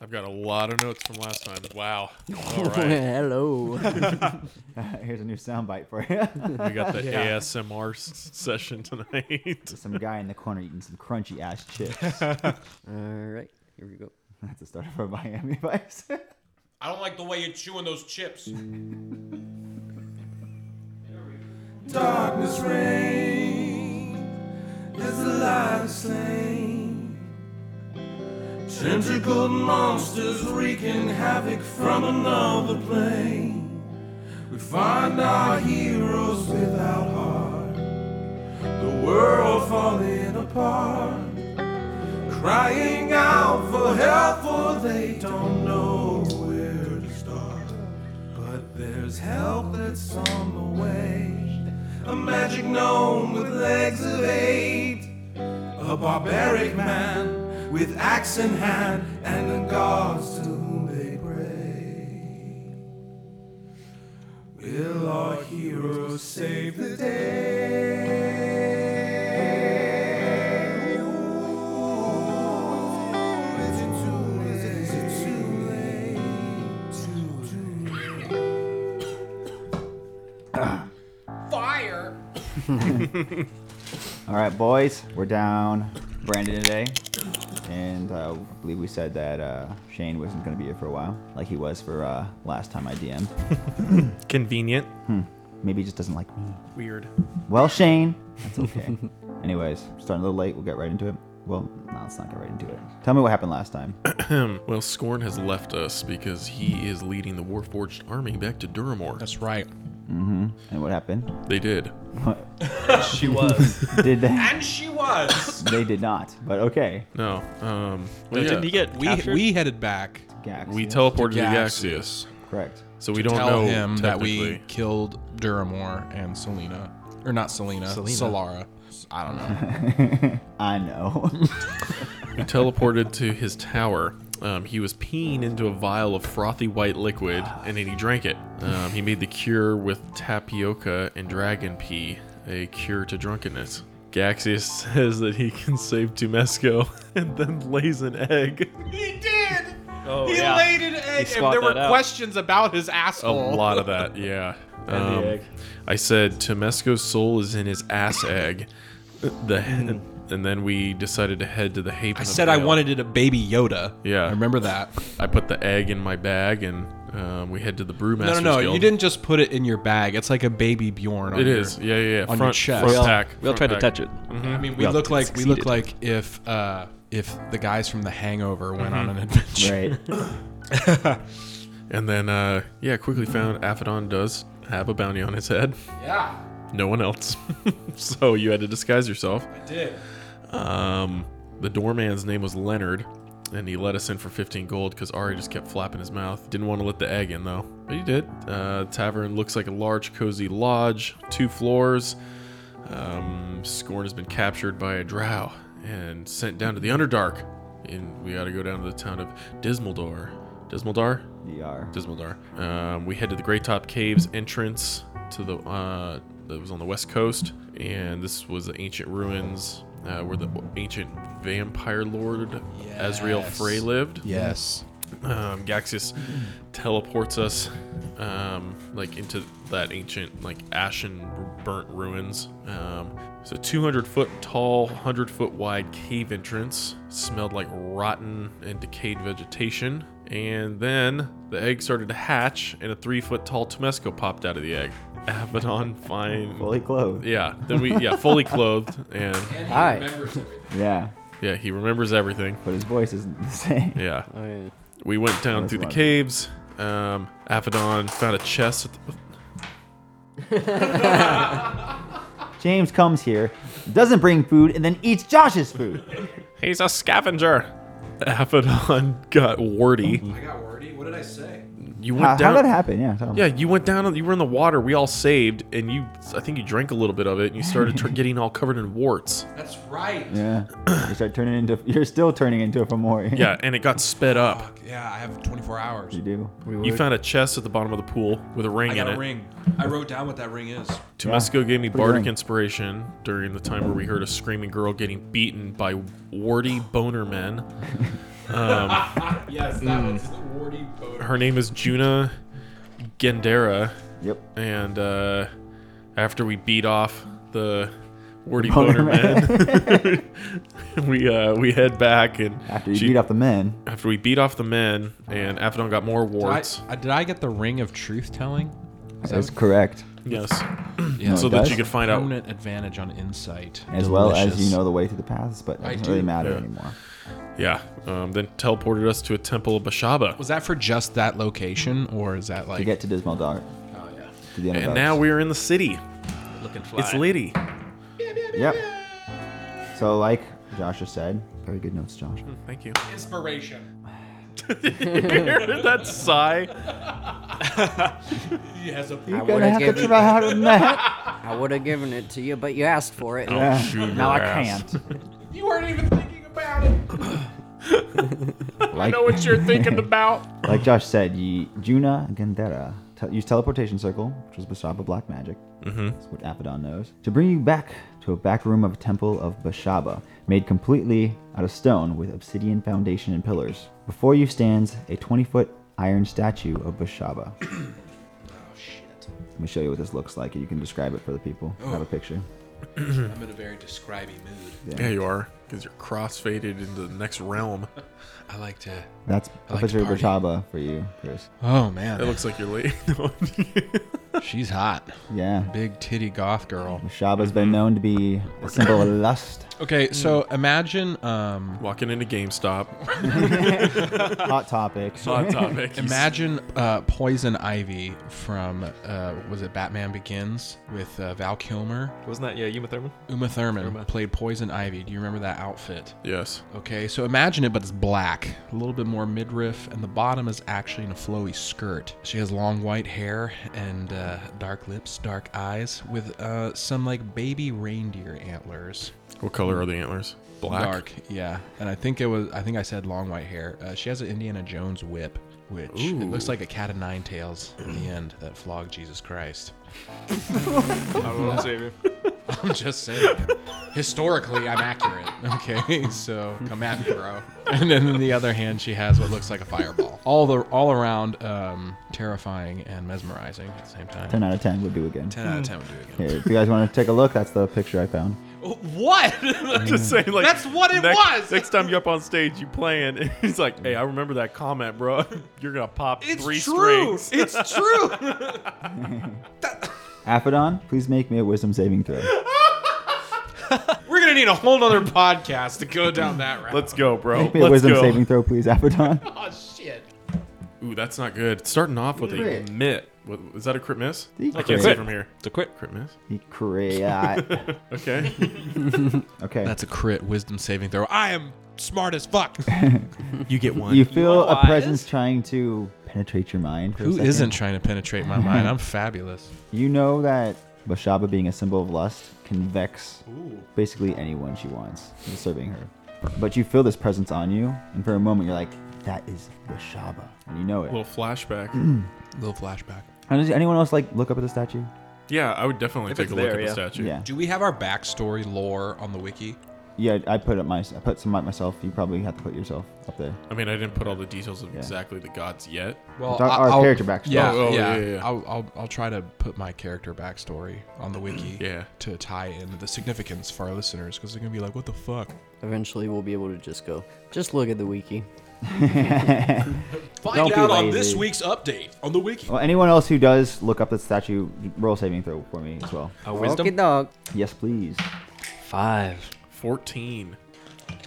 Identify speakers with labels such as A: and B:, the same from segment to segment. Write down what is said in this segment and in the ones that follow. A: I've got a lot of notes from last time. Wow. All right.
B: Hello.
C: Here's a new soundbite for you.
A: We got the
B: Yeah.
A: ASMR s- session tonight.
C: Some guy in the corner eating some crunchy ass chips.
B: All right, here we go.
C: That's the start of our Miami Vice.
D: I don't like the way you're chewing those chips.
E: Darkness reigns as the light is slain. Tentacled monsters wreaking havoc from another plane. We find our heroes without heart. The world falling apart. Crying out for help, for they don't know where to start. But there's help that's on the way. A magic gnome with legs of eight. A barbaric man with axe in hand and the gods to whom they pray. Will our heroes save the day? Ooh, is it too late? Is it too late? Too, too late.
D: Fire!
C: All right, boys, we're down Brandon today, and uh, I believe we said that uh, Shane wasn't going to be here for a while, like he was for uh, last time I DM'd.
A: Convenient.
C: Maybe he just doesn't like me.
A: Weird.
C: Well, Shane, that's okay. Anyways, starting a little late. We'll get right into it. Well, no, let's not get right into it. Tell me what happened last time.
A: Well, Scorn has left us because he is leading the Warforged army back to Duramore.
D: That's right.
C: And what happened?
A: They did.
D: She was.
C: Did they?
D: and she was.
C: They did not. But okay.
A: No. Um. well, yeah.
F: Didn't he get
D: We,
F: captured?
D: we headed back
C: Gax.
A: we teleported to Gaxius,
D: Gaxius.
C: Correct.
A: so we
D: to
A: don't
D: tell
A: know
D: him that we
A: Oh, technically.
D: killed Duramore and Selena. Or not Selena, Solara. I don't know.
C: I know.
A: We teleported to his tower. Um, he was peeing into a vial of frothy white liquid, and then he drank it. Um, he made the cure with tapioca and dragon pea, a cure to drunkenness. Gaxius says that he can save Tumesco and then lays an egg.
D: he did!
F: Oh,
D: he
F: yeah.
D: laid an egg, and
F: spat
D: there were
F: that out.
D: questions about his
A: A
D: asshole.
A: lot of that, yeah. Um,
F: And the egg.
A: I said Tomesco's soul is in his ass egg. The and then we decided to head to the Haven.
D: I
A: of
D: said I
A: Ale.
D: wanted it a baby Yoda.
A: Yeah.
D: I remember that.
A: I put the egg in my bag, and um, we head to the brewmaster.
D: no, no, no. You didn't just put it in your bag. It's like a baby Bjorn. On
A: It
D: your-
A: is. Yeah, yeah. yeah.
D: on your
A: Front,
D: chest.
A: front
D: We all-
A: pack.
F: We all
A: front
F: tried to
A: pack.
F: touch it.
D: Mm-hmm. I mean, we
F: all
D: look like we look
F: succeeded.
D: like if uh, if the guys from The Hangover went on an adventure.
C: Right.
A: And then, uh, yeah, quickly found Aphodon does have a bounty on his head.
D: Yeah,
A: No one else. so you had to disguise yourself.
D: I did.
A: Um, the doorman's name was Leonard, and he let us in for 15 gold because Ari just kept flapping his mouth. Didn't want to let the egg in, though. But he did. Uh, tavern looks like a large, cozy lodge, two floors. Um, Scorn has been captured by a drow and sent down to the Underdark. And we got to go down to the town of Dismaldor. Dismaldar?
C: You are.
A: Dismaldar. Um, we head to the Great Top Caves entrance to the uh, that was on the west coast, and this was the ancient ruins uh, where the ancient vampire lord Azrael
D: Yes.
A: Frey lived.
D: Yes.
A: Um, Gaxius teleports us um, like into that ancient like ashen burnt ruins. Um, so 200 foot tall, 100 foot wide cave entrance smelled like rotten and decayed vegetation. And then the egg started to hatch, and a three foot tall Tomesco popped out of the egg. Abaddon, fine.
C: Fully clothed.
A: Yeah. Then we yeah fully clothed, and
C: Hi. Yeah.
A: yeah he remembers everything.
C: But his voice isn't the same.
A: Yeah.
B: Oh, yeah.
A: We went down through the
C: wild.
A: caves. Um, Aphodon found a chest. At the,
C: James comes here, doesn't bring food, and then eats Josh's food.
A: He's a scavenger. Aphodon got warty.
D: I got wordy. What did I say?
A: You
C: Oh How,
A: went
C: how
A: down.
C: that happen? Yeah. Tell him.
A: yeah, you went down. You were in the water. We all saved, and you. I think you drank a little bit of it, and you started tur getting all covered in warts.
D: That's right.
C: Yeah. You start turning into. You're still turning into a Famori.
A: Yeah, and it got sped up.
D: Yeah, I have 24 hours.
C: You do.
A: You found a chest at the bottom of the pool with a ring
D: I
A: in
D: got
A: it.
D: a ring. I wrote down what that ring is.
A: Tomesco gave me
C: a
A: bardic
C: ring.
A: inspiration during the time where we heard a screaming girl getting beaten by warty boner men.
F: Yes, that
C: Mm.
F: one's warty boat.
A: Her name is Juna Gendera,
C: Yep.
A: and uh, after we beat off the wordy boner men, we uh, we head back and
C: After you
A: she-
C: beat up the men,
A: after we beat off the men, and Avedon got more
D: I,
A: warts.
D: I- did I get the ring of truth telling?
C: that's correct.
A: yes,
D: Yeah.
A: so
C: it
A: that
C: does?
A: you could find out.
D: Permanent advantage on insight.
C: As well as
D: Delicious.
C: you know the way to the paths, but it
D: I
C: doesn't really
D: do,
C: matter
A: yeah.
C: anymore.
A: Yeah, um, then teleported us to a temple of Bashaba.
D: Was that for just that location, or is that like?
C: To get to Dismal Dog.
F: Oh yeah,
C: To the end of
A: And
C: Oaks.
A: now we are in the city.
F: looking fly.
A: It's Liddy.
C: Yep. So, like Josh just said, very good notes, Josh.
A: Thank you.
D: inspiration.
A: that sigh.
F: He has a
C: You're
B: I would've
C: gonna have to
B: given-
C: try harder than that.
B: I would have given it to you, but you asked for it.
C: Yeah.
A: shoot
C: Now I
A: your ass.
C: can't.
F: You weren't even thinking about it.
C: Like,
A: you're thinking about.
C: like Josh said, you, Juna Gandera te- used teleportation circle, which was Bashaba black magic. Mm-hmm. That's what Apodon knows. To bring you back to a back room of a temple of Bashaba, made completely out of stone with obsidian foundation and pillars. Before you stands a 20 foot iron statue of Bashaba. oh, shit. Let me show you what this looks like, and you can describe it for the people. I have a picture.
D: I'm in a very describing mood.
A: Yeah, you are, because you're crossfaded into the next realm.
D: I like to.
C: That's a
D: like
C: picture
D: to
C: of
D: party.
C: Bashaba for you, Chris.
D: Oh
A: That
D: man,
A: looks like you're late.
D: she's hot.
C: Yeah.
D: Big titty goth girl.
C: Bashaba's been known to be a symbol of lust,
F: Hmm.
D: Okay, so imagine, um,
A: Walking into GameStop.
C: hot topics.
A: Hot topic.
D: imagine uh, Poison Ivy from uh, was it Batman Begins with uh, Val Kilmer?
F: Wasn't that yeah, Uma Thurman?
D: Uma Thurman played Poison Ivy. Do you remember that outfit?
A: Yes.
D: Okay, so imagine it, but it's black, a little bit more midriff, and the bottom is actually in a flowy skirt. She has long white hair and uh, dark lips, dark eyes, with uh, some like baby reindeer antlers.
A: What color are the antlers? Black.
D: Dark, yeah. And I think it was, I think I said long white hair. Uh, she has an Indiana Jones whip, which it looks like a cat of nine tails in the end that flogged Jesus Christ. I'm just saying. Historically, I'm accurate. Okay, so come at me, bro. And then on the other hand, she has what looks like a fireball. All the all around um, terrifying and mesmerizing at the same time.
C: 10 out of 10 would do again.
D: Ten out of ten would do again.
C: Here, if you guys want to take a look, that's the picture I found.
F: What?
A: Just saying, like
F: That's what it
A: next-
F: was!
A: Next time you're up on stage, you playing, and he's like, "Hey, I remember that comment, bro. You're gonna pop three strings."
F: It's true.
C: Aphodon, please make me a wisdom saving throw.
F: We're gonna need a whole nother podcast to go down that route.
A: Let's go, bro.
C: Make me a
A: Let's
C: wisdom
A: go.
C: saving throw, please, Aphodon.
F: Oh shit.
A: Ooh, that's not good. It's starting off with a
C: Crit.
A: mitt. What, is that a crit miss?
C: He
A: I can't see
C: crit.
A: from here.
F: To quit.
A: Crit miss.
C: He crit.
A: Okay.
C: Okay.
D: That's a crit wisdom saving throw. I am smart as fuck.
A: you get one.
C: you feel
F: are
C: a presence
F: wise.
C: trying to penetrate your mind. For a
D: Who
C: second.
D: isn't trying to penetrate my mind? I'm fabulous.
C: You know that Bashaba, being a symbol of lust, can vex basically anyone she wants, serving her. But you feel this presence on you, and for a moment you're like, that is Bashaba. And you know it.
A: little flashback.
C: Mm.
D: Little flashback.
C: And does anyone else like look up at the statue?
A: Yeah, I would definitely
F: If
A: take
F: it's
A: a look
F: there,
A: at the
F: yeah.
A: statue.
C: Yeah.
D: Do we have our backstory lore on the wiki?
C: Yeah, I put up my, I put some up myself. You probably have to put yourself up there.
A: I mean, I didn't put all the details of exactly the gods yet.
D: Well,
C: Doc-
D: I-
C: our
D: I'll-
C: character backstory.
D: Yeah,
A: Oh, oh, yeah,
D: yeah,
A: yeah, yeah.
D: I'll, I'll, I'll try to put my character backstory on the wiki.
A: Yeah.
D: To tie in the significance for our listeners, because they're gonna be like, "What the fuck?"
B: Eventually, we'll be able to just go. Just look at the wiki.
D: Find
C: Don't be
D: out on this
C: lazy.
D: week's update on the wiki.
C: Well, anyone else who does look up the statue, roll saving throw for me as well.
F: A
B: Okay, dog.
C: Yes, please.
B: Five.
A: 14.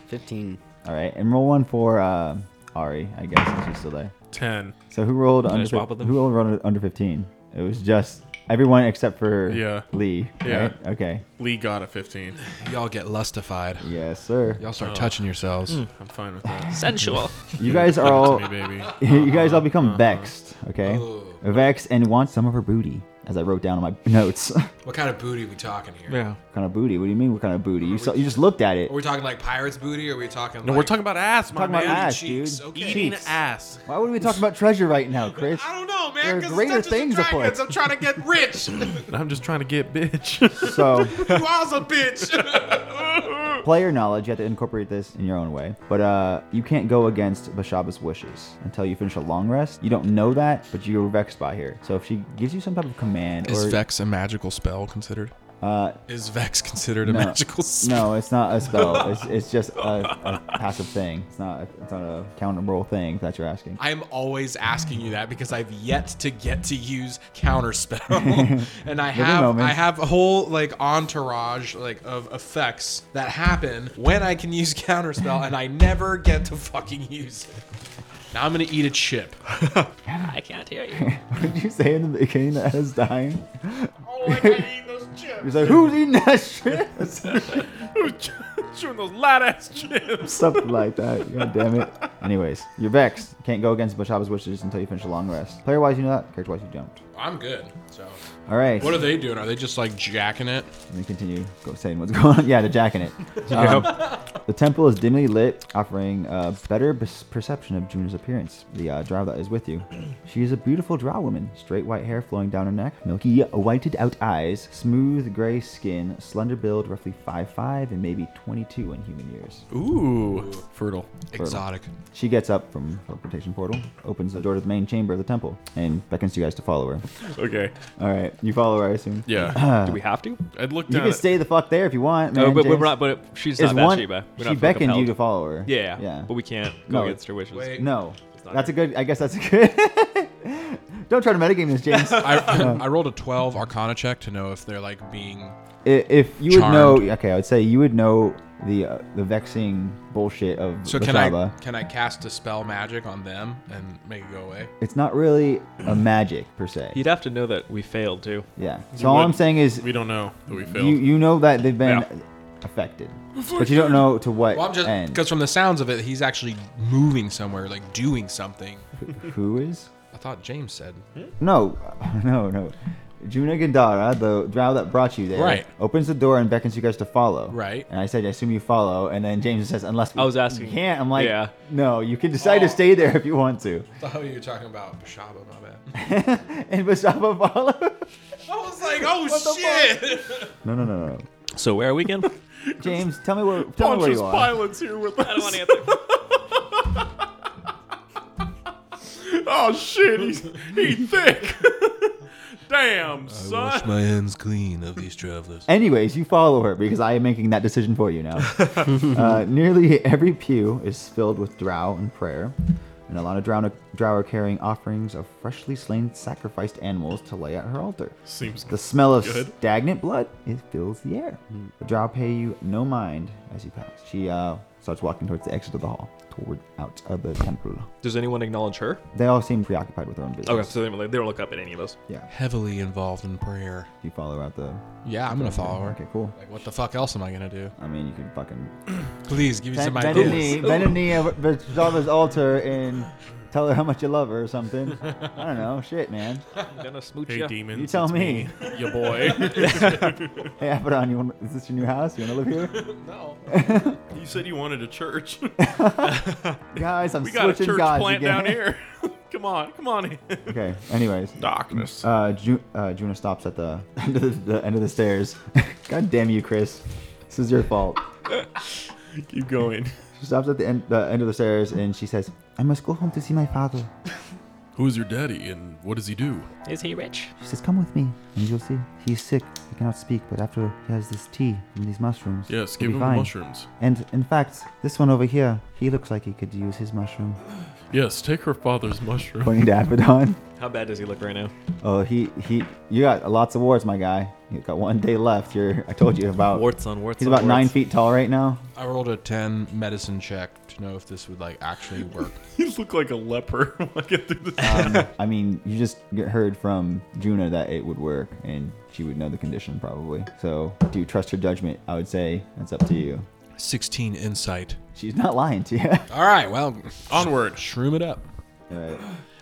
B: Fifteen.
C: All right, and roll one for uh, Ari, I guess, since he's still there.
A: 10.
C: So who rolled under?
F: swap with them?
C: Who rolled under- under fifteen? It was just everyone except for
A: Yeah.
C: Lee.
A: Yeah.
C: right? Okay.
A: Lee got a 15.
D: Y'all get lustified.
C: Yes, sir.
D: Y'all start touching yourselves.
A: I'm fine with that.
F: Sensual.
C: You guys are all.
A: Me, baby.
C: You guys all become vexed. Okay. Vexed and want some of her booty, as I wrote down on my notes. what
D: What kind of booty we talking here?
F: Yeah.
C: kind of booty? What do you mean? What kind of booty? You saw, you just looked at it.
D: Are we talking like pirates' booty? Or are we talking?
A: No,
D: like,
A: we're talking about ass, my
C: Talking
A: man.
C: about ass,
D: cheeks,
C: dude.
D: okay.
A: Eating
C: Cheeks.
A: ass.
C: Why would we talk about treasure right now, Chris?
D: I don't know,
C: There
D: man.
C: are
D: Because
C: greater
D: Dungeons and
C: things afoot.
D: Dragons. I'm trying to get rich.
A: I'm just trying to get bitch.
C: So
D: you all's a bitch.
C: player knowledge, you have to incorporate this in your own way. But uh, you can't go against Bashaba's wishes until you finish a long rest. You don't know that, but you're vexed by here. So if she gives you some type of command
D: Is
C: or
D: Vex a magical spell considered?
C: uh,
D: Is Vex considered a
C: No.
D: magical spell?
C: No, it's not a spell. it's, it's just a, a passive thing. It's not. A, it's not a counterable thing that you're asking.
D: I'm always asking you that because I've yet to get to use counterspell, and I have
C: moments.
D: I have a whole like entourage like of effects that happen when I can use counterspell, and I never get to fucking use it. Now I'm gonna eat a chip. Oh,
G: I can't hear you.
C: What did you say in the beginning that I was dying?
F: Oh, I can't eat those chips.
C: He's like, who's eating that shit?
A: Shooting those loud ass chips.
C: Something like that. God damn it. Anyways, you're vexed. Can't go against Bashaba's wishes until you finish a long rest. Player wise, you know that. Character wise, you don't.
D: I'm good. So
C: All right.
D: what are they doing? Are they just like jacking it?
C: Let me continue go saying what's going on. Yeah, the jack in it. Um, the temple is dimly lit, offering a better bes- perception of Juna's appearance. The uh, drow that is with you. She is a beautiful drow woman, straight white hair flowing down her neck, milky uh, whited out eyes, smooth gray skin, slender build, roughly 5'5", and maybe 22 in human years.
A: Ooh, fertile.
D: Exotic.
C: She gets up from teleportation portal, opens the door to the main chamber of the temple, and beckons you guys to follow her.
A: Okay.
C: All right, you follow her, I assume.
A: Yeah.
G: Do we have to?
A: I'd look
C: You
A: down.
C: can
A: At,
C: stay the fuck there if you want, man.
G: no, Oh, but
C: Uh, James.
G: we're not. But she's
C: Is
G: not
C: one,
G: Bathsheba. We're
C: she
G: not
C: beckoned you
G: compelled.
C: to follow her.
G: Yeah,
C: Yeah.
G: But we can't
C: No,
G: go
C: it-
G: against her wishes.
D: Wait.
C: No.
G: not
C: That's a good. I guess that's a good. Don't try to metagame this, James. I-
D: I, I rolled a 12 Arcana check to know if they're like being
C: if you would know,
D: Charmed.
C: okay, I would say you would know the uh, the vexing bullshit of
D: So
C: so
D: can I can I cast a spell magic on them and make it go away?
C: It's not really a magic per se.
G: You'd have to know that we failed too.
C: Yeah. So all I'm saying is,
A: we don't know that we failed.
C: you you know that they've been
A: Yeah.
C: affected, but you don't know to what
D: Well, I'm just
C: end.
D: because from the sounds of it, he's actually moving somewhere, like doing something.
C: Who is?
D: I thought James said
C: No, no, no. Juna Gandara, the drow that brought you there,
D: Right.
C: opens the door and beckons you guys to follow.
D: Right.
C: And I said, I assume you follow. And then James says, unless we
G: I was asking-
C: you can't. I'm like,
G: yeah.
C: no, you can decide to stay there if you want to.
D: Oh, you were talking about Bashaba, my bad.
C: And Basaba follow.
D: I was like, oh shit!
C: no, no, no, no.
G: So where are we again?
C: James, tell me where, tell me where you are.
A: pilots here with us.
G: I don't want to answer.
A: Oh shit, he's he thick. Damn, son.
D: my hands clean of these travelers.
C: Anyways, you follow her because I am making that decision for you now. uh, nearly every pew is filled with drow and prayer, and a lot of drow, drow are carrying offerings of freshly slain sacrificed animals to lay at her altar.
A: Seems
C: The smell of
A: Good.
C: stagnant blood it fills the air.
D: Hmm.
C: The drow pay you no mind as you pass. She uh, starts walking towards the exit of the hall, toward out of the temple.
G: Does anyone acknowledge her?
C: They all seem preoccupied with their own business.
G: Okay, so they don't, they don't look up at any of those.
C: Yeah.
D: Heavily involved in prayer.
C: You follow out the.
D: Yeah, I'm gonna follow her.
C: Okay, cool.
D: Like, what the fuck else am I gonna do?
C: I mean, you can fucking
D: Please give me
C: Bend,
D: some
C: bend a
D: ideas.
C: knee, bend a knee over Bashaba's altar and tell her how much you love her or something. I don't know. Shit, man.
G: I'm gonna smooch
A: Hey
G: ya.
A: demons.
C: You tell
A: it's
C: me.
A: Your boy.
C: Hey, Abaddon, you want, is this your new house? You want to live here?
A: you said you wanted a church.
C: Guys, I'm
A: We got a
C: switching
A: church
C: gods
A: plant
C: again.
A: down here. come on, come on in.
C: Okay. Anyways,
A: Darkness.
C: uh, Ju- uh, Juno stops at the end of the, the end of the stairs. God damn you, Chris. This is your fault.
A: Keep going.
C: She stops at the end, the end of the stairs and she says, "I must go home to see my father."
A: Who's your daddy and what does he do?
G: Is he rich?
C: She says, "Come with me, and you'll see. He's sick. He cannot speak, but after he has this tea and these mushrooms,
A: Yes, give
C: he'll be
A: him the
C: fine."
A: mushrooms.
C: And in fact, this one over here, he looks like he could use his mushroom.
A: Yes, take her father's mushroom.
C: Pointing to Abaddon.
G: How bad does he look right now?
C: Oh, he he, you got lots of wards, my guy. You got one day left. You're, I told you about.
G: Warts on warts.
C: he's
G: on
C: about
G: warts.
C: nine feet tall right now.
D: I rolled a 10 medicine check to know if this would like actually work.
A: You look like a leper. Look at through the-
C: Um, I mean, you just get heard from Juno that it would work, and she would know the condition probably. So, do you trust her judgment? I would say that's up to you.
D: 16 insight.
C: She's not lying to you.
D: All right, well,
A: Onward.
D: shroom it up.
C: Alright.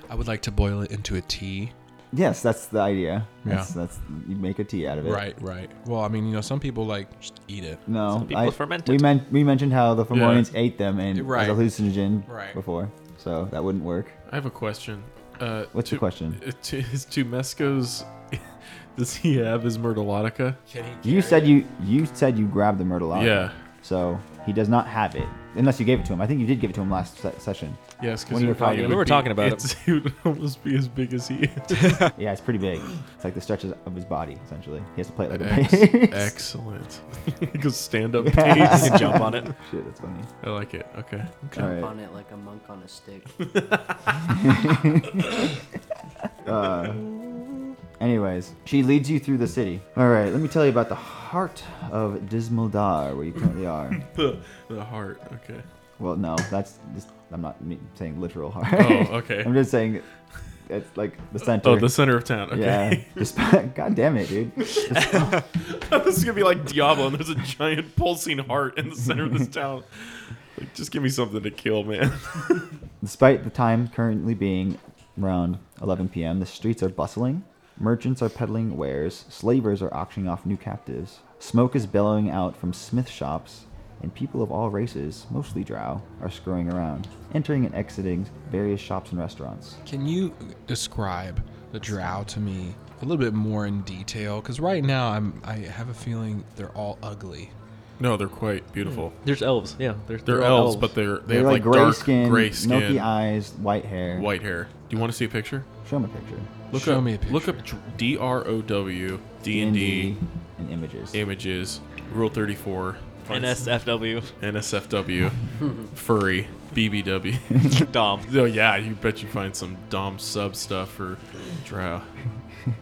D: I would like to boil it into a tea.
C: Yes, that's the idea.
D: Yeah.
C: That's, that's you make a tea out of it.
D: Right, right. Well, I mean, you know, some people like just eat it.
C: No,
G: people
C: I,
G: ferment
C: We,
G: it.
C: men- we mentioned how the Fomorians ate them and
D: Right.
C: as a hallucinogen
D: Right.
C: before, so that wouldn't work.
A: I have a question. Uh,
C: What's your
A: Tu-
C: question?
A: uh, Tu- Is Tumesco's. Does he have his Myrtalotica?
D: Can he
C: You said you you said you grabbed the myrtleology.
A: Yeah.
C: So he does not have it, unless you gave it to him. I think you did give it to him last se- session.
A: Yes,
C: When
A: because
C: you were fighting, we
G: were talking about it.
A: He would almost be as big as he is.
C: Yeah, it's pretty big. It's like the stretches of his body, essentially. He has to play it like
A: Ex-
C: a base.
A: excellent. he goes stand up. pace.
G: jump on it.
C: Shit, that's funny.
A: I like it. Okay.
C: All
B: Jump
C: right.
B: on it like a monk on a stick.
C: Anyways, she leads you through the city. All right, let me tell you about the heart of Dismal Dar, where you currently are.
A: the heart. Okay.
C: well, no, that's just, I'm not me- saying literal heart.
A: Oh, okay.
C: I'm just saying it's like the center.
A: Oh, the center of town. Okay.
C: Yeah. Despite, God damn it, dude.
A: this is gonna be like Diablo, and there's a giant pulsing heart in the center of this town. Like, just give me something to kill, man.
C: Despite the time currently being around 11 p.m., the streets are bustling. Merchants are peddling wares, slavers are auctioning off new captives. Smoke is billowing out from smith shops, and people of all races, mostly drow, are screwing around, entering and exiting various shops and restaurants.
D: Can you describe the drow to me a little bit more in detail? Because right now I'm I have a feeling they're all ugly.
A: No, they're quite beautiful.
G: There's elves. Yeah, they're,
A: They're elves, but they're they
C: They're
A: have like,
C: gray
A: dark
C: skin,
A: gray
C: milky
A: skin,
C: eyes, white hair.
A: white hair. Do you want to see a picture?
C: Show them a picture.
A: Look
D: Show
A: up,
D: me a picture.
A: Look up D R O W D and D
C: and images.
A: images Rule Thirty Four
G: NSFW
A: NSFW furry BBW.
G: Dom.
A: oh yeah, you bet you find some Dom sub stuff for Drow.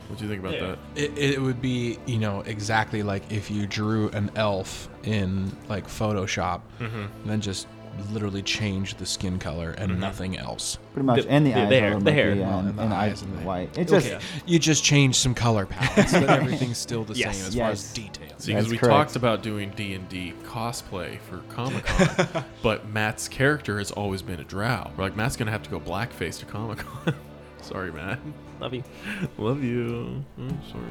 A: What do you think about that?
D: It, it would be you know exactly like if you drew an elf in like Photoshop, and then just literally change the skin color and nothing else.
C: Pretty much,
G: The-
C: and the,
G: the-
C: eyes.
G: the
C: are
G: hair,
C: little
G: the
C: milky,
G: hair.
C: yeah,
D: Well,
C: and,
D: and the
C: and
D: eyes
C: eyes
D: and the-
C: white. It's
D: Okay,
C: just
D: you just change some color palettes, but everything's still the
G: Yes.
D: same as far as
C: Yes.
D: details.
A: See, because
C: That's
A: we
C: correct.
A: talked about doing D and D cosplay for Comic Con, but Matt's character has always been a Drow. We're like Matt's gonna have to go blackface to Comic Con. sorry, Matt.
G: Love you. Oh,
A: Love you. I'm sorry.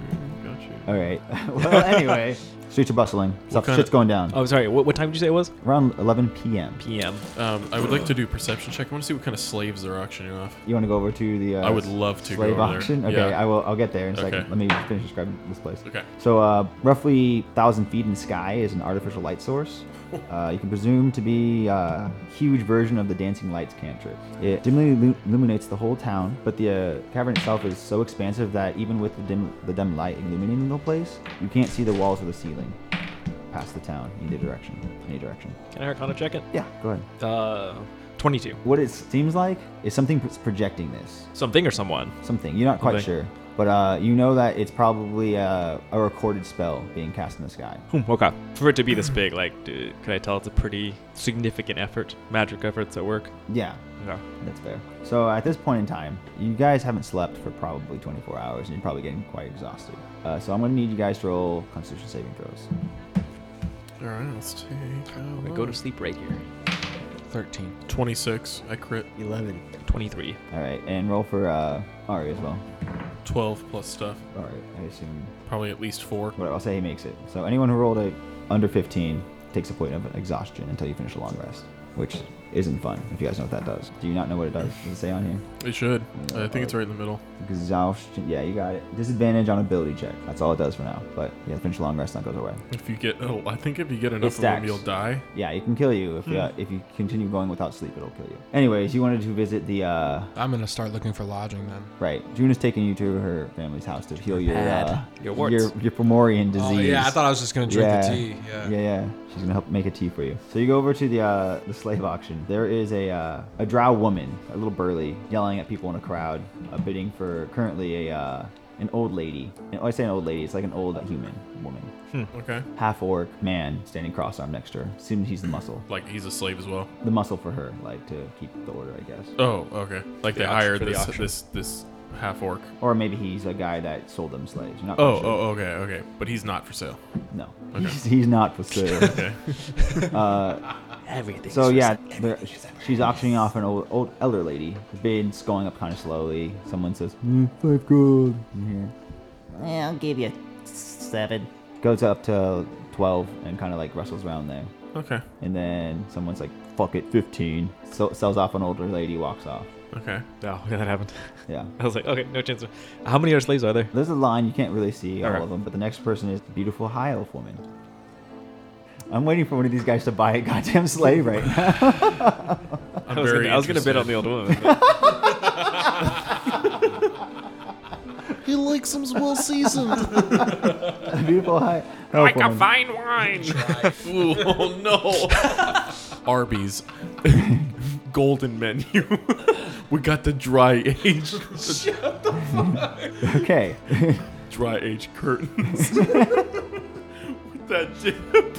A: Got you.
C: all right. well, anyway, streets are bustling. Stuff,
A: kind
C: shit's
A: of-
C: going down.
G: Oh, sorry. What, what time did you say it was?
C: Around 11 p.m.
G: PM.
A: Um, I would like to do a perception check. I want to see what kind of slaves they're auctioning off.
C: You want to go over to the? Uh,
A: I would love to go
C: slave
A: over there.
C: auction. Okay,
A: Yeah.
C: I will. I'll get there in a second.
A: Okay.
C: Let me finish describing this place.
A: Okay.
C: So, uh, roughly thousand feet in sky is an artificial light source. Uh, you can presume to be a huge version of the dancing lights cantrip. It dimly illu- illuminates the whole town, but the uh, cavern itself is so expansive that even with the dim the dim light illuminating the place, you can't see the walls or the ceiling past the town either direction, any direction.
G: Can I Arcana check it?
C: Yeah, go ahead.
G: Uh, 22.
C: What it seems like is something that's projecting this.
G: Something or someone.
C: something. You're not quite
G: Okay.
C: sure, but uh, you know that it's probably uh, a recorded spell being cast in the sky.
G: Hmm, okay. For it to be this big, like, d could I tell it's a pretty significant effort? Magic efforts at work?
C: Yeah,
G: Okay.
C: that's fair. So at this point in time, you guys haven't slept for probably 24 hours, and you're probably getting quite exhausted. Uh, so I'm gonna need you guys to roll Constitution saving throws.
A: All right, let's take.
G: I
A: A
G: go to sleep right here.
D: Thirteen.
A: twenty-six. I crit
B: 11.
G: 23.
C: All right, and roll for uh, Ari as well.
A: twelve plus stuff.
C: All right, I assume.
A: Probably at least four.
C: Whatever, I'll say he makes it. So anyone who rolled a under 15 takes a point of exhaustion until you finish a long rest, which isn't fun. If you guys know what that does, do you not know what it does? Does it say on here?
A: It should. I think
G: Uh,
A: it's right in the middle.
C: Exhaustion. Yeah, you got it. Disadvantage on ability check. That's all it does for now. But yeah, finish a long rest, and that goes away.
A: If you get, oh, I think if you get enough of them,
C: stacks.
A: you'll die.
C: Yeah, it can kill you if
D: Hmm.
C: you, if you continue going without sleep. It'll kill you. Anyways, you wanted to visit the uh,
D: I'm gonna start looking for lodging then.
C: right. June is taking you to her family's house to heal your
B: Bad.
C: uh,
G: Your warts.
C: your your Fomorian disease.
D: Oh, yeah, I thought I was just gonna drink the tea. Yeah.
C: yeah, yeah. She's gonna help make a tea for you. So you go over to the uh, the slave auction. There is a uh, a drow woman, a little burly, yelling at people in a crowd, uh, bidding for currently a uh, an old lady. And when I say an old lady, it's like an old human woman,
G: Hmm.
A: Okay.
C: half orc man standing cross armed next to her. Assume he's the muscle,
A: Like he's a slave as well.
C: the muscle for her, like to keep the order, I guess.
A: Oh, okay. Like they
G: auction-
A: hired
G: for the
A: this,
G: auction.
A: this this half orc.
C: Or maybe he's a guy that sold them slaves. You're not
A: Oh,
C: quite sure.
A: oh, okay, okay. But he's not for sale.
C: no, he's, he's not for sale.
A: Okay.
B: Everything.
C: So yeah, there- she's auctioning off an old, old elder lady. The bid's going up kind of slowly. Someone says "Mm, five gold. in here
B: I'll give you seven.
C: goes up to twelve and kind of like wrestles around there.
A: okay.
C: And then someone's like, "Fuck it, 15. So sells off an older lady, walks off.
A: Okay.
G: Oh, yeah, that happened.
C: Yeah.
G: I was like, okay, no chance. How many other slaves are there?
C: There's a line you can't really see all
G: Okay.
C: of them, but the next person is the beautiful high elf woman. I'm waiting for one of these guys to buy a goddamn slave right now.
A: I'm
G: I was,
A: very
G: gonna, I was gonna bid on the
A: interested.
G: old woman. but-
H: He likes them well seasoned.
C: A beautiful high.
B: Oh
C: Like a fine.
A: Ooh, oh no. Arby's golden menu. we got the dry aged
C: Okay.
A: dry aged curtains. With that dip.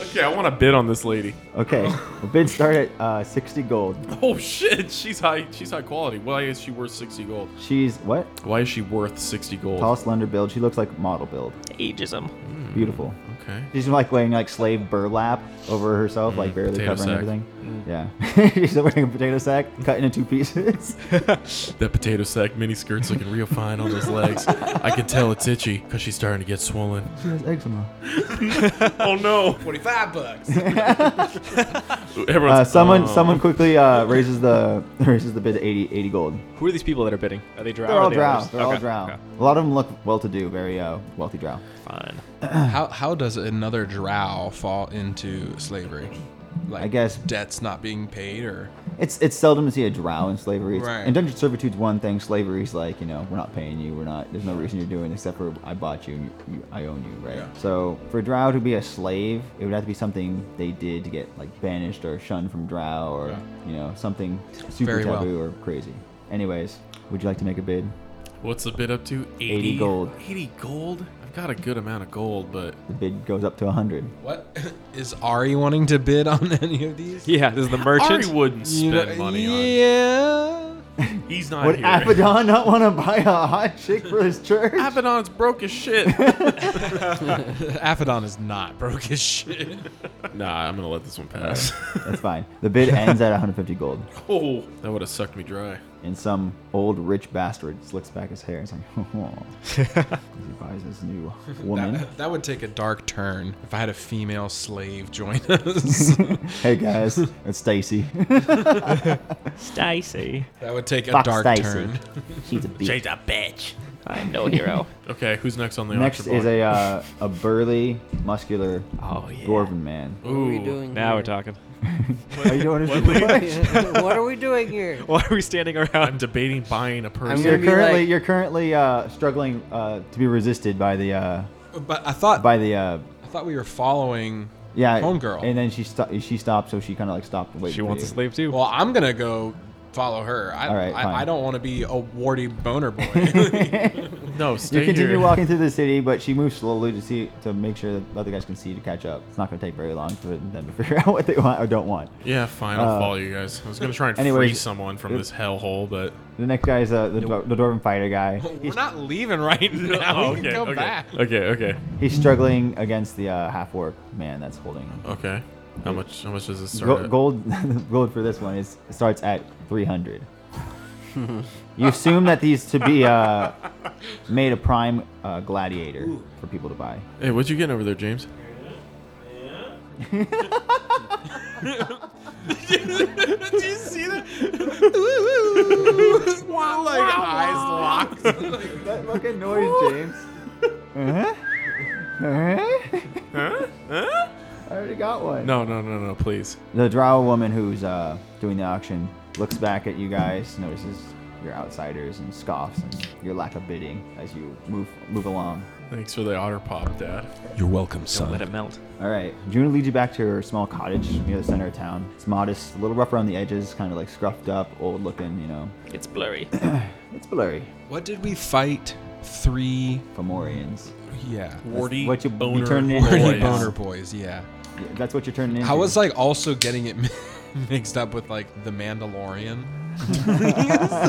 A: okay, I want to bid on this lady.
C: okay. The bid start at uh, 60 gold.
A: Oh shit, she's high she's high quality. Why is she worth 60 gold?
C: She's what?
A: Why is she worth 60 gold?
C: Tall, slender build. She looks like model build.
G: Ageism.
C: Beautiful.
A: Okay.
C: She's like wearing like slave burlap over herself, like barely
A: potato
C: covering
A: sack.
C: everything. Yeah. She's wearing a potato sack cut into two pieces.
A: That potato sack mini skirt's looking real fine on those legs. I can tell it's itchy because she's starting to get swollen.
C: she has eczema.
A: Oh no!
F: 45 bucks.
A: Everyone's
C: Uh, someone,
A: "Oh."
C: someone quickly uh, raises the raises the bid to 80, 80 gold.
G: Who are these people that are bidding? Are they drow?
C: They're
G: or
C: all
G: are they
C: drow.
G: others?
C: They're all
G: Okay,
C: drow.
G: okay,
C: A lot of them look well-to-do, very uh, wealthy drow.
G: Fine.
D: How how does another drow fall into slavery? Like
C: I guess-
D: debts not being paid or
C: It's it's seldom to see a drow in slavery. It's,
D: Right.
C: Indentured servitude's one thing. Slavery's like you know we're not paying you. We're not. There's no reason you're doing it except for I bought you and you, you, I own you, right?
D: Yeah.
C: So for a drow to be a slave, it would have to be something they did to get like banished or shunned from drow or
D: Yeah.
C: you know something super
D: Very well.
C: taboo or crazy. Anyways, would you like to make a bid?
A: What's the bid up to? 80,
C: 80 gold.
A: 80 gold? I've got a good amount of gold, but
C: The bid goes up to hundred.
D: what? Is Ari wanting to bid on any of these?
G: Yeah, this is the
A: Ari
G: merchant.
A: wouldn't spend money
D: yeah.
A: on. He's not
C: Would
A: here.
C: Abaddon not want to buy a hot chick for his church?
A: Abaddon's broke as shit.
D: Aphodon is not broke as shit.
A: nah, I'm gonna let this one pass.
C: That's fine. The bid ends at 150 gold.
A: oh, that would have sucked me dry.
C: And some old rich bastard slicks back his hair. It's like, oh. As he buys this new woman.
D: That, that would take a dark turn if I had a female slave join us.
C: hey guys, it's Stacy.
G: Stacy.
D: that would take a
C: Fuck
D: dark
C: Stacy.
D: turn.
C: She's a bitch.
G: I'm no hero.
A: Okay, who's next on the
C: Next
A: auction
C: is
A: block?
C: a uh, a burly, muscular
G: Oh, yeah.
C: dwarven man.
A: Ooh,
B: What are we doing
G: Now we're
B: here?
G: talking.
C: Are you doing this?
B: what are we doing here?
G: Why are we standing
A: I'm
G: around?
A: debating buying a person.
C: You're
B: gonna be
C: currently
B: like-
C: you're currently uh, struggling uh, to be resisted by the uh,
D: But I thought
C: by the uh,
D: I thought we were following.
C: yeah
D: Homegirl.
C: And then she sto- she stopped, so she kind of like stopped. waiting
G: She
C: for
G: wants a
C: you.
G: slave too.
D: Well, I'm gonna go follow her. I
C: All right, fine.
D: I, I don't want to be a warty boner boy.
A: No, stay
C: You continue
A: here.
C: walking through the city, but she moves slowly to see to make sure that the other guys can see to catch up. It's not going to take very long for them to figure out what they want or don't want.
A: Yeah, fine. I'll follow you guys. I was gonna try and free
C: Uh, anyways,
A: someone from
C: it-
A: this hellhole, but
C: The next guy is uh, the, dwar- the dwarven fighter guy.
D: we're not leaving right now. we can go
A: Oh, okay,
D: back.
A: okay, okay,
C: He's struggling against the uh, half orc man that's holding him.
A: okay. How much? How much does this start?
C: Go-
A: at?
C: gold, gold for this one is starts at three hundred. you assume that these to be uh, made a prime uh, gladiator for people to buy.
A: Hey, what you getting over there, James?
F: Do you see that? wow, like eyes locked.
C: That fucking noise, James. huh? Huh?
A: Huh? Huh?
C: I already got one.
A: No, no, no, no, please.
C: The drow woman who's uh, doing the auction looks back at you guys, notices your outsiders, and scoffs and your lack of bidding as you move move along.
A: Thanks for the otter pop, Dad.
D: You're welcome,
G: Don't let
D: son.
G: it melt.
C: All right, Juna leads you back to her small cottage near the center of town. It's modest, a little rough around the edges, kind of like scruffed up, old looking. You know,
G: It's blurry.
C: it's blurry.
D: What did we fight? Three.
C: Fomorians.
D: Yeah.
A: Warty
C: what you- you
A: boner
C: turned in-
A: boys.
D: Warty
C: Boys.
D: boner boys. Yeah.
C: Yeah, That's what you're turning into.
D: I was like also getting it mixed up with like the Mandalorian.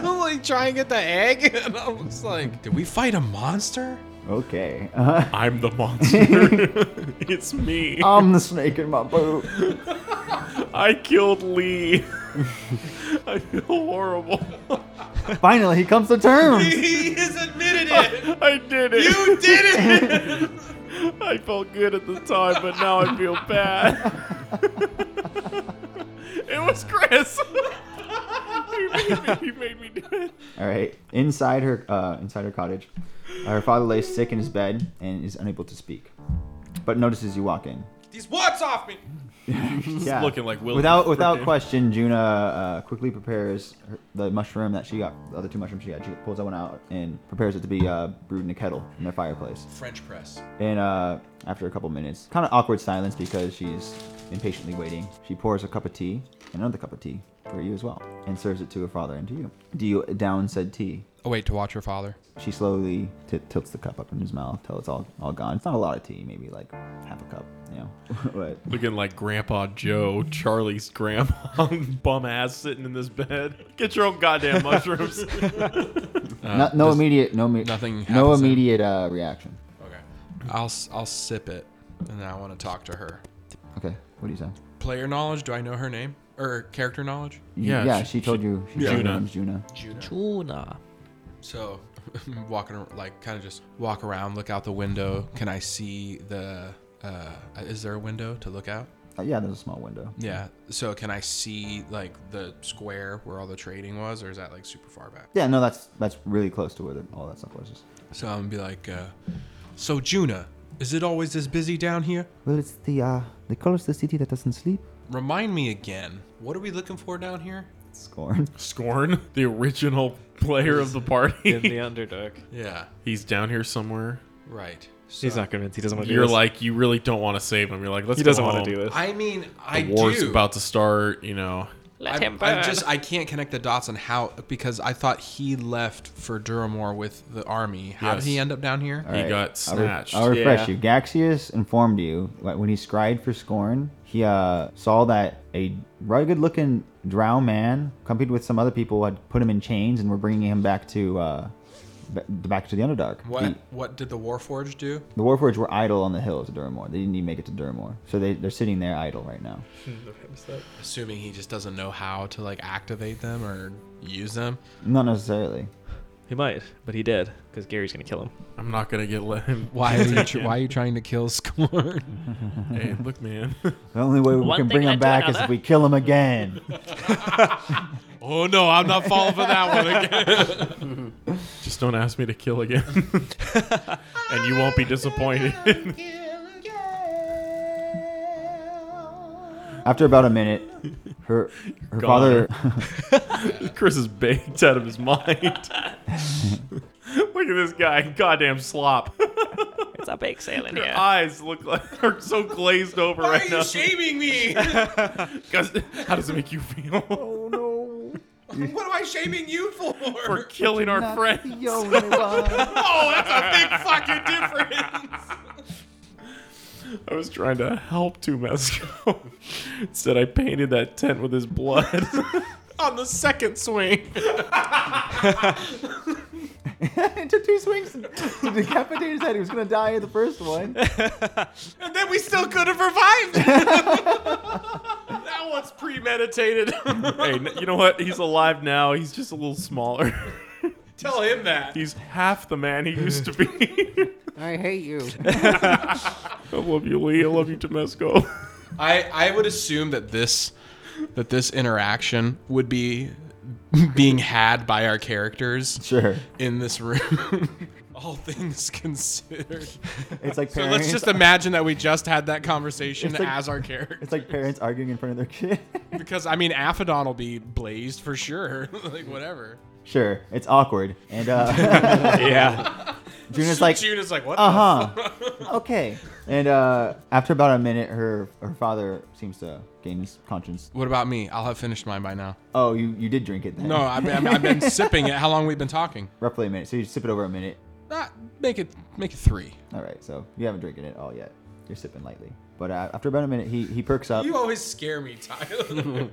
D: so, like trying to get the egg, and I was like, "Did we fight a monster?"
C: Okay. Uh,
A: I'm the monster. it's me.
C: I'm the snake in my boot.
A: I killed Lee. I feel horrible.
C: Finally, he comes to terms.
F: He has admitted it.
A: I did it.
F: You did it.
A: I felt good at the time, but now I feel bad. it was Chris. he, made me, he made me do it.
C: All right. Inside uh, her, uh, inside her cottage, her father lays sick in his bed and is unable to speak. but notices you walk in.
F: These what's off me?
C: yeah.
A: looking like Willy
C: without
A: Fruit
C: without
A: Day.
C: question, Juna uh, quickly prepares her, the mushroom that she got, the other two mushrooms she got. She pulls that one out and prepares it to be uh, brewed in a kettle in their fireplace.
D: French press.
C: And uh, after a couple minutes, kind of awkward silence because she's impatiently waiting. She pours a cup of tea and another cup of tea for you as well, and serves it to her father and to you. Do you down said tea?
D: Oh wait, to watch her father.
C: She slowly t- tilts the cup up in his mouth till it's all, all gone. It's not a lot of tea, maybe like half a cup, you know. but
A: Looking like Grandpa Joe, Charlie's grandma, bum ass sitting in this bed. Get your own goddamn mushrooms.
C: no, no immediate, no imme-
D: nothing
C: no
D: happens then?
C: immediate uh, reaction.
D: Okay. I'll s- I'll sip it, and then I want to talk to her.
C: Okay, what do you say?
D: Player knowledge? Do I know her name or character knowledge?
C: You-
A: Yeah,
C: yeah.
A: she-
C: She, told you. She told you
A: Juna.
C: her name's Juna.
H: Juna.
D: So, walking ar- like kind of just walk around, look out the window. Can I see the? Uh, is there a window to look out?
C: Uh, yeah, there's a small window.
D: Yeah. So can I see like the square where all the trading was, or is that like super far back?
C: Yeah, no, that's that's really close to where the, all that stuff was. Just,
D: So I'm gonna be like, uh, so Juna, is it always this busy down here?
C: well, it's the uh, they call us the city that doesn't sleep.
D: Remind me again. What are we looking for down here?
C: Scorn.
A: Scorn, the original player of the
G: in
A: party.
G: the underdog.
D: Yeah.
A: He's down here somewhere.
D: Right. So,
G: He's not convinced. He doesn't want to do
A: You're
G: this.
A: like, you really don't want to save him. You're like, let's
G: he doesn't
A: want to
G: do this.
D: I mean, I
A: The war's
D: do.
A: about to start, you know.
D: I'm, I'm just I can't connect the dots on how because I thought he left for Duramore with the army. How
A: Yes. Uh,
D: did he end up down here?
A: He
C: Alright,
A: got
C: I'll re-
A: snatched.
C: I'll refresh
G: Yeah.
C: you. Gaxius informed you like, when he scried for Scorn, he uh, saw that a rugged looking drow man, accompanied with some other people, had put him in chains and were bringing him back to. Uh, b- back to the Underdark.
D: What
C: The,
D: what did the Warforge do?
C: the Warforged were idle on the hills of Duramore. They didn't even make it to Duramore. So they, they're sitting there idle right now.
D: Assuming he just doesn't know how to like activate them or use them.
C: Not necessarily.
G: He might, but he did because Gary's gonna kill him.
A: I'm not going to get let him.
D: Why are you tr- why are you trying to kill Scorn?
A: Hey, look, man.
C: The only way we
G: One
C: can
G: thing
C: bring him
G: led to
C: back is if
G: another.
C: we kill him again.
D: oh no, I'm not falling for that one again.
A: Just don't ask me to kill again. and you won't be disappointed.
C: After about a minute, her her
A: Gone.
C: father
A: Chris is baked out of his mind. Look at this guy, goddamn slop.
G: It's a bake sale in
A: Your eyes look like are so glazed over
D: Why are
A: right
D: you
A: now.
D: shaming me?
A: 'Cause- how does it make you feel?
I: Oh,
D: what am I shaming you for?
A: We're killing our friend.
C: the only one.
D: oh, that's a big fucking difference.
A: I was trying to help Tumesco. Instead, I painted that tent with his blood.
F: On the second swing.
C: It took two swings to decapitate his head. He was gonna die in the first one.
F: And then we still could have revived him. that one's premeditated.
A: hey, n- you know what? He's alive now. He's just a little smaller.
F: Tell him that.
A: He's half the man he used to be.
B: I hate you.
A: I love you, Lee. I love you, Tumesco.
D: I I would assume that this that this interaction would be being had by our characters
C: Sure.
D: in this room. All things considered.
C: It's like
D: So
C: parents.
D: let's just imagine that we just had that conversation
C: It's like-
D: as our character.
C: it's like parents arguing in front of their kid.
D: Because I mean Aphodon will be blazed for sure. like whatever.
C: sure. It's awkward. And uh,
G: yeah.
C: Juna's like,
D: Juna's like, what?
C: uh huh. Okay. And uh, after about a minute, her her father seems to gain his conscience.
D: What about me? I'll have finished mine by now.
C: Oh, you you did drink it then.
D: No, I've been, I've been sipping it. How long we been talking?
C: Roughly a minute. So you sip it over a minute.
D: Not make it make it three.
C: All right, so you haven't drinking it all yet. You're sipping lightly. But uh, after about a minute, he, he perks up
D: You always scare me, Tyler.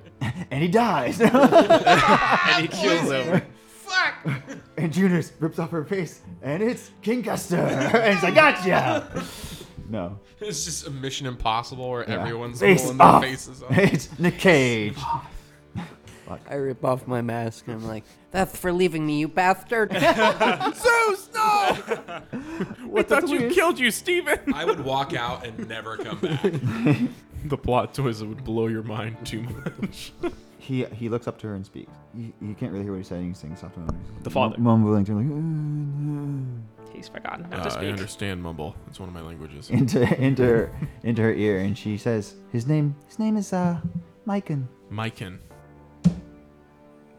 C: and he dies.
G: And he kills him.
D: Fuck.
C: and Junus rips off her face and it's King Custer. and he's like, gotcha. No.
D: It's just a Mission Impossible where
C: Yeah.
D: everyone's
C: Face
D: pulling their
C: off.
D: faces off.
C: it's Nick Cage.
B: I rip off my mask and I'm like, that's for leaving me, you bastard. Zeus, no!
A: we thought you killed you, Steven.
D: I would walk out and never come back.
A: The plot twist would blow your mind too much.
C: He he looks up to her and speaks. You, you can't really hear what he's saying. He's saying soft
G: The father.
C: Mumbling to him like, "Uh, uh."
I: he's forgotten how
A: Uh,
I: to
A: I
I: speak.
A: understand mumble. It's one of my languages.
C: into into her, into her ear, and she says, "His name his name is uh, Mikan."
A: Mikan.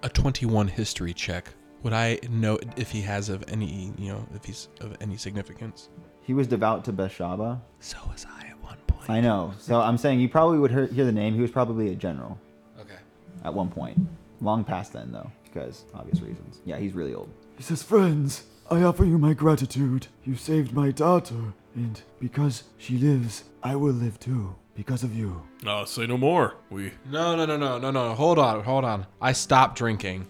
D: a 21 history check. Would I know if he has of any, you know, if he's of any significance?
C: He was devout to Beshaba.
D: So was I at one point.
C: I know. So I'm saying you probably would hear, hear the name. He was probably a general
D: Okay.
C: at one point. Long past then, though, because obvious reasons. Yeah, he's really old. He says, "Friends, I offer you my gratitude. You saved my daughter, and because she lives, I will live too because of you."
A: Oh, say no more. We
D: No, no, no, no, no, no. Hold on, hold on. I stopped drinking.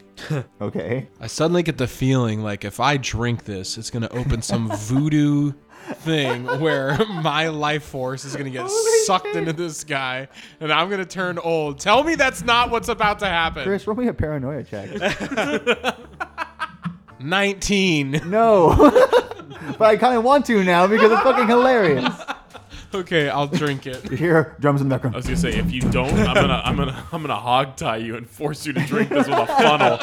C: Okay.
D: I suddenly get the feeling like if I drink this, it's gonna open some voodoo thing where my life force is gonna get sucked into this guy, and I'm gonna turn old. Tell me that's not what's about to happen.
C: Chris, roll me a paranoia check.
D: 19.
C: no. but I kind of want to now because it's fucking hilarious.
D: Okay, I'll drink it.
C: You hear drums in the background.
A: I was gonna say if you don't, I'm gonna I'm gonna I'm gonna hog tie you and force you to drink this with a funnel.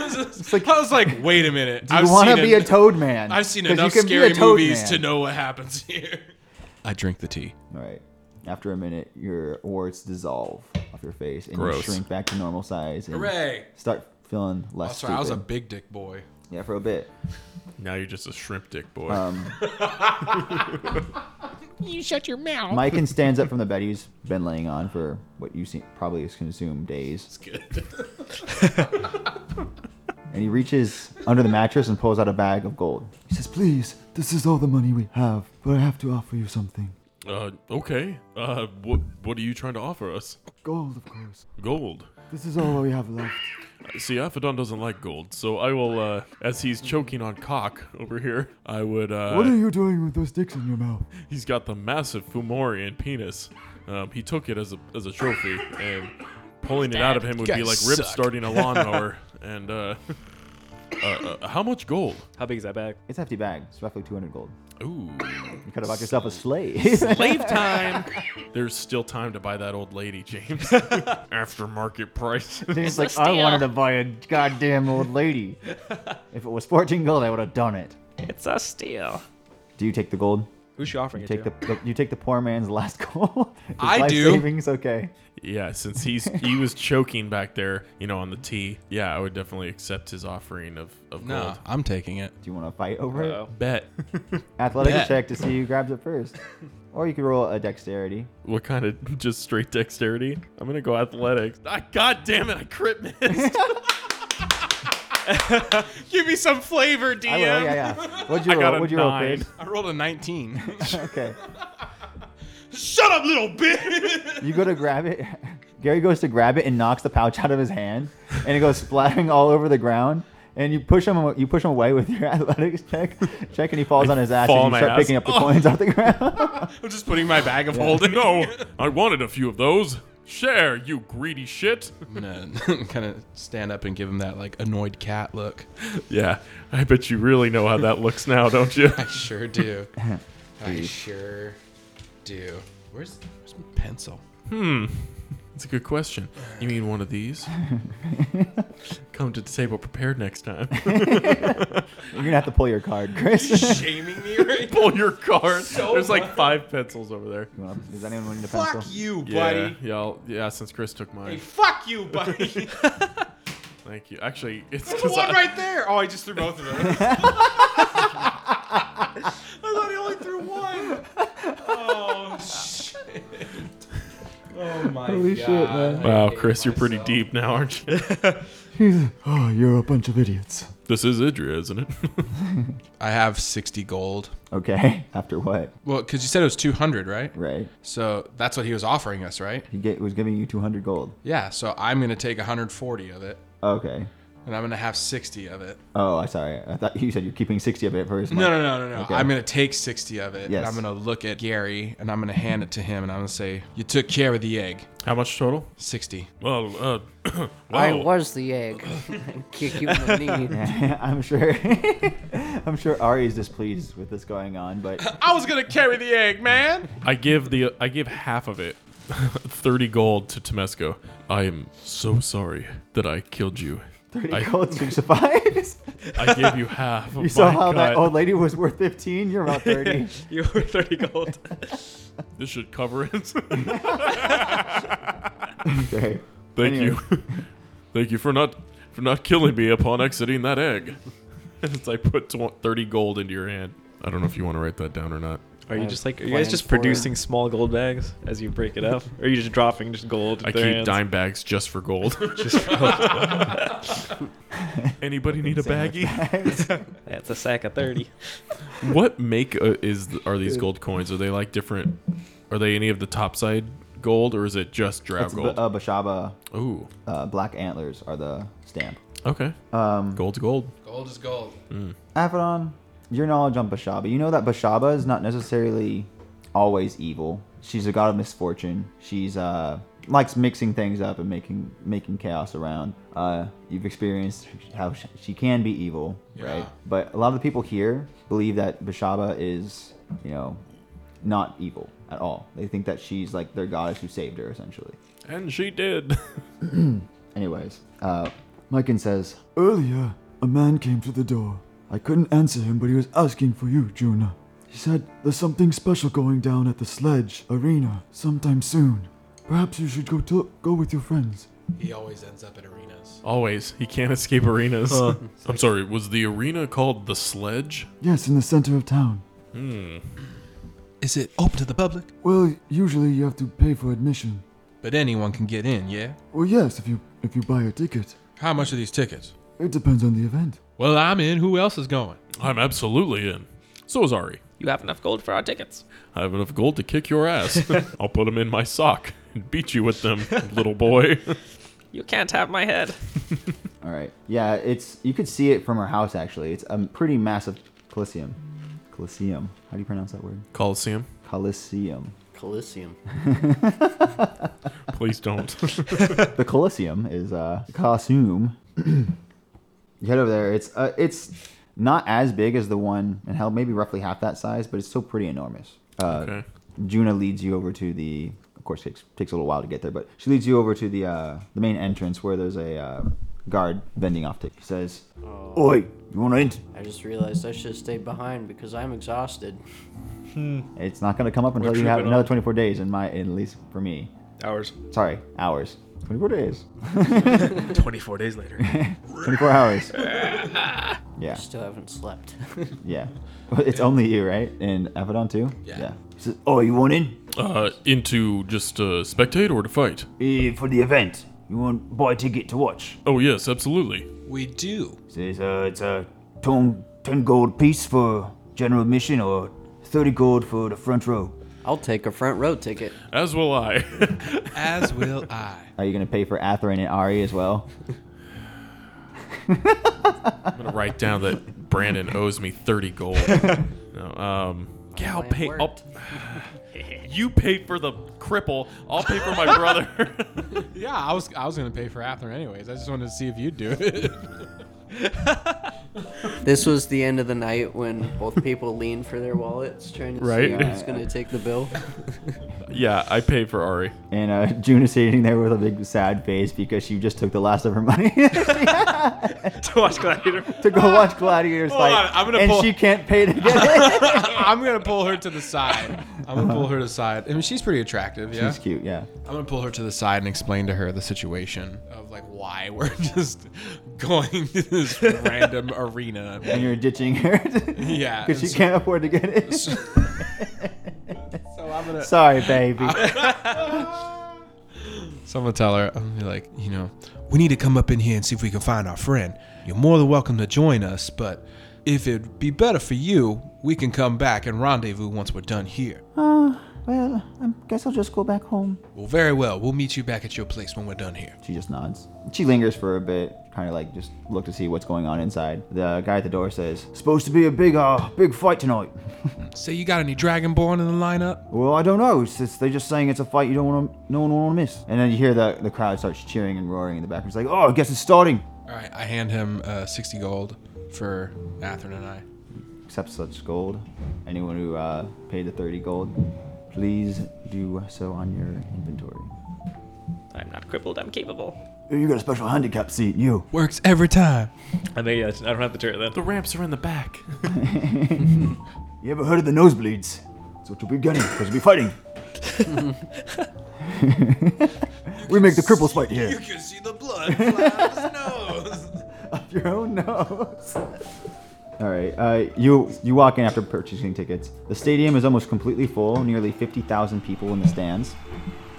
D: I was like, wait a minute.
C: Do you want to be a toad man?
D: I've seen
C: 'Cause you
D: enough
C: can be a
D: scary
C: toad
D: movies
C: man.
D: to know what happens here. I drink the tea.
C: All right. After a minute, your warts dissolve off your face and
A: Gross.
C: you shrink back to normal size and
D: Hooray!
C: start feeling less
D: Oh, sorry, I was a
C: stupid.
D: big dick boy.
C: Yeah, for a bit. Um,
A: Now you're just a shrimp dick boy.
I: Uh. You shut your mouth.
C: Mike and stands up from the bed he's been laying on for what you see probably has consumed days. It's good. and he reaches under the mattress and pulls out a bag of gold. He says, "Please, this is all the money we have, but I have to offer you something.
A: uh, okay. Uh, what what are you trying to offer us?
C: Gold, of course.
A: Gold.
C: This is all we have left."
A: See, Aphodon doesn't like gold, so I will. Uh, as he's choking on cock over here, I would. Uh,
C: you doing with those sticks in your mouth?
A: He's got the massive Fumorian penis. Um, he took it as a as a trophy, and pulling it out of him would be
D: guys
A: like rip
D: suck.
A: starting a lawnmower. and uh, uh, uh, how much gold?
G: How big is that bag?
C: It's a hefty bag. It's roughly 200 gold.
A: Ooh,
C: You could have bought yourself a slave.
A: slave time. There's still time to buy that old lady, James. After market price.
C: He's like,
I: a
C: I
I: steal."
C: wanted to buy a goddamn old lady. if it was 14 gold, I would have done it.
I: It's a steal.
C: Do you take the gold?
G: Who's she offering
C: You
G: it
C: take
G: to?
C: the, the you take the poor man's last gold. His
D: I
C: life
D: do.
C: Savings, okay.
A: yeah, since he's he was choking back there, you know, on the tee. Yeah, I would definitely accept his offering of of
D: No,
A: gold.
D: I'm taking it.
C: Do you want to fight over it?
G: Uh-oh.
A: Bet.
C: Athletics
D: Bet.
C: check to see who grabs it first, or you could roll a dexterity.
A: What kind of just straight dexterity? I'm gonna go athletics. Ah, God damn it! I crit missed.
F: Give me some flavor, D.
C: I will, yeah, yeah. What'd you
A: I
C: roll?
A: got a
C: What'd you roll,
A: nine.
C: Chris?
D: I rolled a 19.
C: Okay.
F: Shut up, little bitch.
C: You go to grab it. Gary goes to grab it and knocks the pouch out of his hand, and it goes splattering all over the ground. And you push him, you push him away with your athletics check, check, and he falls on his ass.
A: fall on
C: and you
A: my
C: start
A: ass. Oh.
C: picking up the coins off the ground.
D: I'm just putting my bag of
A: Well,
D: holding.
A: then, no, I wanted a few of those. Share, you greedy shit.
D: I'm gonna kind of stand up and give him that like annoyed cat look.
A: Yeah, I bet you really know how that looks now, don't you?
D: I sure do. I sure do. Where's, where's my pencil?
A: It's a good question. You mean one of these? Come to the table prepared next time.
C: You're gonna have to pull your card, Chris.
D: Shaming me right now?
A: Pull your card. There's like five pencils over there.
C: You wanna- Does anyone need a pencil?
F: Fuck you,
A: Yeah,
F: buddy.
A: yeah, I'll- yeah. Since Chris took
F: Hey,
A: mine,
F: fuck you, buddy.
A: thank you. Actually, it's
F: There's the
A: 'cause
F: one
A: I-
F: right there. Oh, I just threw both of them. I thought he only threw one. Oh shit. Oh my
C: Holy
F: god.
C: shit, man.
A: Wow, Chris, you're pretty deep now, aren't you?
C: Oh, you're a bunch of idiots.
A: this is Idria, isn't it?
D: I have 60 gold.
C: Okay. After what?
D: Well, because you said it was 200, right?
C: Right.
D: So that's what he was offering us, right?
C: He get, was giving you 200 gold.
D: Yeah. So I'm gonna take 140 of it,
C: Okay.
D: and I'm gonna have 60 of it.
C: Oh, I sorry. I thought you said you're keeping 60 of it for his.
D: No, no, no, no, no.
C: Okay.
D: I'm gonna take 60 of it,
C: Yes.
D: and I'm gonna look at Gary, and I'm gonna hand it to him, and I'm gonna say, "You took care of the egg."
A: How much total?
D: 60.
A: Well, uh, well,
B: I
G: Oh.
B: was the egg. Kick you in the knee.
C: I'm sure. I'm sure Ari is displeased with this going on, but
F: I was gonna carry the egg, man.
A: I give the I give half of it, thirty gold to Temesco. I am so sorry that I killed you.
C: Thirty
A: I-
C: gold should suffice.
A: I gave you half.
C: You saw how that old lady was worth fifteen. You're about thirty.
G: you were 30 gold.
A: This should cover it.
C: okay.
A: Thank
C: Anyway.
A: you. Thank you for not for not killing me upon exiting that egg. As I put tw- 30 gold into your hand. I don't know if you want to write that down or not.
G: Are you
B: have
G: just like, are you
B: plans
G: guys just
B: for it.
G: producing small gold bags as you break it up? Or are you just dropping just gold? in
A: I
G: their
A: keep
G: hands?
A: dime bags just for gold. Anybody need a baggie?
G: That's a sack of 30.
A: What make uh, is are these gold coins? Are they like different? Are they any of the topside gold or is it just drow
C: That's
A: gold?
C: the uh, Bashaba
A: Ooh,
C: uh, black antlers are the stamp.
A: okay. Um, gold's gold.
D: Gold is gold.
C: Avedon, your knowledge on Bashaba. You know that Bashaba is not necessarily always evil. She's a god of misfortune. She's uh likes mixing things up and making making chaos around. Uh, you've experienced how sh- she can be evil, right?
D: Yeah.
C: But a lot of the people here believe that Bashaba is, you know, not evil at all. They think that she's like their goddess who saved her essentially.
A: And she did.
C: Anyways, uh, Lycan says,
J: Earlier, a man came to the door. I couldn't answer him, but he was asking for you, Juna. He said there's something special going down at the sledge arena sometime soon. Perhaps you should go to go with your friends.
D: He always ends up at arenas.
A: Always, he can't escape arenas. I'm sorry. Was the arena called the Sledge?
J: Yes, in the center of town.
D: Is it open to the public?
J: Well, usually you have to pay for admission.
D: But anyone can get in, yeah?
J: Well, yes, if you if you buy a ticket.
D: How much are these tickets?
J: It depends on the event.
D: Well, I'm in. Who else is going?
A: I'm absolutely in. So is Ari.
I: You have enough gold for our tickets.
A: I have enough gold to kick your ass. I'll put them in my sock and beat you with them, little boy.
I: You can't have my head.
C: All right. Yeah, it's you could see it from her house actually. It's a pretty massive coliseum. Coliseum. How do you pronounce that word?
A: Coliseum,
C: Coliseum.
B: Coliseum.
A: please don't.
C: The Coliseum is uh Colosseum. you head over there. It's uh, it's not as big as the one in hell, maybe roughly half that size, but it's still pretty enormous. Uh,
A: okay.
C: Juna leads you over to the. Of course, it takes, takes a little while to get there, but she leads you over to the uh, the main entrance where there's a uh, guard vending off tickets. He says, "Oi, you want to enter?"
B: I just realized I should have stayed behind because I'm exhausted.
C: It's not going to come up until you have another 24 days in my, at least for me.
G: Hours.
C: Sorry, hours. 24 days.
G: 24 days later.
C: 24 hours. Yeah,
B: Still haven't slept.
C: yeah. It's only you, right? And Avedon too.
D: Yeah.
C: He says, "Oh, you want in
A: Uh, into just uh, spectate or to fight?
C: Eh, for the event? You want to buy a ticket to watch?"
A: Oh yes, absolutely.
D: We do.
C: He says, uh, "It's a 10, 10 gold piece for general admission, or thirty gold for the front row."
B: I'll take a front row ticket.
A: As will I.
D: As will I.
C: Are you gonna pay for Atherin and Ari as well?
A: I'm gonna write down that Brandon owes me 30 gold. No, um, yeah, I'll
B: plan
A: pay. I'll,
B: worked.
A: you pay for the cripple. I'll pay for my brother.
D: Yeah, I was I was gonna pay for Ather anyways. I just wanted to see if you'd do it.
B: This was the end of the night when both people leaned for their wallets, trying to
A: Right.
B: see who's gonna take the bill.
A: yeah, I pay for Ari.
C: And uh, June is sitting there with a big sad face because she just took the last of her money.
G: to watch Gladiator.
C: to go watch Gladiators fight,
D: on, I'm gonna
C: and
D: pull-
C: she can't pay to get it.
D: I'm gonna pull her to the side. I'm gonna pull her to the side. I mean, she's pretty attractive. Yeah.
C: She's cute, yeah.
D: I'm gonna pull her to the side and explain to her the situation of like why we're just going to this random arena.
C: And you're ditching her because
D: Yeah.
C: she
D: and so-
C: can't afford to get it.
D: so I'm gonna.
C: Sorry, baby.
D: So I'm gonna tell her. I'm gonna be like, you know, we need to come up in here and see if we can find our friend. You're more than welcome to join us, but if it'd be better for you, we can come back and rendezvous once we're done here.
C: well, I guess I'll just go back home.
D: Well, very well. We'll meet you back at your place when we're done here.
C: She just nods. She lingers for a bit, kind of like just look to see what's going on inside. The guy at the door says, "Supposed to be a big, uh, big fight tonight."
D: Say, you got any Dragonborn in the lineup?
C: Well, I don't know. Since they're just saying it's a fight you don't want to, no one want to miss. And then you hear the the crowd starts cheering and roaring in the background. It's like, "Oh, I guess it's starting."
D: All right, I hand him uh, 60 gold for Athrun and I.
C: accept such gold. Anyone who uh, paid the 30 gold, please do so on your inventory.
I: I'm not crippled, I'm capable.
J: You got a special handicap seat, you.
D: Works every time.
G: I think yeah, I don't have to turn it then. The ramps are in the back.
J: You ever heard of the nosebleeds? That's what you'll be getting, because you'll be fighting. we make the cripples fight here.
E: You can see the blood fly out his nose.
J: Up your own nose.
C: All right. Uh, you you walk in after purchasing tickets. The stadium is almost completely full, nearly 50,000 people in the stands.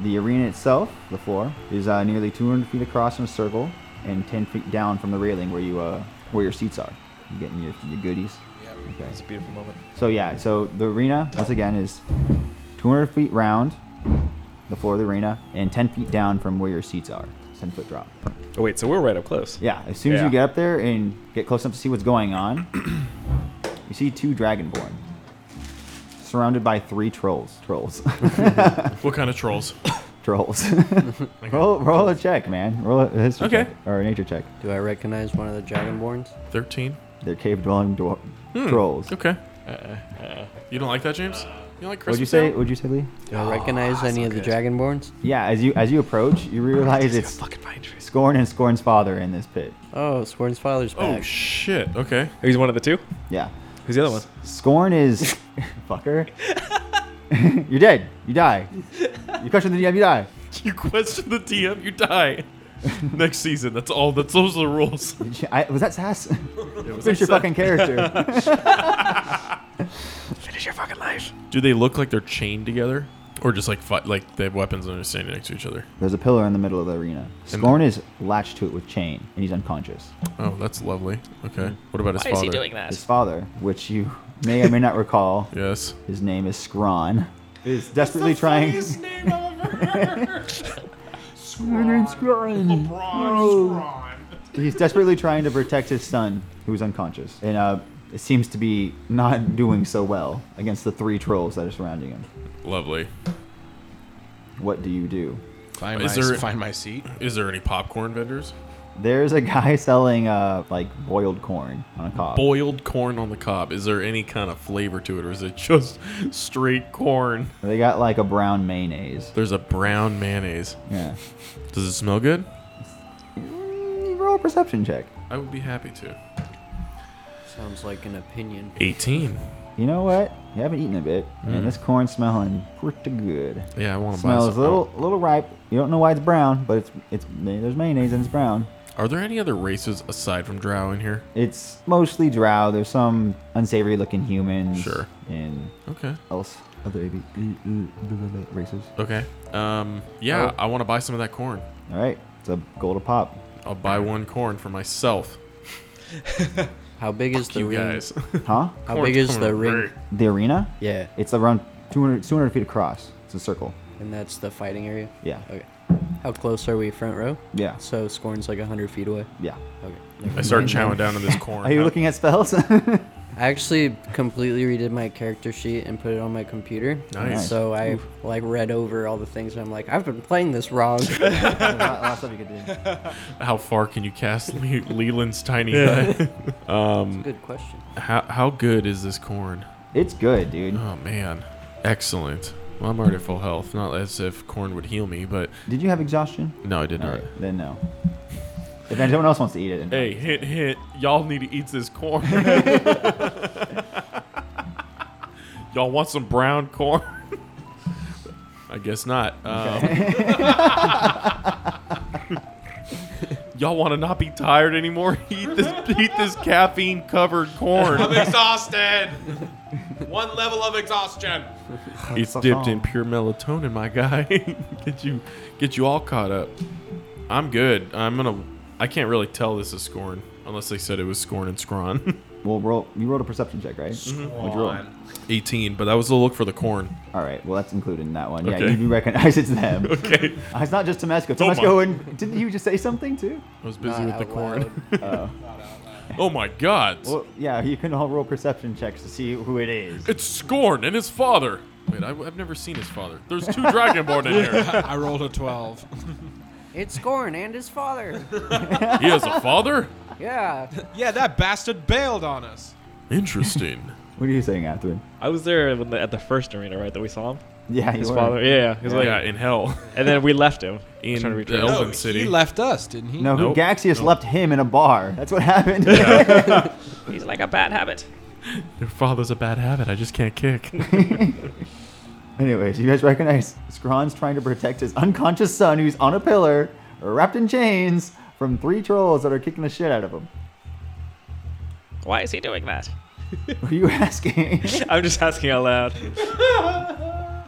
C: The arena itself, the floor, is uh, nearly 200 feet across in a circle and 10 feet down from the railing where you uh, where your seats are. You getting your, your goodies? Yeah. Okay.
G: It's a beautiful moment.
C: So yeah, so the arena once again is 200 feet round, the floor of the arena, and 10 feet down from where your seats are. 10 foot drop.
G: Oh wait, so we're right up close.
C: Yeah, as soon as you
G: Yeah.
C: get up there and get close enough to see what's going on, you see two dragonborn surrounded by three trolls. Trolls.
A: What kind of trolls?
C: trolls. roll, roll a check, man. Roll a history
A: Okay.
C: check or a nature check.
B: Do I recognize one of the Dragonborns?
A: 13.
C: They're cave dwelling dwar-
A: Hmm,
C: trolls.
A: Okay. you don't like that, James? You don't like Christmas?
C: What'd you say?
A: Ale?
C: What'd you say, Lee?
B: Do I recognize any of the Dragonborns?
C: Yeah, as you as you approach, you realize it's Scorn and Scorn's father in this pit.
B: Oh, Scorn's father's
A: Oh,
B: back.
A: shit. Okay.
G: He's one of the two.
C: Yeah.
G: Who's the other one?
C: Scorn is fucker. You're dead. You die. You question the DM. You die.
A: You question the DM, you die. Next season. That's all. That's those are the rules.
C: Did you- I, was that sass?
A: that
C: Finish your
A: sass.
C: fucking character.
G: Finish your fucking life.
A: Do they look like they're chained together, or just like fi- like they have weapons and they're standing next to each other?
C: There's a pillar in the middle of the arena. Scorn is latched to it with chain, and he's unconscious.
A: Oh, that's lovely. Okay.
C: Hmm.
A: What about his
I: Why is
A: father?
I: he doing that?
C: His father, which you may or may not recall,
A: Yes.
C: his name is Scron, is desperately trying.
E: name I've ever heard.
C: My name's Scron. He's desperately trying to protect his son, who's unconscious, and uh, it seems to be not doing so well against the three trolls that are surrounding him.
A: Lovely.
C: What do you do?
D: Find my,
A: Is there-
D: find my seat.
A: Is there any popcorn vendors?
C: There's a guy selling uh, like boiled corn on a cob.
A: Boiled corn on the cob. Is there any kind of flavor to it, or is it just straight corn?
C: they got like a brown mayonnaise.
A: There's a brown mayonnaise.
C: Yeah.
A: Does it smell good?
C: Mm, Roll a perception check.
A: I would be happy to.
B: Sounds like an opinion.
A: 18.
C: You know what? You haven't eaten a bit, and this corn's smelling pretty good.
A: Yeah, I want to buy
C: Smells
A: some.
C: a little, a little ripe. You don't know why it's brown, but it's it's there's mayonnaise and it's brown.
A: Are there any other races aside from Drow in here?
C: It's mostly drow. There's some unsavory-looking humans.
A: Sure.
C: And
A: Okay.
C: else, other E, AB, races.
A: Okay. Um. Yeah, I want to buy some of that corn.
C: All right, it's a gold a pop.
A: I'll buy one corn for myself.
B: How big is the
A: You
B: ring?
A: guys.
C: Huh?
B: How
A: Corn's
B: big is
A: coming
B: the
A: up
B: ring?
A: big.
C: The arena?
B: Yeah,
C: It's around 200, 200 feet across. It's a circle.
B: and that's the fighting area.
C: Yeah.
B: Okay. How close are we, front row?
C: Yeah.
B: So Scorn's like hundred feet away.
C: Yeah.
B: Okay.
A: I start chowing down on this corn.
C: Are you
A: How-
C: looking at spells?
B: I actually completely redid my character sheet and put it on my computer.
A: Nice.
B: So I like read over all the things and I'm like, I've been playing this wrong.
C: Last stuff you could do.
A: How far can you cast Le- Leland's tiny guy?
B: Good question.
A: How, how good is this corn?
C: It's good, dude.
A: Oh man, excellent. Well, I'm already at full health. Not as if corn would heal me, but
C: Did you have exhaustion?
A: no, I did
C: All
A: not.
C: right, then no. If anyone else wants to eat it, then
A: Hey, hit, hit! Y'all need to eat this corn. Y'all want some brown corn? I guess not. Um, Y'all want to not be tired anymore? eat this, eat this caffeine-covered corn.
F: I'm exhausted. One level of exhaustion.
A: It's
C: the
A: dipped in
C: song.
A: pure melatonin, my guy. get you, get you all caught up. I'm good. I'm gonna. I can't really tell this is scorn unless they said it was scorn and scron.
C: we'll roll. You rolled a perception check, right?
A: Mm-hmm.
C: What'd you roll?
A: 18, but that was the look for the corn.
C: All right. Well, that's included in that one. Yeah,
A: Okay.
C: you do recognize it's them.
A: Okay.
C: Uh, It's not just Tomesco.
A: Toma.
C: Tomesco and didn't you just say something too?
A: I was busy with
B: Not
A: the
B: out
A: corn.
B: loud.
A: Oh my god.
C: Well, yeah, you can all roll perception checks to see who it is.
A: It's scorn and his father. Wait, I, have never seen his father. There's two dragonborn in here.
D: I rolled a 12.
B: It's Scorn and his father.
A: He has a father?
B: Yeah.
D: yeah, that bastard bailed on us.
A: Interesting.
C: What are you saying, Catherine?
G: I was there when the, at the first arena, right? That we saw him.
C: Yeah, you
G: his
C: were.
G: father. Yeah, he was
C: Yeah.
G: like
C: Yeah,
A: in hell.
G: And then we left him
A: In
G: trying to
A: the
G: retrieve him.
A: Elven No, he City.
D: Oh, left us, didn't he?
C: No,
G: Nope.
C: Gaxius left him in a bar. That's what happened.
I: He's like a bad habit.
A: Your father's a bad habit. I just can't kick.
C: Anyways, you guys recognize Scron's trying to protect his unconscious son who's on a pillar, wrapped in chains, from three trolls that are kicking the shit out of him.
I: Why is he doing that?
C: What are you asking?
G: I'm just asking out loud.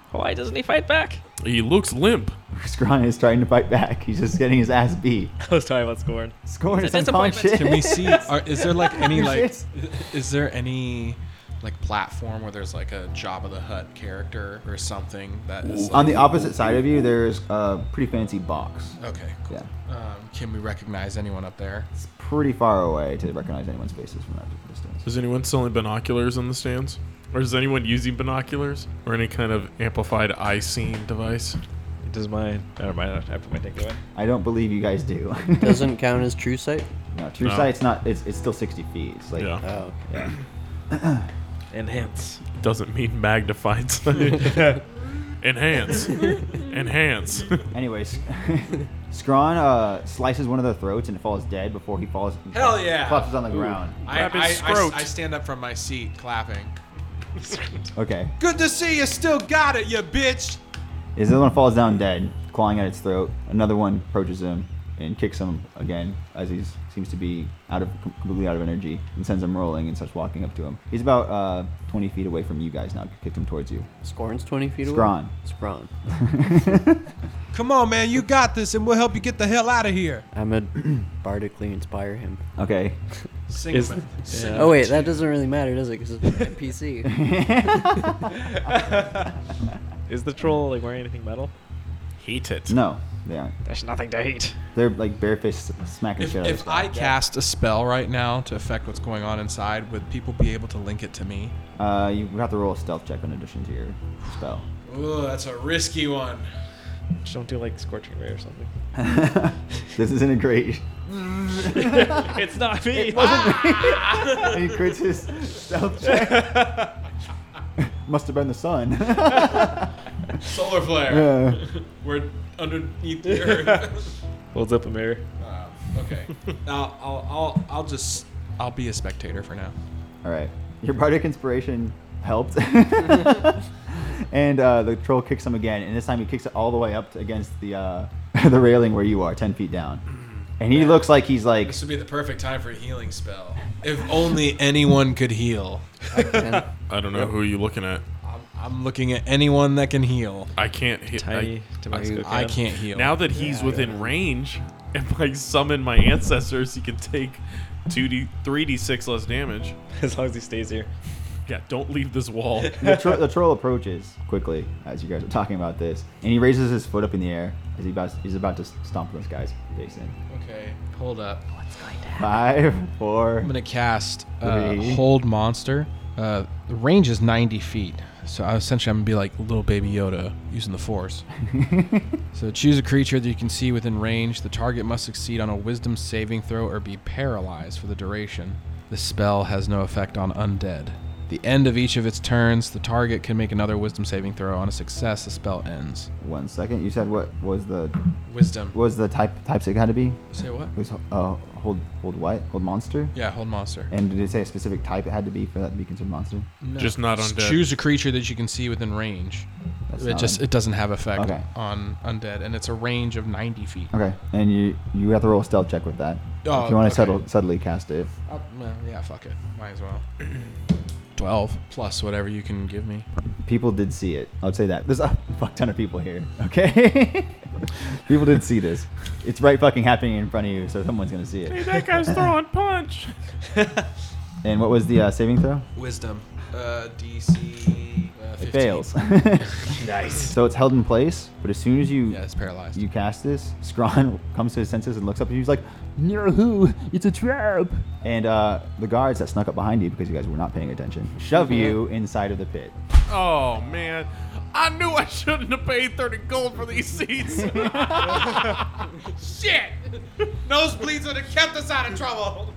I: Why doesn't he fight back?
A: He looks limp.
C: Scron is trying to fight back. He's just getting his ass beat.
G: I was talking about Scorn.
C: Scorn
I: It's
C: is
I: a
C: unconscious.
I: disappointment.
D: Can we see? Are, is there like any like?
C: Shit.
D: Is there any like platform where there's like a Jabba the Hutt character or something that is
C: On
D: like-
C: the opposite side of you, there's a pretty fancy box.
D: Okay, cool.
C: Yeah.
D: Um, can we recognize anyone up there?
C: It's pretty far away to recognize anyone's faces from that distance.
A: Is anyone selling binoculars in the stands? Or is anyone using binoculars? Or any kind of amplified eye seeing device?
G: Does my never mind. I put my thing away.
C: I don't believe you guys do.
B: Doesn't count as true sight.
C: no, true
A: No.
C: sight's not. It's, it's still 60 feet. It's like
A: Yeah.
B: Oh,
G: Enhance.
A: Doesn't mean magnified sight. Enhance. Enhance.
C: Anyways, Scrawn uh, slices one of their throats and it falls dead before he falls.
D: Hell yeah.
C: Collapses on the ground.
D: I,
A: Grab his
D: I- I-
A: scrote.
D: I stand up from my seat, clapping.
C: Okay.
D: Good to see you. Still got it, you bitch.
C: As the other one falls down dead, clawing at its throat, another one approaches him and kicks him again as he seems to be out of completely out of energy and sends him rolling and starts walking up to him. He's about uh, 20 feet away from you guys now. Kicked him towards you.
B: Scorn's 20 feet away.
C: Scrawn.
B: Scrawn.
D: Come on, man. You got this, and we'll help you get the hell out of here.
B: I'm a bardically inspire him.
C: Okay.
D: Sing
G: Is-
D: about it. Sing
B: Oh wait, that doesn't really matter, does it? Because it's PC.
G: Is the troll like wearing anything metal?
A: Hate it.
C: No, they aren't.
G: There's nothing to eat.
C: They're like barefaced smacking
D: If,
C: shit out of
D: if
C: this guy.
D: I cast a spell right now to affect what's going on inside, would people be able to link it to me?
C: Uh, you have to roll a stealth check in addition to your spell.
D: Ooh, that's a risky one.
G: Just don't do like scorching ray or something.
C: This isn't a great.
G: it's not me.
C: he crits his stealth check. Must have been the sun.
D: Solar flare. We're underneath the earth.
G: Holds up a mirror.
D: uh, okay. I'll, I'll, I'll, I'll just. I'll be a spectator for now.
C: All right. Your bardic inspiration helped. and uh, the troll kicks him again, and this time he kicks it all the way up to against the uh, the railing where you are, ten feet down. And he looks like he's like
D: This would be the perfect time for a healing spell. If only anyone could heal.
A: I don't know who you looking at.
D: I'm, I'm looking at anyone that can heal.
A: I can't hit.
G: Tiny Tabasco
D: I
G: can.
D: can't heal.
A: Now that he's within range, if I summon my ancestors, he can take 2D, 3d6 less damage.
G: As long as he stays here.
A: Yeah, don't leave this wall.
C: the, tro- the troll approaches quickly as you guys are talking about this, and he raises his foot up in the air as he about, he's about to stomp this guy's face in.
D: Okay, hold up.
C: Five, four.
D: I'm gonna cast uh,
C: Three.
D: hold monster. Uh, the range is 90 feet, so I essentially I'm gonna be like little baby Yoda using the Force. so choose a creature that you can see within range. The target must succeed on a Wisdom saving throw or be paralyzed for the duration. The spell has no effect on undead. The end of each of its turns, the target can make another Wisdom saving throw. On a success, the spell ends.
C: One second. You said what was the
D: Wisdom.
C: what was the type types it had to be?
D: Say what?
C: It was uh, hold hold what? Hold monster.
D: Yeah, hold monster.
C: And did it say a specific type it had to be for that to be considered monster?
A: Just not
D: Just
A: undead.
D: Choose a creature that you can see within range.
C: That's
D: it
C: not
D: just
C: un-
D: it doesn't have effect
C: Okay.
D: on undead, and it's a range of 90 feet.
C: Okay, and you you have to roll a stealth check with that.
D: Oh,
C: if you want
D: okay.
C: to settle, subtly cast it.
D: Uh, well, yeah, fuck it, might as well. 12 plus whatever you can give me.
C: People did see it. I would say that. There's a fuck ton of people here. Okay, people did see this. It's right fucking happening in front of you, so someone's gonna see it.
A: that guy's throwing punch.
C: And what was the uh, saving throw?
D: Wisdom, uh, DC. Uh,
C: It fails. nice. So it's held in place, but as soon as you
D: Yeah, it's paralyzed.
C: you cast this, Scrawn comes to his senses and looks up and he's like, "No, who? It's a trap!" And uh, the guards that snuck up behind you because you guys were not paying attention
D: Mm-hmm.
C: shove you inside of the pit.
A: Oh man, I knew I shouldn't have paid thirty gold for these seats.
F: Shit! Nosebleeds would have kept us out of trouble.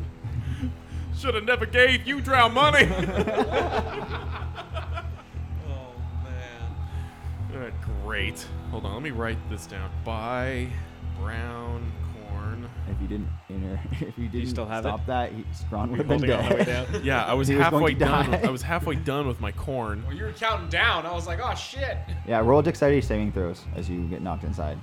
A: Should have never gave you drow money. Alright, great. Hold on, let me write this down. Buy brown corn.
C: If you didn't enter, if you didn't
A: still have
C: stop
A: it?
C: that, he, Scrawn
A: Were
C: would
A: you
C: have been
A: holding on the way
C: dead.
A: down? Yeah, I was,
C: He going
A: halfway
C: to
A: done. With,
C: die.
A: I was halfway done with my corn.
D: Well, you were counting down. I was like, oh shit.
C: Yeah, roll dexterity saving throws as you get knocked inside.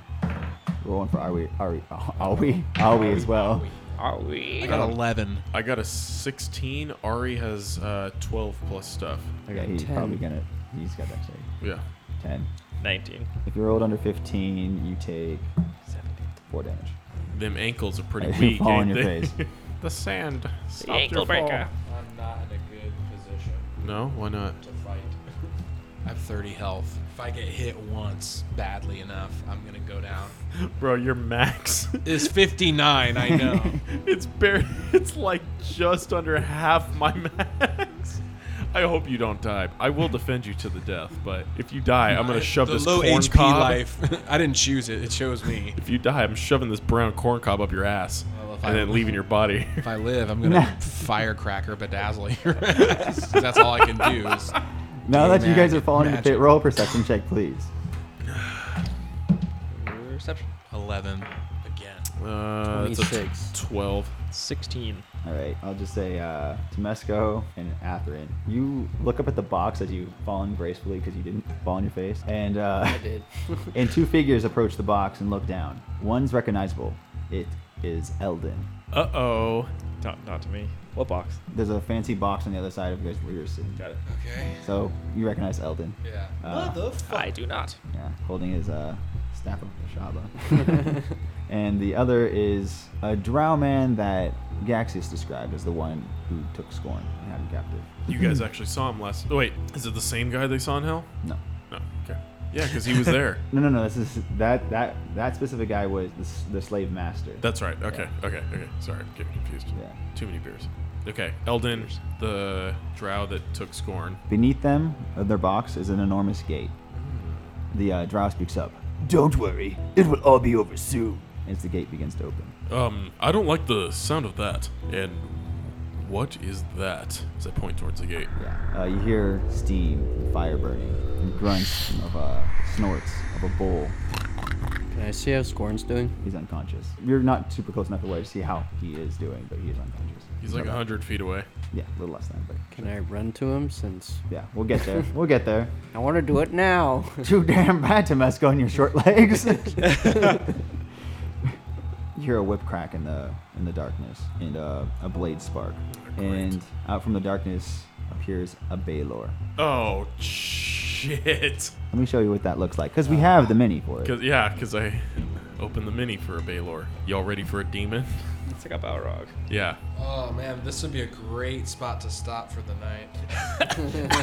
C: Roll one for are we, are we, are we, are we as well.
I: Are we?
D: I got 11.
A: I got a 16. Ari has uh, 12 plus stuff.
C: Okay, he's probably gonna, he's got dexterity.
A: Yeah.
C: 10.
I: 19.
C: If you rolled under 15, you take 4 damage.
A: Them ankles are pretty
C: You
A: weak.
C: fall on
A: ain't
C: your
A: they?
C: face.
A: the sand.
I: The ankle breaker.
F: I'm not in a good position
A: No, why not?
F: to fight.
D: I have 30 health. If I get hit once badly enough, I'm gonna go down.
A: Bro, your max
D: Is 59. I know.
A: it's bare it's like just under half my max. I hope you don't die. I will defend you to the death, but if you die, I'm gonna shove
D: the
A: this
D: low
A: corn
D: HP
A: cob.
D: life. I didn't choose it. It chose me.
A: If you die, I'm shoving this brown corn cob up your ass
D: Well, if
A: and
D: I-
A: then leaving your body.
D: If I live, I'm gonna firecracker bedazzle your ass. That's all I can do. Is
C: Now that you guys
D: magic-
C: are falling into pit,
D: magic.
C: roll a perception check, please.
G: Perception.
D: 11 again.
A: Uh, it's a t-
B: 26.
A: 12.
G: 16.
C: All right, I'll just say uh, Temesco and Atherin. You look up at the box as you fall in gracefully because you didn't fall on your face, and uh, I
B: did.
C: and two figures approach the box and look down. One's recognizable. It is Eldon.
A: Uh oh.
G: Not, not to me. What box?
C: There's a fancy box on the other side of you guys where you're sitting.
G: Got it.
D: Okay.
C: So you recognize Eldon.
D: Yeah.
C: Uh,
I: I do not.
C: Yeah, holding his uh, staff of Shaba. and the other is a drow man that Gaxius described as the one who took Scorn and had him captive.
A: You guys actually saw him last. oh, Wait, is it the same guy they saw in hell?
C: No.
A: No. Okay. Yeah, because he was there.
C: No, no, no. This is that that that specific guy was the, s- the slave master.
A: That's right. Okay. Okay. Okay. Sorry, I'm getting confused.
C: Yeah.
A: Too many beers. Okay. Eldin, the drow that took scorn.
C: Beneath them, of their box, is an enormous gate. The uh, drow speaks up. Don't worry, it will all be over soon. As the gate begins to open,
A: Um, I don't like the sound of that. And what is that? As I point towards the gate.
C: yeah, uh, you hear steam, and fire burning, and grunts of uh, snorts of a bull.
B: Can I see how Scorn's doing?
C: He's unconscious. You're not super close enough away to see how he is doing, but he is unconscious.
A: He's like
C: But, uh,
A: hundred feet away.
C: Yeah, a little less than, but
B: Can I run to him since
C: yeah, we'll get there. we'll get there.
B: I want to do it now?
C: too damn bad to mess on your short legs. you hear a whip crack in the in the darkness and uh, a blade spark, and out from the darkness appears a Baylor.
A: Oh shit.
C: Let me show you what that looks like, because we have the mini for it.
A: Cause yeah, cause I opened the mini for a Baylor. Y'all ready for a demon?
G: It's like a Balrog.
A: Yeah.
D: Oh man, this would be a great spot to stop for the night.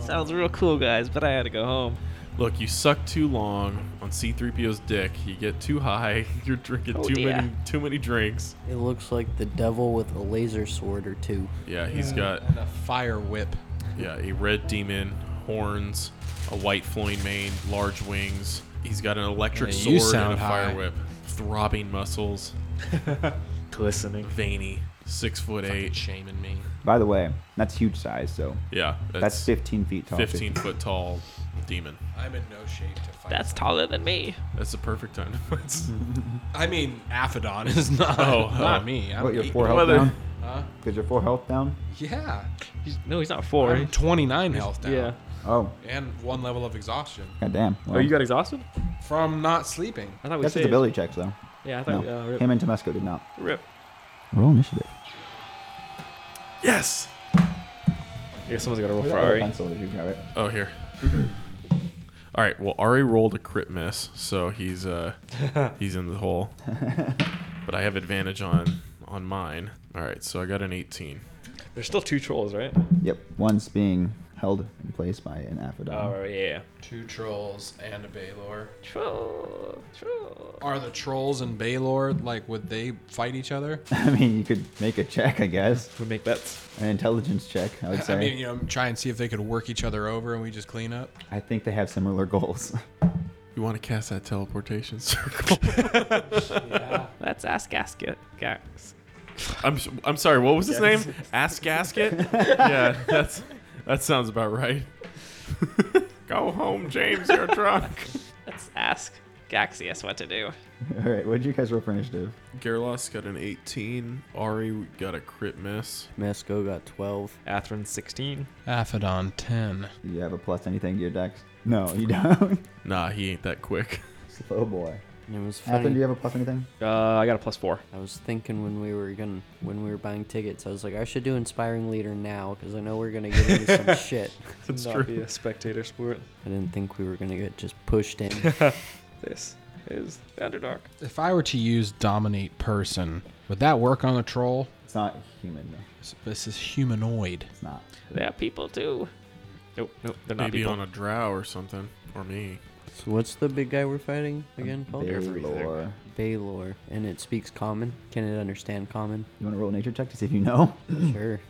I: Sounds real cool, guys, but I had to go home.
A: Look, you suck too long on C3PO's dick. You get too high. You're drinking
I: Oh,
A: too
I: dear.
A: many too many drinks.
B: It looks like the devil with a laser sword or two.
A: Yeah, he's got
D: And a fire whip.
A: Yeah, a red demon, horns, a white flowing mane, large wings. He's got an electric
D: Yeah, you
A: sword and
D: sound
A: a
D: high.
A: fire whip. Throbbing muscles,
G: Glistening.
A: veiny, six foot
D: Fucking
A: eight.
D: shaming me.
C: By the way, that's huge size, so
A: Yeah,
C: that's
A: that's
C: 15 feet tall.
A: 15 foot tall demon.
D: I'm in no shape to fight.
I: That's taller than me.
A: That's the perfect time. It's-
D: I mean, Aphodon is not.
A: Oh,
D: not
A: oh.
D: me. I'm
C: What, your
D: eight-
C: four health
A: Whether-
C: down?
D: Huh?
C: Because your four health down?
D: Yeah.
G: He's, no, he's not four.
D: I'm 29 health down.
G: Yeah.
C: Oh,
D: And one level of exhaustion
C: goddamn.
G: Oh, you got exhausted?
D: from not sleeping.
G: I thought we
C: that's his
G: saved.
C: ability checks, though.
G: Yeah, I thought.
C: No,
G: Uh, rip.
C: him and Tomesco did not.
G: rip.
C: Roll initiative.
A: yes!
G: I guess someone's got to roll
C: Where's
G: for
C: that other
G: Ari.
C: pencil? Did you grab it?
A: Oh, here. All right. Well, Ari rolled a crit miss, so he's uh he's in the hole. But I have advantage on on mine. All right. So I got an 18.
G: There's still two trolls, right?
C: Yep. One's being held in place by an Aphodon.
G: Oh, yeah.
D: Two trolls and a Baylor.
I: Troll, troll.
D: Are the trolls and Baylor like would they fight each other?
C: I mean, you could make a check, I guess.
G: We make bets.
C: An intelligence check, I would say.
D: I
C: I,
D: mean, you know, try and see if they could work each other over and we just clean up.
C: think they have similar goals.
A: You want to cast that teleportation circle?
I: Let's ask Gasket. Gax.
A: I'm s- I'm sorry. What was his
F: Yes.
A: name? Ass gasket. yeah, that's that sounds about right. Go home, James. You're drunk.
I: Let's ask Gaxius what to do.
C: All right, what'd you guys roll for initiative?
A: Gerlos got an 18. Ari got a crit miss.
B: Masco got 12.
G: Athrin 16.
D: Aphodon 10.
C: Do you have a plus anything to your dex? No, you don't.
A: Nah, he ain't that quick.
C: Slow boy.
B: It was
C: Ethan,
B: funny.
C: do you have a plus anything?
G: Uh, I got a plus four.
B: I was thinking when we were going to when we were buying tickets, I was like, I should do inspiring leader now because I know we're gonna get into some shit.
G: That's not true. be a spectator sport.
B: I didn't think we were gonna get just pushed in.
G: This is the Underdark.
D: If I were to use dominate person, would that work on a troll?
C: It's not human, though.
D: This- This is humanoid.
C: It's not.
I: They are people too.
G: Nope, nope, they're not
A: Maybe
G: people.
A: on a drow or something, or me.
B: so what's the big guy we're fighting again, Paul?
C: Baylor.
B: Baylor, and it speaks common. Can it understand common?
C: You want to roll a nature check to see if you know?
B: sure.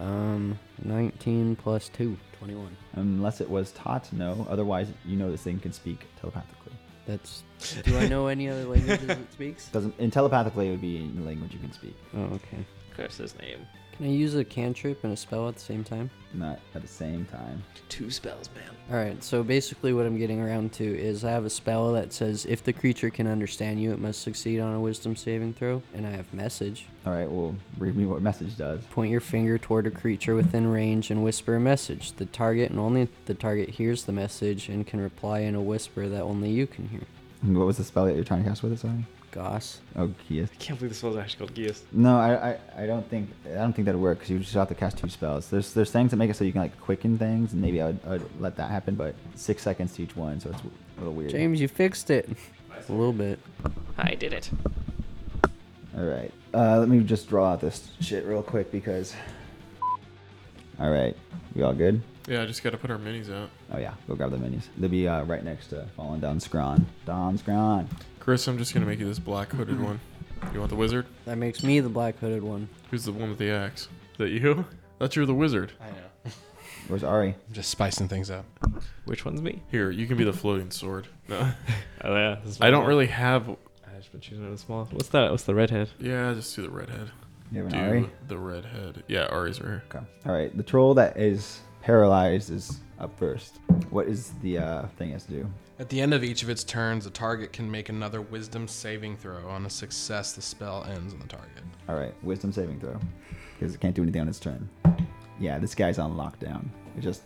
B: Um, 19 plus 2, 21.
C: Unless it was taught, no. Otherwise, you know this thing can speak telepathically.
B: That's. Do I know any other languages it speaks?
C: Doesn't in telepathically it would be in the language you can speak,
B: Oh, okay.
I: Curse his name.
B: Can I use a cantrip and a spell at the same time?
C: not at the same time.
I: Two spells, man.
B: All right, so basically what I'm getting around to is I have a spell that says if the creature can understand you, it must succeed on a wisdom saving throw, and I have message.
C: All right, well, read me what message does.
B: Point your finger toward a creature within range and whisper a message. The target and only the target hears the message and can reply in a whisper that only you can hear.
C: And What was the spell that you're trying to cast with it? Sorry.
B: Goss.
C: Oh, Gius.
G: I can't believe this was actually called Gius.
C: No, I, I, I don't think I don't think that'd work because you just have to cast two spells. There's there's things that make it so you can like quicken things, and maybe I would, I would let that happen, but six seconds to each one, so it's a little weird.
B: James, you fixed it. A little bit.
I: I did it.
C: All right. Uh, let me just draw out this shit real quick because. All right. We all good?
A: Yeah, I just got to put our minis out.
C: Oh, yeah. Go grab the minis. They'll be uh, right next to Falling Down Scron. Don Scron.
A: Chris, I'm just gonna make you this black hooded one. You want the wizard?
B: That makes me the black hooded one.
A: Who's the one with the axe? Is that you? That's you're the wizard.
D: I know.
C: Where's Ari?
D: I'm just spicing things up.
G: Which one's me?
A: Here, you can be the floating sword. No,
G: Oh yeah, this is
A: I don't
G: my-
A: really have.
G: I just been choosing the small. What's that? What's the redhead?
A: Yeah, just do the redhead.
C: You have
A: Do
C: an Ari?
A: the redhead. Yeah, Ari's right here.
C: Okay. All right. The troll that is paralyzed is up first. What is the uh, thing it has to do?
D: At the end of each of its turns, the target can make another wisdom saving throw. On a success, the spell ends on the target.
C: All right. Wisdom saving throw. Because it can't do anything on its turn. Yeah, this guy's on lockdown. He just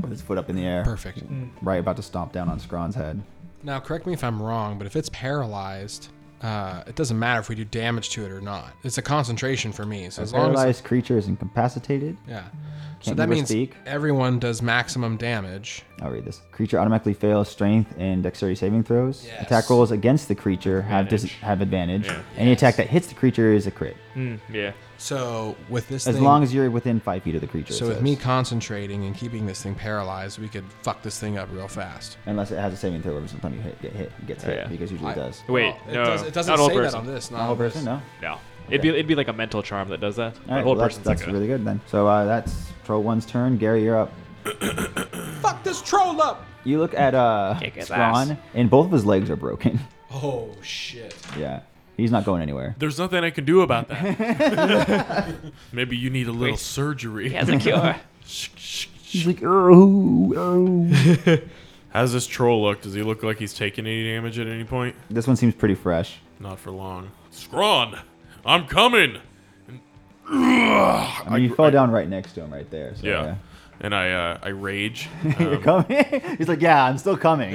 C: put his foot up in the air.
D: Perfect.
C: Right about to stomp down on Scron's head.
D: Now, correct me if I'm wrong, but if it's paralyzed, uh, it doesn't matter if we do damage to it or not. It's a concentration for me. So
C: A
D: as long as
C: paralyzed creature is incapacitated.
D: yeah, so
C: Can't
D: that
C: never
D: means
C: speak.
D: everyone does maximum damage.
C: I'll read this. Creature automatically fails strength and dexterity saving throws.
D: Yes.
C: Attack rolls against the creature have dis-
G: Advantage.
C: have advantage. Any
D: Yes.
C: attack that hits the creature is a crit,
G: Hmm, yeah.
D: So with this,
C: as
D: thing,
C: long as you're within five feet of the creature. it
D: so with
C: says.
D: me concentrating and keeping this thing paralyzed, we could fuck this thing up real fast.
C: unless it has a saving throw, every time you hit, get hit, it gets
G: Oh,
C: hit
G: yeah.
C: because usually
D: I-
C: it does.
G: Wait,
D: Well, it,
G: no,
D: does, it doesn't
G: not all
D: say that
G: person.
D: on this. Not
C: Not whole
D: on this.
C: person, no.
G: No, it'd be it'd be like a mental charm that does
C: All
G: that. the
C: right,
G: whole
C: well, that's,
G: person's
C: that's
G: like a-
C: really good then. So uh, that's Troll One's turn. Gary, you're up.
D: Fuck this troll up.
C: You look at uh,
G: Kick his
C: Scrawn,
G: ass.
C: and both of his legs are broken.
D: Oh shit.
C: yeah, he's not going anywhere.
A: There's nothing I can do about that. Maybe you need a little surgery.
I: He has a cure.
C: He's like, oh, oh.
A: How's this troll look? Does he look like he's taking any damage at any point?
C: this one seems pretty fresh.
A: Not for long. Scrawn, I'm coming.
C: I mean, you fell down right next to him, right there. So,
A: Yeah. And I, uh, I rage.
G: Um,
C: You're coming? He's like, yeah, I'm still coming.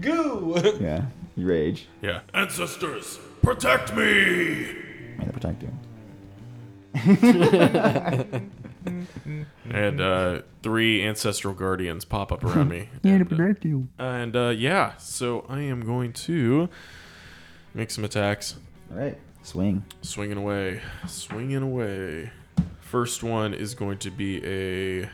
D: Goo.
C: yeah, you rage.
A: Yeah. Ancestors, protect me.
C: May they protect you.
A: And uh, three ancestral guardians pop up around me. and, uh,
C: you.
A: And uh, yeah, so I am going to make some attacks.
C: All right, swing.
A: Swinging away, swinging away. First one is going to be a.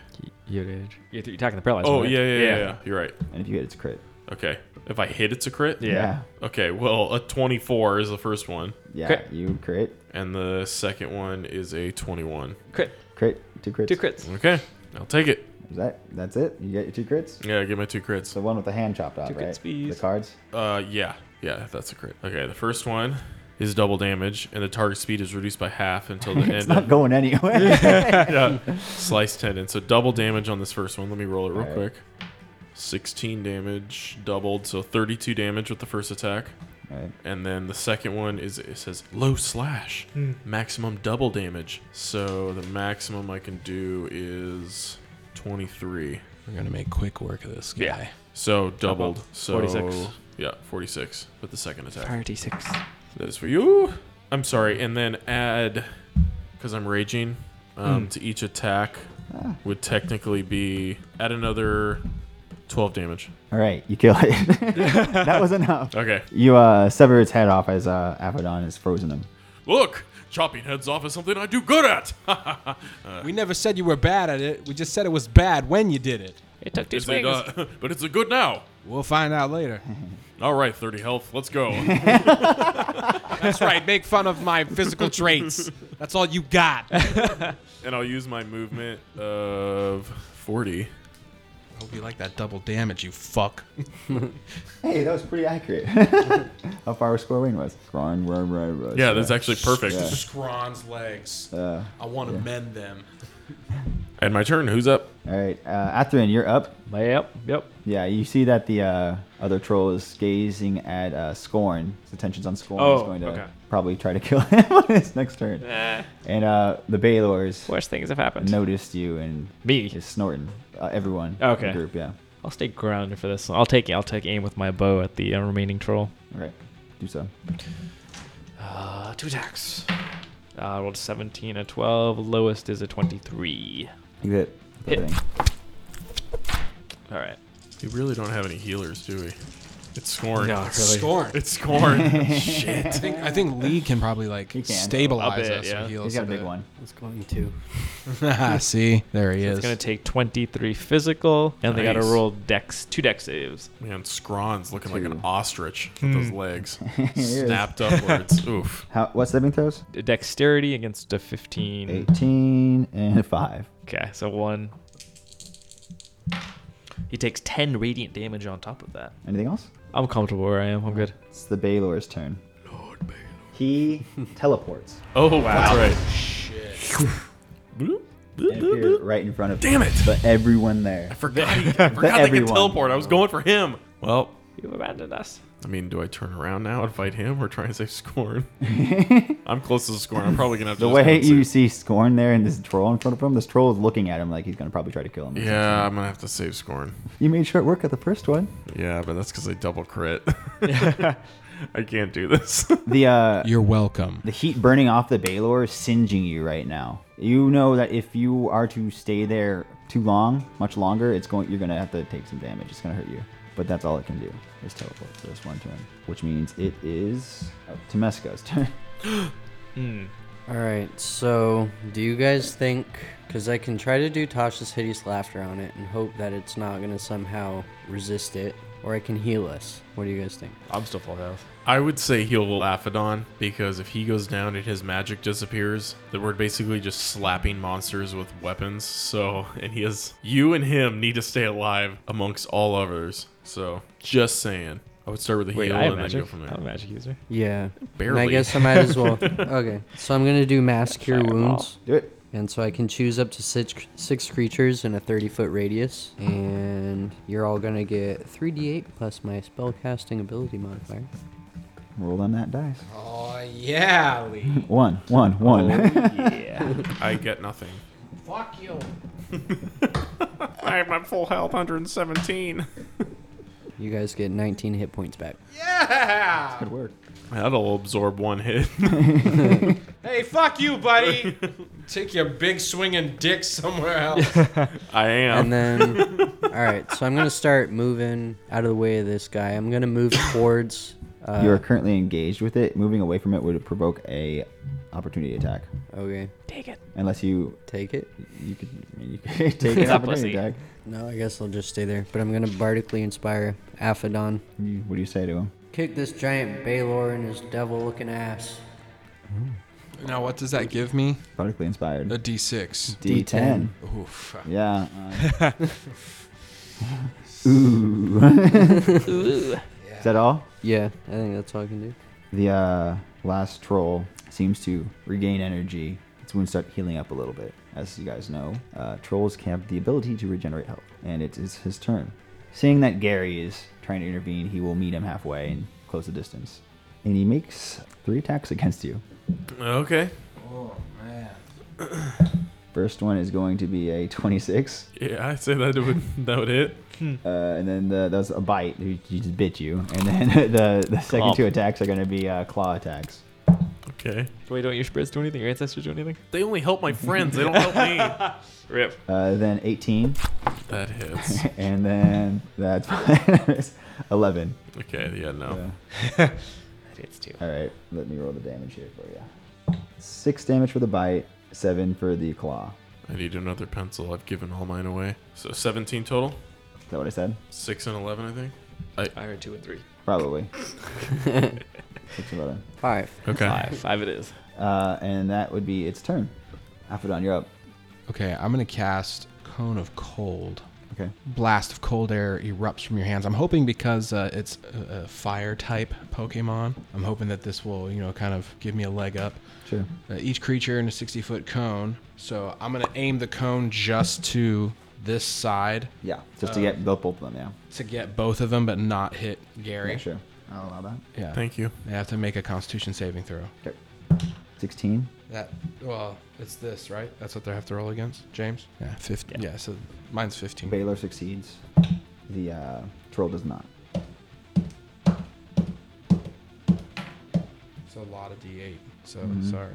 G: You did. You're attacking the paralyzed.
A: Oh
G: right?
A: yeah, yeah, yeah, yeah. You're right.
C: And if you hit, it's a crit.
A: Okay, if I hit, it's a crit.
G: Yeah.
A: Okay, well, a 24 is the first one,
C: Yeah,
G: Crit.
C: you crit.
A: and the second one is a 21.
G: Crit.
C: Crit, two crits.
G: Two crits.
A: Okay, I'll take it.
C: Is that, that's it? You get your two crits?
A: Yeah, I get my two crits.
C: It's the one with the hand chopped off,
G: Two crits,
C: right?
G: please.
C: The cards?
A: Uh, yeah, yeah, that's a crit. Okay, the first one is double damage, and the target speed is reduced by half until the end.
C: It's
A: of-
C: not going anywhere.
A: yeah. Slice tendon. So double damage on this first one. Let me roll it real quick. 16 damage doubled, so 32 damage with the first attack.
C: Right.
A: And then the second one is it says low slash, maximum double damage. So the maximum I can do is 23.
D: We're gonna make quick work of this guy.
A: Yeah. So doubled. So
G: 46.
A: Yeah, 46 with the second attack.
G: Fire d6.
A: That is for you. I'm sorry. And then add, because I'm raging, um, to each attack would technically be add another 12 damage.
C: All right, you kill it. that was enough.
A: Okay.
C: You uh, sever its head off as uh, Aphodon is frozen him.
A: Look, chopping heads off is something I do good at. uh,
D: We never said you were bad at it. We just said it was bad when you did it.
I: It took two
A: is it,
I: swings.
A: uh, but it's a good now.
D: We'll find out later.
A: All right, 30 health. Let's go.
D: That's right. Make fun of my physical traits. That's all you got. I
A: and I'll use my movement of 40.
D: hope you like that double damage, you fuck.
C: Hey, that was pretty accurate. How far was Square Wing was? Square Wing was.
A: Yeah, that's actually perfect.
D: Scron's legs.
C: Uh,
D: I want to mend them.
A: And my turn. Who's up?
C: all right, uh, Atherin, you're up.
G: Yep, yep.
C: Yeah, you see that the uh, other troll is gazing at uh, Scorn. His attention's on Scorn. He's
G: Oh,
C: going to
G: okay. Eh.
C: probably try to kill him on his next turn. And uh, the Baylors
G: Worst things have happened.
C: noticed you and
G: Me.
C: is snorting. Uh, everyone.
G: Okay.
C: In the group, yeah.
G: I'll stay grounded for this one. I'll take I'll take aim with my bow at the uh, remaining troll.
C: All right, do so.
G: Uh, two attacks. Uh, I rolled 17 a 12. Lowest is a 23.
C: You hit. That
G: Hit.
C: thing.
G: All right.
A: We really don't have any healers, do we? It's Scorn.
G: No, really.
D: Scorn.
A: It's Scorn.
D: I think, I think Lee can probably like
C: He can.
G: A
D: stabilize
G: bit,
D: us. or
G: yeah.
D: heal
C: He's
D: us
C: got a big
D: bit.
C: one.
B: It's going to.
D: See, there he
G: It's
D: is.
G: gonna take 23 physical, and they gotta
A: Nice.
G: roll dex two dex saves.
A: Man, Scron's looking like an
C: Two.
A: ostrich with those legs
C: Hmm. is.
A: snapped upwards. Oof.
C: How, what saving throws?
G: Dexterity against a 15.
C: 18 and 5.
G: Okay, so one. He takes 10 radiant damage on top of that.
C: Anything else?
G: I'm comfortable where I am. I'm good.
C: It's the Baylor's turn. Lord Baylor. He teleports
A: Oh, wow. That's right.
C: and appears right in front of
A: Damn it.
C: but everyone there.
A: Forgot, he, forgot they could
C: everyone.
A: teleport. I was going for him. Well,
G: You abandoned us.
A: I mean, do I turn around now and fight him or try and save Scorn? I'm close to Scorn. I'm probably going to have to
C: The
A: just
C: way
A: go and
C: you
A: save-
C: see Scorn there and this troll in front of him, this troll is looking at him like he's gonna probably try to kill him.
A: Yeah, I'm going to have to save Scorn.
C: You made short work of the first one.
A: Yeah, but that's because I double crit. I can't do this.
C: The uh
D: You're welcome.
C: the heat burning off the Baylor is singeing you right now. You know that if you are to stay there too long, much longer, it's going you're gonna have to take some damage. It's gonna hurt you. But that's all it can do is teleport for this one turn. Which means it is oh, Temesco's turn.
B: All right. So, do you guys think? Because I can try to do Tasha's hideous laughter on it and hope that it's not gonna somehow resist it, or I can heal us. What do you guys think?
G: I'm still full health.
A: I would say heal Aphodon because if he goes down and his magic disappears, then we're basically just slapping monsters with weapons. So, and he has you and him need to stay alive amongst all others. So, just saying, I would start with the
G: Wait,
A: heal
G: I have
A: and then
G: magic. Oh.
A: go from
G: I'm a
A: there.
G: magic user.
B: Yeah. And I
A: Barely.
B: guess I might as well. Okay. So I'm gonna do mass cure
G: Fireball.
B: wounds.
C: Do it.
B: And so I can choose up to six, six creatures in a 30 foot radius. And you're all going to get 3d8 plus my spellcasting ability modifier.
C: Roll on that dice.
D: Oh yeah, Lee.
C: One, one, one.
A: I get nothing.
D: Fuck you.
A: I have my full health, 117.
B: You guys get 19 hit points back.
D: Yeah.
C: Good work.
A: That'll absorb one hit.
D: Hey, fuck you, buddy. Take your big swinging dick somewhere else.
A: I
B: And
A: am.
B: then, all right, so I'm going to start moving out of the way of this guy. I'm going to move towards. Uh,
C: you are currently engaged with it. Moving away from it would provoke a opportunity attack.
B: okay,
I: Take it.
C: Unless you
B: take it.
C: you could, you could take an
G: a
C: opportunity
G: pussy.
C: attack.
B: No, I guess I'll just stay there. But I'm going to bardically inspire Aphodon.
C: You- what do you say to him?
B: Kick this giant Baylor in his devil looking ass.
D: Now, what does that give me?
C: Politically inspired.
D: A D6.
C: D10.
D: Oof.
C: Yeah. uh, Is that all?
B: Yeah, I think that's all I can do.
C: The uh, last troll seems to regain energy. Its wounds start healing up a little bit. As you guys know, uh, trolls have the ability to regenerate health, and it is his turn. Seeing that Gary is trying to intervene, he will meet him halfway and close the distance. And he makes three attacks against you.
A: Okay.
C: First one is going to be a 26.
A: Yeah, I say that would that would hit.
C: Uh, and then the, that's a bite. He he just bit you. And then the, the second
G: Claw.
C: two attacks are going to be uh, claw attacks.
A: Okay.
G: Wait, don't your spirits do anything? Your ancestors do anything?
A: They only help my friends. They don't help me.
G: Rip.
C: Uh, then 18.
A: That hits.
C: and then that's minus 11.
A: Okay. Yeah. No.
G: That hits too.
C: All right, let me roll the damage here for you. Six damage for the bite, seven for the claw.
A: I need another pencil. I've given all mine away. So 17 total.
C: Is that what I said?
A: Six and 11, I think.
G: I heard two and three.
C: Probably. Six, eleven.
B: Five.
A: Okay.
G: Five. Five it is.
C: Uh, and that would be its turn. Aphodon, you're up.
D: Okay, I'm gonna cast Cone of Cold.
C: Okay.
D: Blast of cold air erupts from your hands. I'm hoping because uh, it's a, a fire type Pokemon, I'm hoping that this will, you know, kind of give me a leg up.
C: Sure.
D: Uh, each creature in a 60 foot cone. So I'm gonna aim the cone just to this side
C: Yeah, just to get both both of them,
D: to get both of them, but not hit
C: yeah.
D: Gary.
C: Yeah, sure. I'll allow that.
D: Yeah.
A: Thank you.
D: They have to make a Constitution saving throw.
C: 16.
D: That well, it's this right? That's what they have to roll against, James. Yeah, fifteen. Yeah, so mine's fifteen.
C: Baylor succeeds. The uh, troll does not.
D: It's a lot of D8. So sorry.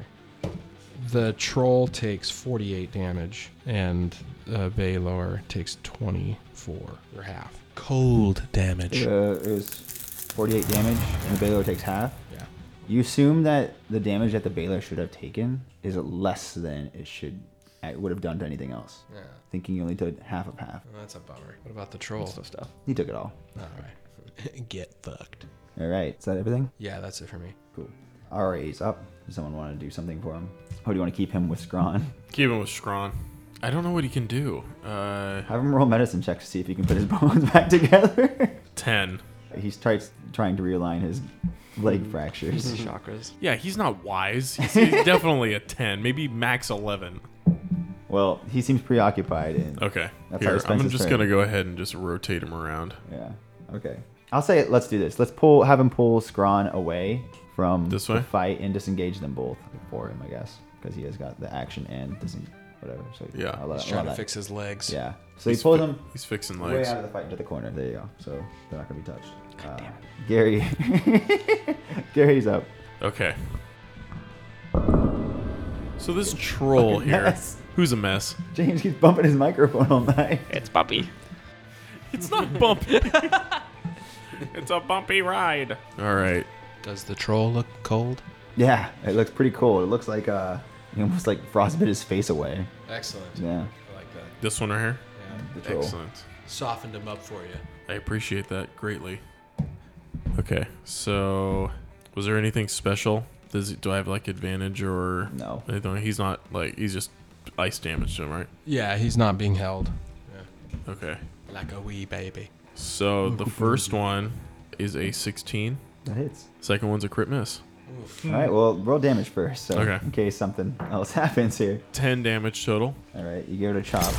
D: The troll takes 48 damage, and uh, Baylor takes 24 or half. Cold damage.
C: Uh, it was 48 damage, and the Baylor takes half.
D: Yeah.
C: You assume that the damage that the Baylor should have taken is less than it should it would have done to anything else.
D: Yeah.
C: Thinking you only did half of half.
D: That's a bummer. What about the troll?
G: Some stuff.
C: He took it all.
D: All right. Get fucked.
C: All right. Is that everything?
D: Yeah, that's it for me.
C: Cool. RA's up. Does someone want to do something for him? Or do you want to keep him with Scrawn?
A: Keep him with Scrawn. I don't know what he can do. Uh,
C: Have him roll medicine check to see if he can put his bones back together.
A: 10.
C: He's tries trying to realign his
A: Mm-hmm.
C: leg fractures.
G: Chakras.
A: Yeah, he's not wise. He's definitely a 10, maybe max 11.
C: Well, he seems preoccupied and
A: Okay.
C: That's how
A: Here,
C: he spends
A: I'm
C: his
A: just
C: turn.
A: going to go ahead and just rotate him around.
C: Yeah. Okay. I'll say let's do this. Let's pull have him pull Scrawn away from
A: This
C: the
A: way?
C: fight and disengage them both for him, I guess, because he has got the action and disen- whatever. So
A: Yeah.
C: I'll let-
D: He's
C: I'll
D: trying
C: let
D: to
C: that-
D: fix his legs.
C: Yeah. So he pulls him
A: He's fixing
C: way
A: legs.
C: out of the fight into the corner. There you go. So they're not gonna be touched. Uh, Gary. Gary's up.
A: Okay. So this troll here,
C: mess.
A: who's a mess?
C: James keeps bumping his microphone all night.
I: It's Puppy.
A: It's not bumpy. it's a bumpy ride. All right.
D: Does the troll look cold?
C: Yeah, it looks pretty cool. It looks like uh, he almost like frostbit his face away.
D: Excellent.
C: Yeah.
D: I like that.
A: This one right here.
C: The troll.
A: Excellent.
D: Softened him up for you.
A: I appreciate that greatly. Okay. So, was there anything special? Does he, do I have like advantage or
C: No.
A: I don't- He's not like he's just ice damaged him, right?
D: Yeah, he's not being held.
A: Okay.
D: Like a wee baby.
A: So the first one is a 16.
C: That hits.
A: Second one's a crit miss.
G: Hmm.
C: All right. Well, roll damage first, so
A: Okay.
C: in case something else happens here.
A: 10 damage total,
C: All right, you give it a chop,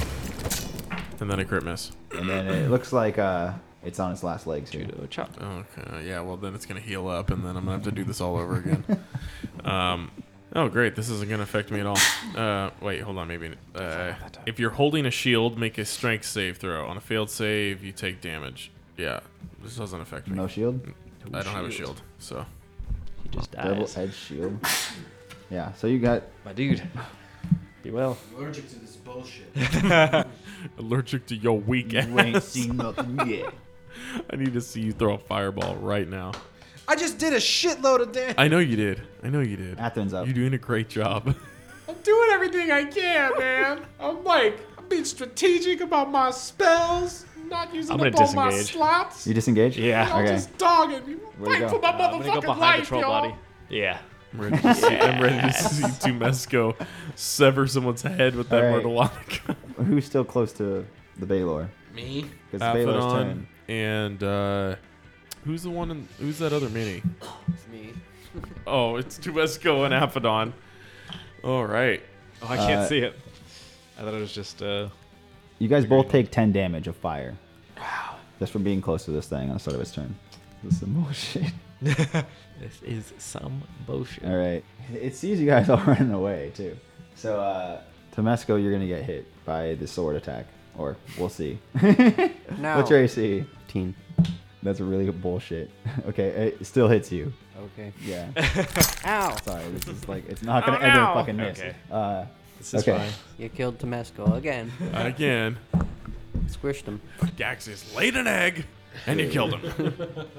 A: and then a crit miss.
C: and then it looks like uh, it's on its last legs here.
G: Judo chop.
A: Okay, yeah, well, then it's going to heal up, and then I'm going to have to do this all over again. um, oh, great. This isn't going to affect me at all. Uh, wait, hold on. Maybe. Uh, if you're holding a shield, make a strength save throw. On a failed save, you take damage. Yeah, this doesn't affect me.
C: No shield.
A: I don't have a shield, so.
G: He just
C: Double
G: dies.
C: edge shield. Yeah. So you got
G: My dude. Be well.
H: Allergic to this bullshit.
A: Allergic to your weak ass.
C: you ain't seen nothing yet.
A: I need to see you throw a fireball right now.
H: I just did a shitload of damage.
A: I know you did. I know you did.
C: Athens up.
A: You're doing a great job.
H: I'm doing everything I can, man. I'm like, I'm being strategic about my spells, not using
G: I'm
H: up
G: gonna
H: all my
G: disengage.
H: slots.
C: You disengage.
G: Yeah.
H: Y'all
C: okay.
H: just dogging me.
C: Where'd you
H: Fight
C: go?
H: for my
G: I'm gonna go
H: motherfucking
G: behind the
H: life,
G: troll
H: y'all.
G: body. Yeah.
A: I'm ready to see, I'm ready to see Tumesco sever someone's head with that
C: All right.
A: Murtalonica.
C: Who's still close to the Baylor?
D: Me?
C: Because Baylor's
A: Aphodon
C: turn.
A: and uh, who's the one? In, who's that other mini?
B: Me.
A: oh, it's Tubesco and Aphodon. All right.
G: Oh, I can't
C: Uh,
G: see it. I thought it was just. Uh,
C: You guys both take 10 damage of fire. Wow. Just from being close to this thing on the start of its turn. This is some bullshit.
G: this is some bullshit.
C: All right. It sees you guys all running away, too. So, uh, Tomesco, you're going to get hit by the sword attack. Or, we'll see.
B: No.
C: What's your AC?
B: 15.
C: That's really bullshit. Okay, it still hits you.
B: Okay.
C: Yeah.
B: Ow.
C: Sorry, this is like, it's not going
B: Oh,
C: to ever
B: no.
C: fucking miss.
G: Okay.
C: Uh,
G: This is
C: okay.
G: fine.
B: You killed Tomesco again.
A: Again,
B: Squished him.
A: Daxis laid an egg, and you killed him.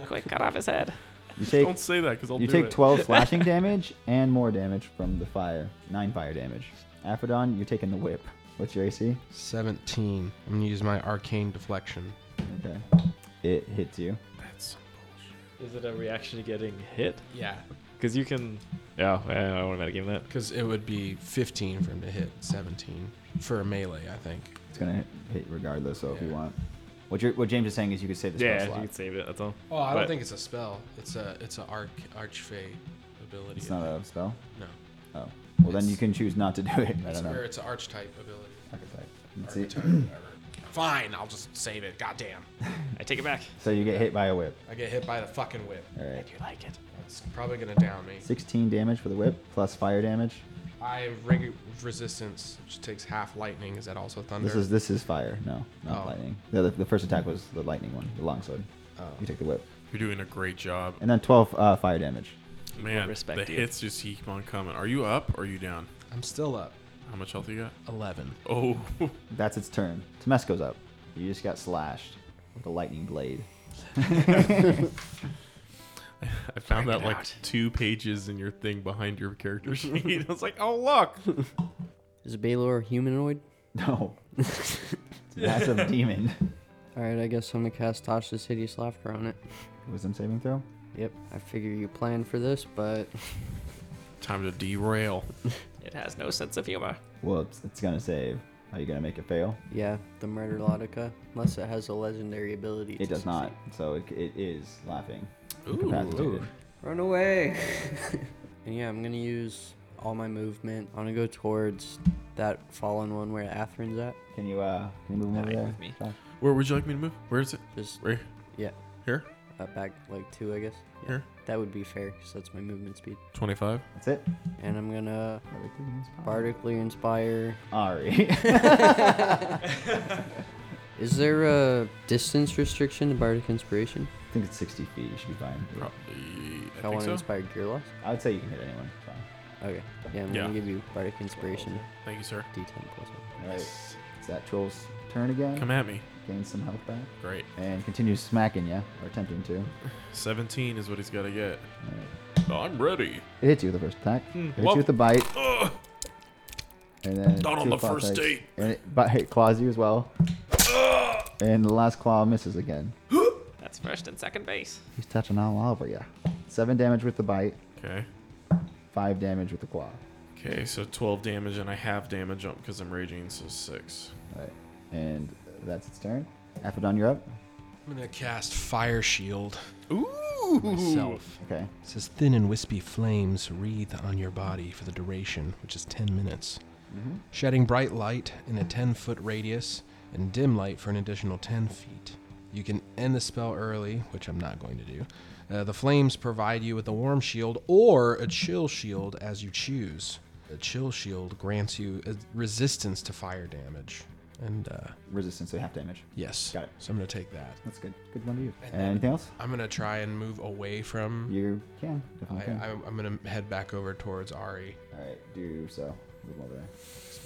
I: Quick, cut off his head.
C: You take,
A: Don't say that because I'll
C: you
A: do
C: take
A: it.
C: 12 slashing damage and more damage from the fire. 9 fire damage. Aphodon, you're taking the whip. What's your AC?
D: 17. I'm going to use my arcane deflection.
C: Okay. It hits you.
A: That's
G: Is it a reaction to getting hit?
D: Yeah.
G: Because you can. Yeah, I don't know about game that.
D: Because it would be 15 for him to hit 17 for a melee, I think.
C: It's gonna hit regardless. So if you
D: Yeah.
C: want, what you're, what James is saying is you could save the spell
G: Yeah,
C: slot.
G: you can save it. That's all.
D: Oh, I
G: But-
D: don't think it's a spell. It's a it's an arc archfey ability.
C: It's not a spell.
D: no.
C: Oh, well then
D: It's-
C: you can choose not to do it. I
D: It's,
C: don't know.
D: or it's an archetype ability.
C: Archetype. Let's see.
D: Archetype, whatever. Fine, I'll just save it. Goddamn.
G: I take it back.
C: So you get hit by a whip.
D: I get hit by the fucking whip.
C: All right.
G: You like it?
D: It's probably gonna down me.
C: 16 damage for the whip plus fire damage.
D: I ring resistance, which takes half lightning. Is that also thunder?
C: This is this is fire. No, not
D: Oh.
C: lightning. The, other the first attack was the lightning one, the longsword.
D: Oh.
C: You take the whip,
A: You're doing a great job,
C: and then 12 uh, fire damage.
A: man.
G: respect
A: the
G: you.
A: hits just keep on coming. Are you up or are you down?
D: I'm still up.
A: How much health you got?
D: Eleven.
A: Oh,
C: That's its turn. Temesco's up. You just got slashed with a lightning blade.
A: I found that like two pages in your thing behind your character sheet. I was like, oh look,
B: Is Baylor humanoid?
C: No, it's a massive demon.
B: Alright, I guess I'm gonna cast Tasha's Hideous Laughter on it.
C: Wisdom saving throw.
B: Yep, I figure you planned for this, but
A: time to derail.
I: It has no sense of humor.
C: Well, it's, it's gonna save. Are you gonna make it fail?
B: yeah, the Murder Lotica. Unless it has a legendary ability.
C: It
B: to
C: does not.
B: succeed.
C: So it, it is laughing.
A: Ooh.
C: Incapacitated.
B: Run away! and yeah, I'm gonna use all my movement. I'm gonna go towards that fallen one where Atherin's at.
C: Can you uh can you move him over
I: Fine
C: there?
I: with me.
C: Josh?
A: Where would you like me to move? Where is it?
B: Just,
A: Where?
B: yeah,
A: Here?
B: up back like two, I guess. Yeah,
A: Here?
B: That would be fair, because that's my movement speed.
A: 25?
C: That's it.
B: And I'm gonna bardically inspire.
C: Ari.
B: Is there a distance restriction to bardic inspiration?
C: I think it's 60 feet. You should be fine.
A: Probably. I
B: I,
A: think
B: want to
A: so.
B: inspire Gearloss.
C: I would say you can hit anyone. It's fine.
B: Okay. Yeah, I'm
A: Yeah.
B: gonna give you Bardic Inspiration.
A: Thank you, sir.
B: D10 plus one.
C: All right. It's that troll's turn again.
A: Come at me.
C: Gains some health back
A: Great.
C: and continues smacking you or attempting to. All
A: 17 is what he's got to get.
C: right.
A: I'm ready.
C: It hits you with the first attack. it hits
A: Hmm. well-
C: you with the bite,
A: Ugh,
C: and then
A: Not on
C: two
A: the
C: claw
A: first
C: attacks.
A: date.
C: And it, but it claws you as well.
A: Uh.
C: And the last claw misses again.
I: That's first and second base.
C: He's touching all over you. Seven damage with the bite,
A: Okay.
C: five damage with the claw.
A: Okay, so 12 damage, and I have damage up because I'm raging, so 6.
C: All right, and that's its turn. Aphodon, you're up.
D: I'm gonna cast fire shield
A: Ooh!
D: myself.
C: Okay.
D: It says thin and wispy flames wreathe on your body for the duration, which is 10 minutes,
C: Mm-hmm.
D: shedding bright light in a 10 foot radius and dim light for an additional 10 feet. You can end the spell early, which I'm not going to do. Uh, the flames provide you with a warm shield or a chill shield as you choose. The chill shield grants you uh, resistance to fire damage. And uh,
C: Resistance to half damage.
D: yes,
C: Got it.
D: so I'm going to take that.
C: That's good. Good one to you. Anything else?
D: I'm going to try and move away from
C: You can.
D: I,
C: Definitely can.
D: I, I'm gonna head back over towards Ari.
C: All right, do so. Move over there.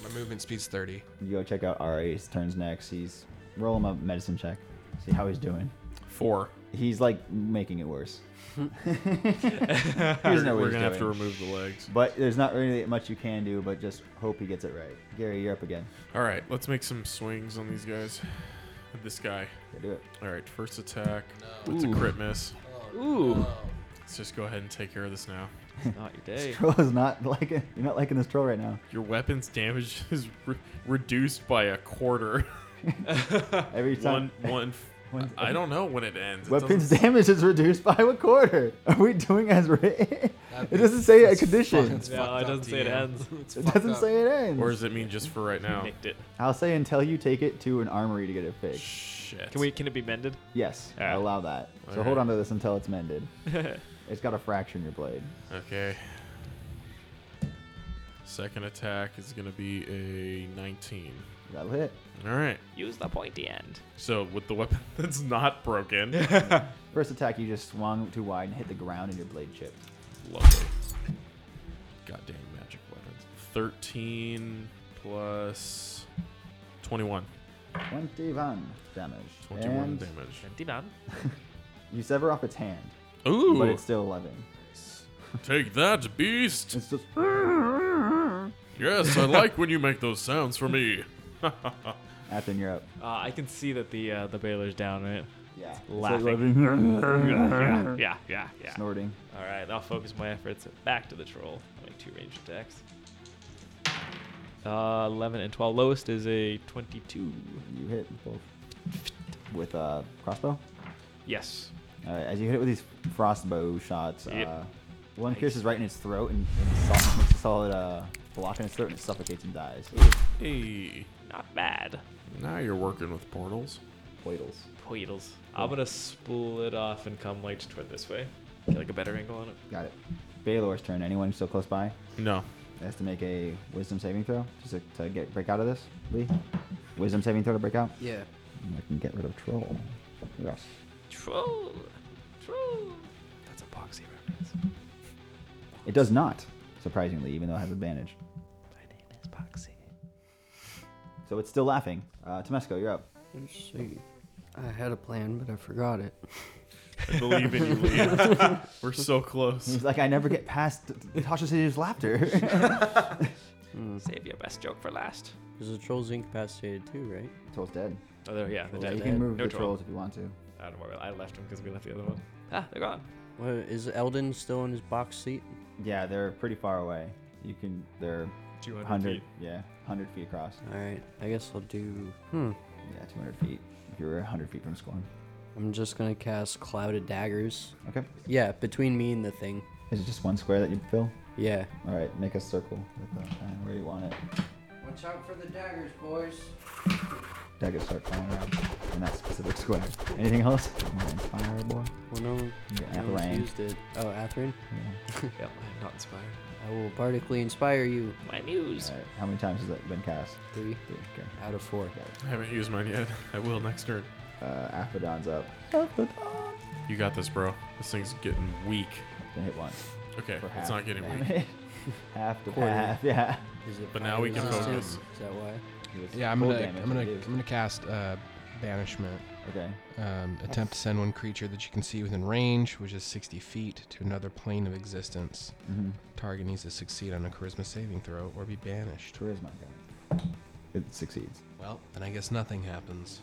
D: My movement speed's 30.
C: You go check out Ari's turns next. He's roll him a medicine check. See how he's doing.
A: 4.
C: He's like making it worse. he doesn't know what
A: We're
C: he's
A: going to have to
C: doing.
A: remove the legs.
C: But there's not really much you can do, but just hope he gets it right. Gary, you're up again.
A: All right, let's make some swings on these guys. This guy.
C: Go do it.
A: All right, first attack. It's a crit miss.
G: Ooh,
A: Let's just go ahead and take care of this now.
G: it's not your day.
C: Troll is not liking. You're not liking this troll right now.
A: Your weapon's damage is re- reduced by a quarter.
C: Every time.
A: one one f-
C: When-
A: I don't know when it ends. It
C: Weapons
A: doesn't-
C: damage is reduced by a quarter. Are we doing as written? It doesn't say a condition.
G: No, it doesn't say it ends.
C: It doesn't say it ends.
A: Or does it mean just for right now?
G: Nicked it.
C: I'll say until you take it to an armory to get it fixed.
A: Shit.
G: Can we? Can it be mended?
C: Yes, I
G: Ah.
C: allow that. So hold on to this until it's mended. it's got a fracture in your blade.
A: Okay. Second attack is gonna be a 19.
C: That'll hit.
A: All right.
I: Use the pointy end.
A: So with the weapon that's not broken,
C: First attack, you just swung too wide and hit the ground, and your blade chipped.
A: lovely. Goddamn magic weapons. 13 plus 21.
C: 21 damage.
A: 21
C: And
A: damage.
G: Demon.
C: You sever off its hand,
A: Ooh.
C: but it's still 11.
A: Take that, beast.
C: It's just
A: Yes, I like when you make those sounds for me.
C: Athen, you're up.
G: Uh, I can see that the uh, the Baylor's down, right?
C: Yeah.
G: Laughing. yeah,
C: Mm-hmm.
G: yeah, yeah, yeah.
C: Snorting.
G: All right, I'll focus my efforts back to the troll. I'll Make two ranged attacks. Uh, 11 and 12. Lowest is a 22.
C: You hit both with a uh, crossbow.
G: Yes.
C: Uh, as you hit it with these frostbow shots,
G: Yep.
C: uh, one pierces right in its throat and, and sol- makes a solid uh, block in its throat and it suffocates and dies.
A: Hey,
I: Not bad.
A: now you're working with portals.
C: Poitals.
G: Poitles. I'm gonna split off and come like toward this way. Get like a better angle on it.
C: Got it. Baylor's turn. Anyone still close by
A: No.
C: has to make a wisdom saving throw just to, to get break out of this. Lee, wisdom saving throw to break out.
B: Yeah.
C: And I can get rid of troll. Yes.
I: Troll. Troll.
G: That's a boxy reference.
C: It does not, surprisingly, even though I have advantage.
G: My name is Boxy.
C: So it's still laughing. Uh, Temesco, you're up.
B: Let's see. I had a plan, but I forgot it.
A: I believe in you, Lee. We're so close.
C: He's like, I never get past Tasha City's laughter.
B: Mm.
I: Save your best joke for last.
B: Because the troll's incapacitated too, right?
C: Troll's dead.
G: Oh, there, yeah, the
C: Yeah,
G: dead.
C: you can move
G: No
C: the
G: troll.
C: trolls if you want to.
G: I don't know where I left him because we left the other one.
I: Ah, they're gone.
B: What, is Eldon still in his box seat?
C: Yeah, they're pretty far away. You can. They're
G: 200
C: hundred.
G: feet.
C: Yeah, hundred feet across.
B: Alright, I guess I'll do. Hmm.
C: Yeah, two hundred feet. If you're hundred feet from Scorn.
B: I'm just gonna cast Clouded Daggers.
C: Okay.
B: Yeah, between me and the thing.
C: Is it just one square that you fill?
B: Yeah.
C: All right, make a circle with the, uh, where you want it.
B: Watch out for the daggers, boys.
C: Daggers start flying around in that specific square. Anything else? Fire boy.
B: Well, no.
C: Your
B: no one's
C: Athelan.
B: used it. Oh, Atherin?
G: Yeah, I'm not inspired.
B: I will bardically inspire you.
I: My muse.
C: All right, how many times has that been cast?
B: Three
C: Three. Okay.
B: out of four.
A: I haven't used mine yet. I will next turn.
C: Uh, Aphodon's up.
A: You got this, bro. This thing's getting weak.
C: Then hit once.
A: Okay,
C: For
A: it's
C: half
A: not getting weak.
C: damage. half to
B: Quarter.
C: half. Yeah.
B: Is it
A: But now we
B: fire
A: can
B: resistant?
A: focus.
B: Is that why?
D: Yeah, I'm
C: Full
D: gonna,
C: damage,
D: I'm gonna,
C: I
D: I'm
C: do.
D: gonna cast uh, banishment.
C: Okay.
D: Um, attempt to send one creature that you can see within range, which is 60 feet, to another plane of existence.
C: Mm-hmm.
D: Target needs to succeed on a charisma saving throw or be banished.
C: Charisma. It succeeds.
D: Well, then I guess nothing happens.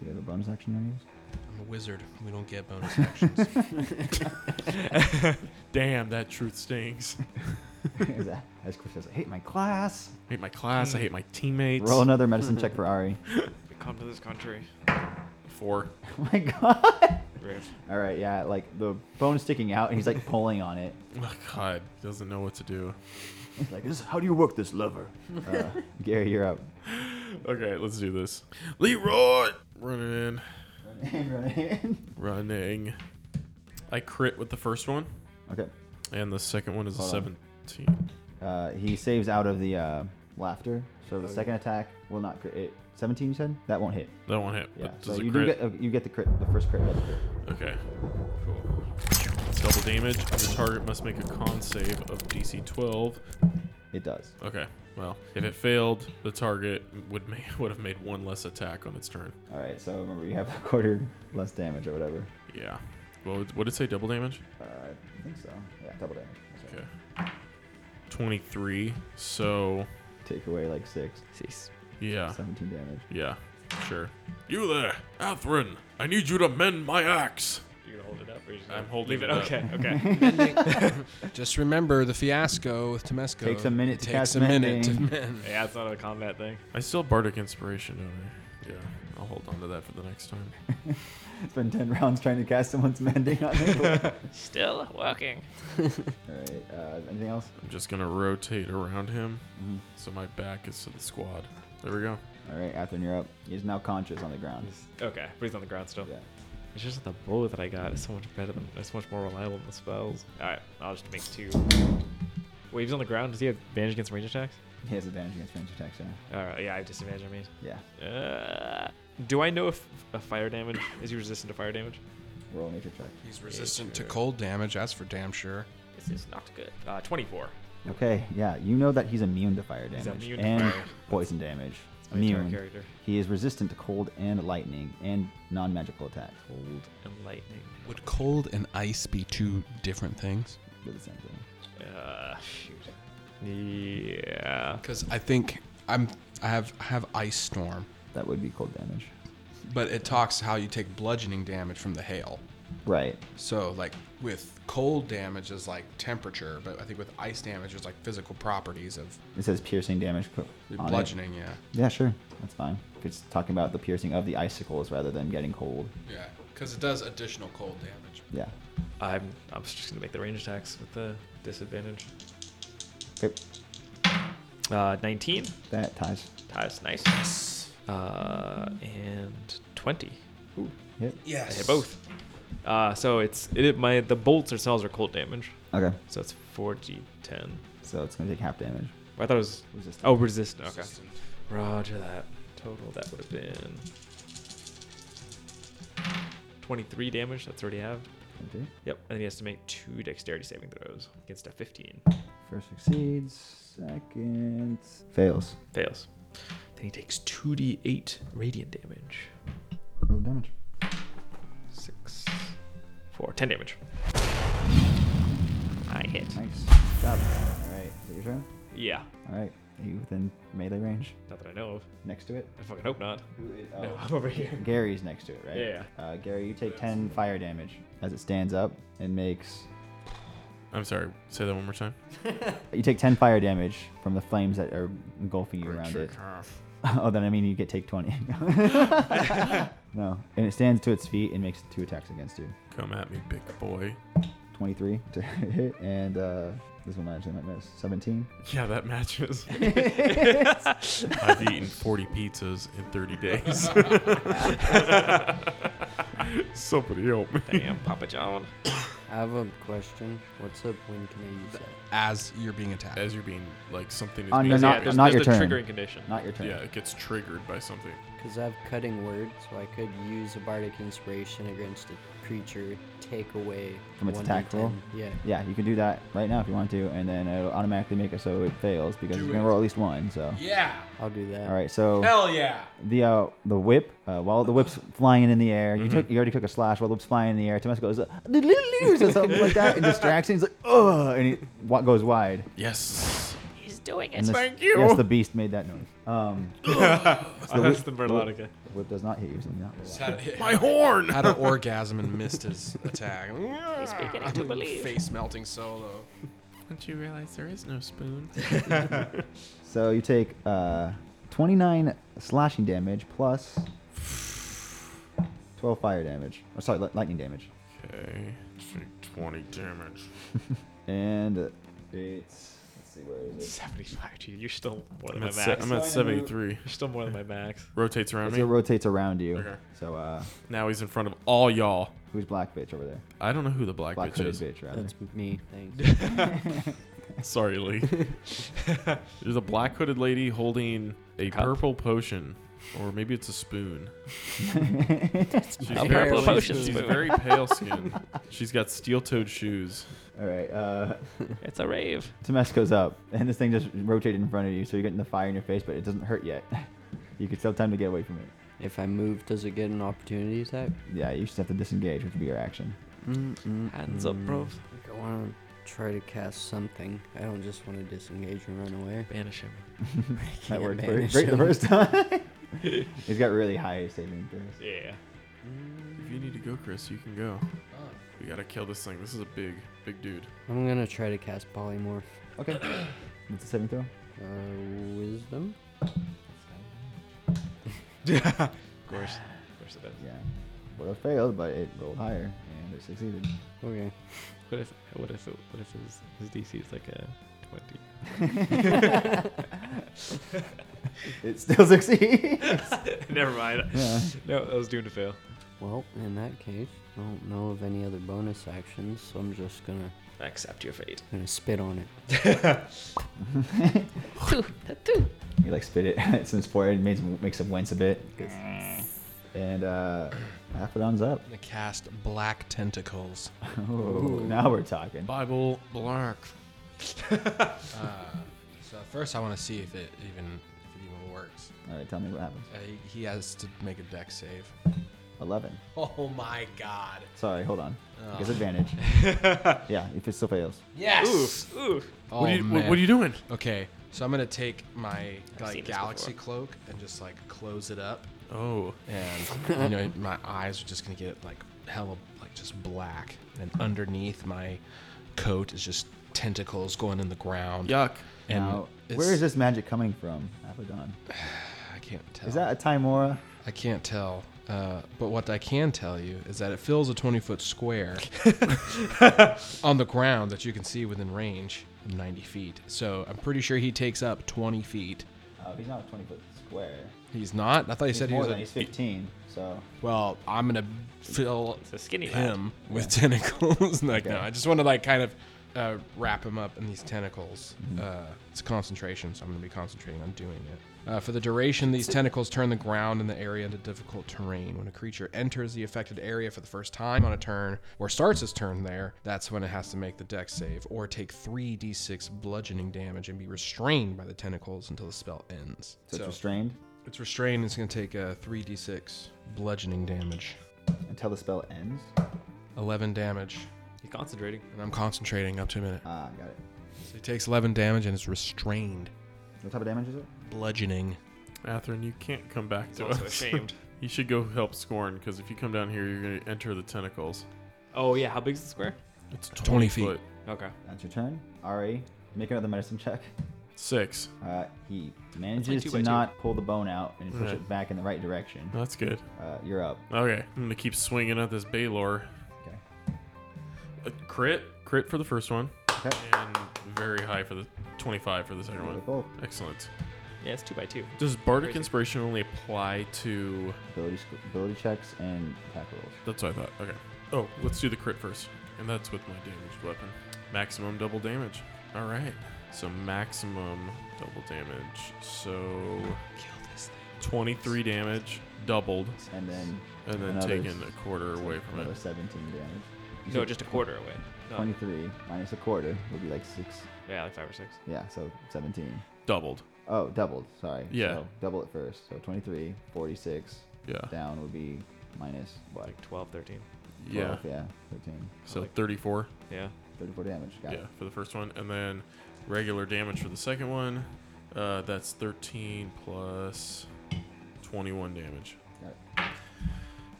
C: Do you have a bonus action I use?
D: I'm a wizard. We don't get bonus actions.
A: Damn, that truth stings.
C: Is that- As Chris says, I hate my class.
A: I hate my class. I hate my teammates.
C: Roll another medicine check for Ari.
G: We come to this country.
A: Four.
C: Oh my god.
G: Brave.
C: All right, yeah, like the bone's sticking out and he's like pulling on it.
A: Oh, God, doesn't know what to do.
C: He's like, this, how do you work this lever? Uh, Gary, you're up.
A: Okay, let's do this. Leroy! Running in. Running. I crit with the first one,
C: okay.
A: and the second one is a
C: Hold on.
A: 17.
C: Uh, he saves out of the uh, laughter, so the second attack will not crit. It, 17, you said? That won't hit.
A: That one hit.
C: Yeah,
A: but
C: so
A: does it
C: you do
A: crit?
C: get uh, you get the crit, the first crit. does crit.
A: Okay. Cool. It's double damage. The target must make a con save of DC 12.
C: It does.
A: Okay. Well, if it failed, the target would ma- would have made one less attack on its turn.
C: All right, so remember you have a quarter less damage or whatever.
A: Yeah. Well, would would it say double damage?
C: Uh, I think so. Yeah, double damage. So
A: Okay. 23. So,
C: Take away like six,
A: yeah.
C: 17 damage.
A: Yeah. Sure. You there, Atherin. I need you to mend my axe.
G: You're gonna hold it up or you just
A: I'm
G: gonna
A: holding
G: leave it?
A: it up.
G: Okay, okay.
D: Just remember the fiasco with Temesco.
C: Takes a minute
D: It
C: to
D: takes
C: cast
D: a minute to
C: mending.
D: mend.
G: yeah, it's not a combat thing.
A: I still have bardic inspiration, don't I? Yeah. I'll hold on to that for the next time.
C: Spend 10 rounds trying to cast someone's mending on it.
I: Still working.
C: Alright, uh, anything else? Mm-hmm.
A: I'm just gonna rotate around him, so my back is to the squad. There we go.
C: Alright, Athen, you're up. He's now conscious on the ground.
G: Okay, but he's on the ground still. Yeah. It's just that the bow that I got is so much better than it's much more reliable than the spells. Alright, I'll just make two. Wait, he's on the ground. Does he have advantage against range attacks?
C: He has advantage against range attacks, yeah.
G: Alright, Uh, yeah, I have disadvantage, I mean.
C: Yeah.
G: Uh, do I know if a fire damage is he resistant to fire damage?
C: Roll nature check.
D: He's resistant to cold damage, that's for damn sure.
I: This is not good.
G: Uh, 24.
C: Okay, yeah, you know that he's immune to fire damage
G: immune to
C: and
G: fire.
C: poison damage.
G: my entire
C: Immune.
G: character.
C: He is resistant to cold and lightning and non-magical attacks. Cold,
G: And lightning.
D: Would cold and ice be two different things?
C: they're the same thing.
G: Uh, shoot. Yeah.
D: Because I think I'm I have I have ice storm,
C: That would be cold damage.
D: but it talks how you take bludgeoning damage from the hail.
C: Right.
D: So like with cold damage is like temperature, but I think with ice damage is like physical properties of
C: It says piercing damage. co- on it.
D: bludgeoning. Yeah,
C: Yeah, sure. That's fine. It's talking about the piercing of the icicles rather than getting cold.
D: yeah, because it does additional cold damage.
C: Yeah.
G: I'm I'm just gonna make the range attacks with the disadvantage.
C: Okay.
G: Uh, 19
C: That ties.
G: ties, nice. Uh, and 20.
C: Yep.
G: I
D: Yes,
G: hit both. Uh, so it's it my the bolts themselves are cold damage,
C: Okay.
G: so it's 4d10.
C: So it's gonna take half damage.
G: I thought it was
C: Resistant.
G: oh resistant. Okay, Roger that. Total that would have been 23 damage. That's already halved.
C: Okay.
G: Yep, and he has to make two dexterity saving throws against a 15.
C: First succeeds. Second fails.
G: Fails. Then he takes 2d8 radiant damage.
C: Roll damage.
G: Six, four, ten damage.
I: I hit.
C: Nice. Good job. All right. Is it your turn?
G: Yeah,
C: All right. Are you within melee range?
G: not that I know of.
C: Next to it.
G: I fucking hope not.
C: Who is?
G: No, I'm over here.
C: uh, Gary's next to it, right?
G: Yeah.
C: Uh, Gary, you take 10 fire damage as it stands up and makes.
A: I'm sorry. Say that one more time.
C: You take 10 fire damage from the flames that are engulfing you around it. Oh, then I mean you get take 20. no. And it stands to its feet and makes two attacks against you
A: Come at me, big boy.
C: 23 to hit, and uh, this one actually might miss. 17.
A: Yeah, that matches. I've eaten 40 pizzas in 30 days. Somebody help me.
I: Damn, Papa John.
B: I have a question. What's up? When can I use that?
D: as you're being attacked.
A: As you're being, like, something is
C: Oh, no,
A: being
C: not-
G: yeah,
A: triggered.
G: there's,
C: not
G: there's
C: your
G: the
C: turn.
G: triggering condition.
C: Not your turn.
A: Yeah, it gets triggered by something.
B: Because I have cutting word, so I could use a bardic inspiration against a creature, take away
C: From its
B: 1d10.
C: attack roll?
B: Yeah.
C: Yeah, you can do that right now if you want to, and then it'll automatically make it so it fails because
D: Do
C: you're going
D: it.
C: to roll at least one. So.
D: yeah,
B: I'll do that.
C: All right, so.
D: hell yeah.
C: the uh, the whip uh, while the whip's flying in the air. You took you already took a slash while the whip's flying in the air. Tomesco goes uh, says something like that and distracts him. He's like, oh, and he wa- goes wide.
A: Yes.
I: He's doing it.
C: And this-
A: Thank you.
C: Yes, the beast made that noise. Um,
G: Oh, that's the Berlotica.
C: the whip does not hit you. So not roll that.
D: Had a,
A: My horn!
D: had an orgasm and missed his attack.
I: He's beginning to believe.
D: Face melting solo.
A: Once you realize there is no spoon.
C: So you take uh, 29 slashing damage plus 12 fire damage. Oh, sorry, li- lightning damage.
A: Okay. Take 20 damage.
C: And uh, it's let's see where is it?
G: 75, dude. You're still more than
A: I'm
G: my
A: at, se-
G: max.
A: I'm at 73.
G: You're still more than my max.
A: Rotates around
C: So it
A: me.
C: rotates around you.
A: Okay.
C: So uh,
A: Now he's in front of all y'all.
C: who's black bitch over there?
A: I don't know who the black,
C: Black
A: bitch
C: hooded
A: is.
C: bitch, rather.
B: That's me. Thanks.
A: Sorry, Lee. There's a black hooded lady holding a
G: Cup?
A: purple potion, or maybe it's a spoon. she's
B: A
A: very-
I: purple
A: she's-
I: potion
A: She's
I: spoon.
A: very pale skinned. She's got steel toed shoes.
C: All right. Uh,
I: It's a rave.
C: Temesco's up, and this thing just rotated in front of you, so you're getting the fire in your face, but it doesn't hurt yet. You could still have time to get away from it.
B: if I move, does it get an opportunity attack?
C: Yeah, you just have to disengage, which would be your action.
I: Hands up, bro.
G: Mm.
B: I want to try to cast something. I don't just want to disengage and run away.
G: Banish him.
C: That
B: Yeah,
C: worked
B: man,
C: for you.
B: it's
C: Great the
B: so-
C: first time. He's got really high saving throws.
G: Yeah.
A: If you need to go, Chris, you can go. We gotta kill this thing. This is a big, big dude.
B: I'm going to try to cast polymorph.
C: Okay. That's a saving throw.
B: Uh, wisdom?
G: course. Of course it does.
C: Yeah. Would have failed, but it rolled higher and it succeeded.
B: Okay.
G: What if what if it, what if his his DC is like a twenty?
C: It still succeeds.
G: Never mind.
C: Yeah.
G: No, I was doomed to fail.
B: Well, in that case, I don't know of any other bonus actions, so I'm just gonna
G: Accept your fate.
B: gonna spit on it.
C: You like spit it at his forehead, makes him, makes him wince a bit. And uh, Aphodon's up.
D: The cast black tentacles.
C: Oh, now we're talking.
A: Bible Blark.
D: Uh, So first, I want to see if it even if it even works.
C: All right, tell me what happens.
D: Uh, he- he has to make a deck save.
C: 11.
D: Oh my god.
C: Sorry, hold on. Disadvantage. yeah, if it still fails.
D: Yes.
G: Ooh, ooh.
D: Oh,
A: What are you- what-
D: man.
A: what are you doing?
D: Okay, so I'm gonna take my
G: seen
D: like
G: this
D: galaxy cloak and just like close it up,
A: Oh.
D: and you know my eyes are just gonna get like hella like just black, and underneath my coat is just tentacles going in the ground.
A: Yuck.
D: And
C: now,
D: it's-
C: where is this magic coming from, Aphodon?
D: I can't tell.
C: Is that a Timora?
D: I can't tell. Uh, but what I can tell you is that it fills a 20 foot square on the ground that you can see within range of 90 feet. So I'm pretty sure he takes up 20 feet.
C: Oh, he's not a 20 foot square.
D: He's not? I thought you
C: He's
D: said he
C: more
D: was.
C: than
D: A,
C: he's 15, so.
D: well, I'm going to fill
G: It's a skinny lad.
D: him with tentacles. like, no,
C: Okay.
D: I just want to, like, kind of. Uh, wrap him up in these tentacles. Uh, it's concentration, so I'm going to be concentrating on doing it. Uh, for the duration, these tentacles turn the ground and the area into difficult terrain. When a creature enters the affected area for the first time on a turn or starts its turn there, that's when it has to make the dex save or take 3d6 bludgeoning damage and be restrained by the tentacles until the spell ends.
C: So it's restrained
D: It's restrained. It's going to take uh, 3d6 bludgeoning damage.
C: until the spell ends.
D: 11 damage.
G: He's concentrating.
D: And I'm concentrating up to a minute.
C: Ah, got it.
D: So he takes 11 damage and is restrained.
C: What type of damage is it?
D: Bludgeoning.
A: Atherin, you can't come back
G: He's
A: to
G: also
A: us.
G: ashamed.
A: you should go help Scorn, because if you come down here, you're going to enter the tentacles.
G: Oh yeah, how big's the square?
A: It's 20,
D: 20 feet.
A: feet.
G: Okay.
C: That's your turn. Ari, make another medicine check.
A: Six.
C: Uh, he manages
G: two by
C: to
G: two.
C: not pull the bone out and push
A: Right.
C: it back in the right direction.
A: That's good.
C: Uh, you're up.
A: Okay. I'm going to keep swinging at this Baylor.
C: Okay.
A: A crit. Crit for the first one.
C: Okay.
A: And very high for the 25 for the second one.
C: Both
A: Excellent.
G: Yeah, it's two by two.
A: Does Bardic
G: Crazy.
A: Inspiration only apply to.
C: ability, sc- ability checks and attack rolls.
A: That's what I thought. Okay. Oh, let's do the crit first. And that's with my damaged weapon. Maximum double damage. All right. So maximum double damage. So.
D: Kill this thing.
A: 23 damage, doubled,
C: And then
A: and then
C: Another-
A: taken a quarter away from
C: another
A: it.
C: 17 damage. You
G: No,
C: said
G: just a quarter away. No.
C: 23 minus a quarter would be like 6.
G: Yeah, like five or six.
C: Yeah, so 17.
A: Doubled.
C: Oh, doubled. Sorry.
A: Yeah.
C: So double it first. So 23, 46.
A: Yeah.
C: Down would be minus what?
G: Like 12, 13.
A: Yeah.
C: 12, yeah. 13.
A: So
G: Like-
A: 34.
G: Yeah.
C: 34 damage. Got
A: Yeah,
C: it.
A: for the first one. And then regular damage for the second one. Uh, that's 13 plus 21 damage.
C: Got it.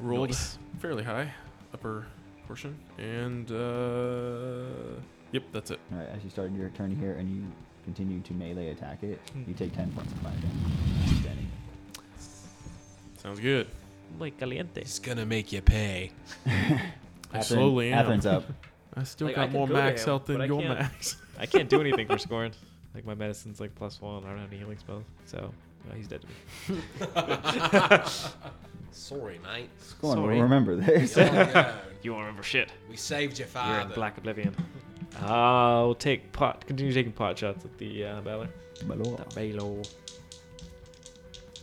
A: Rolled
G: Nice.
A: fairly high, upper portion. And, uh, yep, that's it.
C: All right, as you started your turn here and you continue to melee attack it, you take 10 points of fire damage. Standing.
A: Sounds good.
G: Muy caliente.
D: It's gonna make you pay.
A: I
C: Atherin-
A: slowly am.
C: Atherin's up.
A: I still
G: Like, I
A: got
G: could
A: more
G: go to
A: max
G: him,
A: health than
G: but I
A: your
G: can't.
A: max.
G: I can't do anything for scoring. Like my medicine's like plus one. I don't have any healing spells, so uh, he's dead to me.
D: Sorry, mate.
C: Go on,
G: Sorry.
C: remember this.
G: You won't remember shit.
D: we saved your
G: You're
A: Ah,
G: in black oblivion. I'll take pot. Continue taking pot shots at the uh, Balor.
C: My lord.
G: Baylor.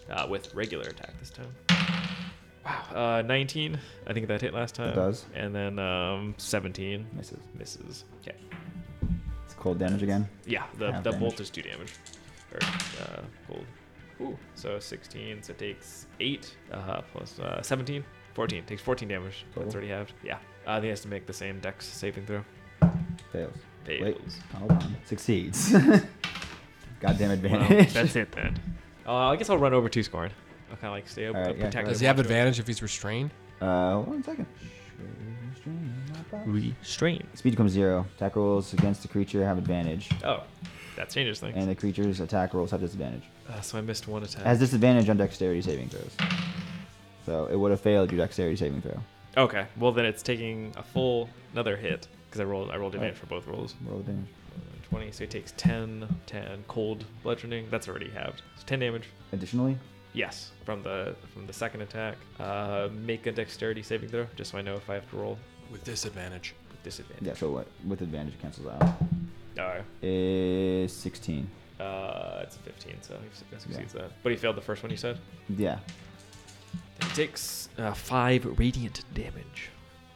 G: Uh, with regular attack this time. Wow. Uh, 19. I think that hit last time.
C: does.
G: And then um, 17
C: Misses.
G: misses. Okay.
C: It's cold damage again.
G: Yeah, the,
C: Half
G: the
C: damage.
G: bolt is 2 damage. Or, uh, gold. Ooh, so 16, so it takes 8, uh, plus uh, 17, 14. Takes 14 damage.
C: Total.
G: That's already halved. Yeah. Uh, he has to make the same dex saving throw.
C: Fails. Wait,
G: Fails.
C: hold on. Succeeds. Goddamn
G: Well,
C: advantage.
G: that's it then. Uh, I guess I'll run over to Scorn. I'll kind of like stay up,
C: Alright,
G: uh,
C: yeah, go
G: protect
D: Does
G: him,
D: he have
G: watch over
D: advantage if he's restrained?
C: uh, one second. Restrain my body.
G: him. Restrain.
C: Speed becomes zero. Attack rolls against the creature have advantage,
G: Oh, that changes things.
C: and the creature's attack rolls have disadvantage.
G: Uh, so I missed one attack.
C: Has disadvantage on dexterity saving throws. So it would have failed your dexterity saving throw.
G: Okay. Well, then it's taking a full another hit because I rolled I rolled
C: Right.
G: advantage for both rolls.
C: Roll the damage.
G: 20, so it takes 10, 10 cold bludgeoning. That's already halved. So 10 damage.
C: Additionally,
G: Yes, from the from the second attack. Uh, make a dexterity saving throw, just so I know if I have to roll
D: with disadvantage.
G: With disadvantage.
C: yeah. So what? With advantage, it cancels out.
G: All
C: Is sixteen.
G: right. Uh, it's a 15, so he succeeds
C: Yeah.
G: that. But he failed the first one. You said.
C: Yeah.
G: He takes uh, five radiant damage.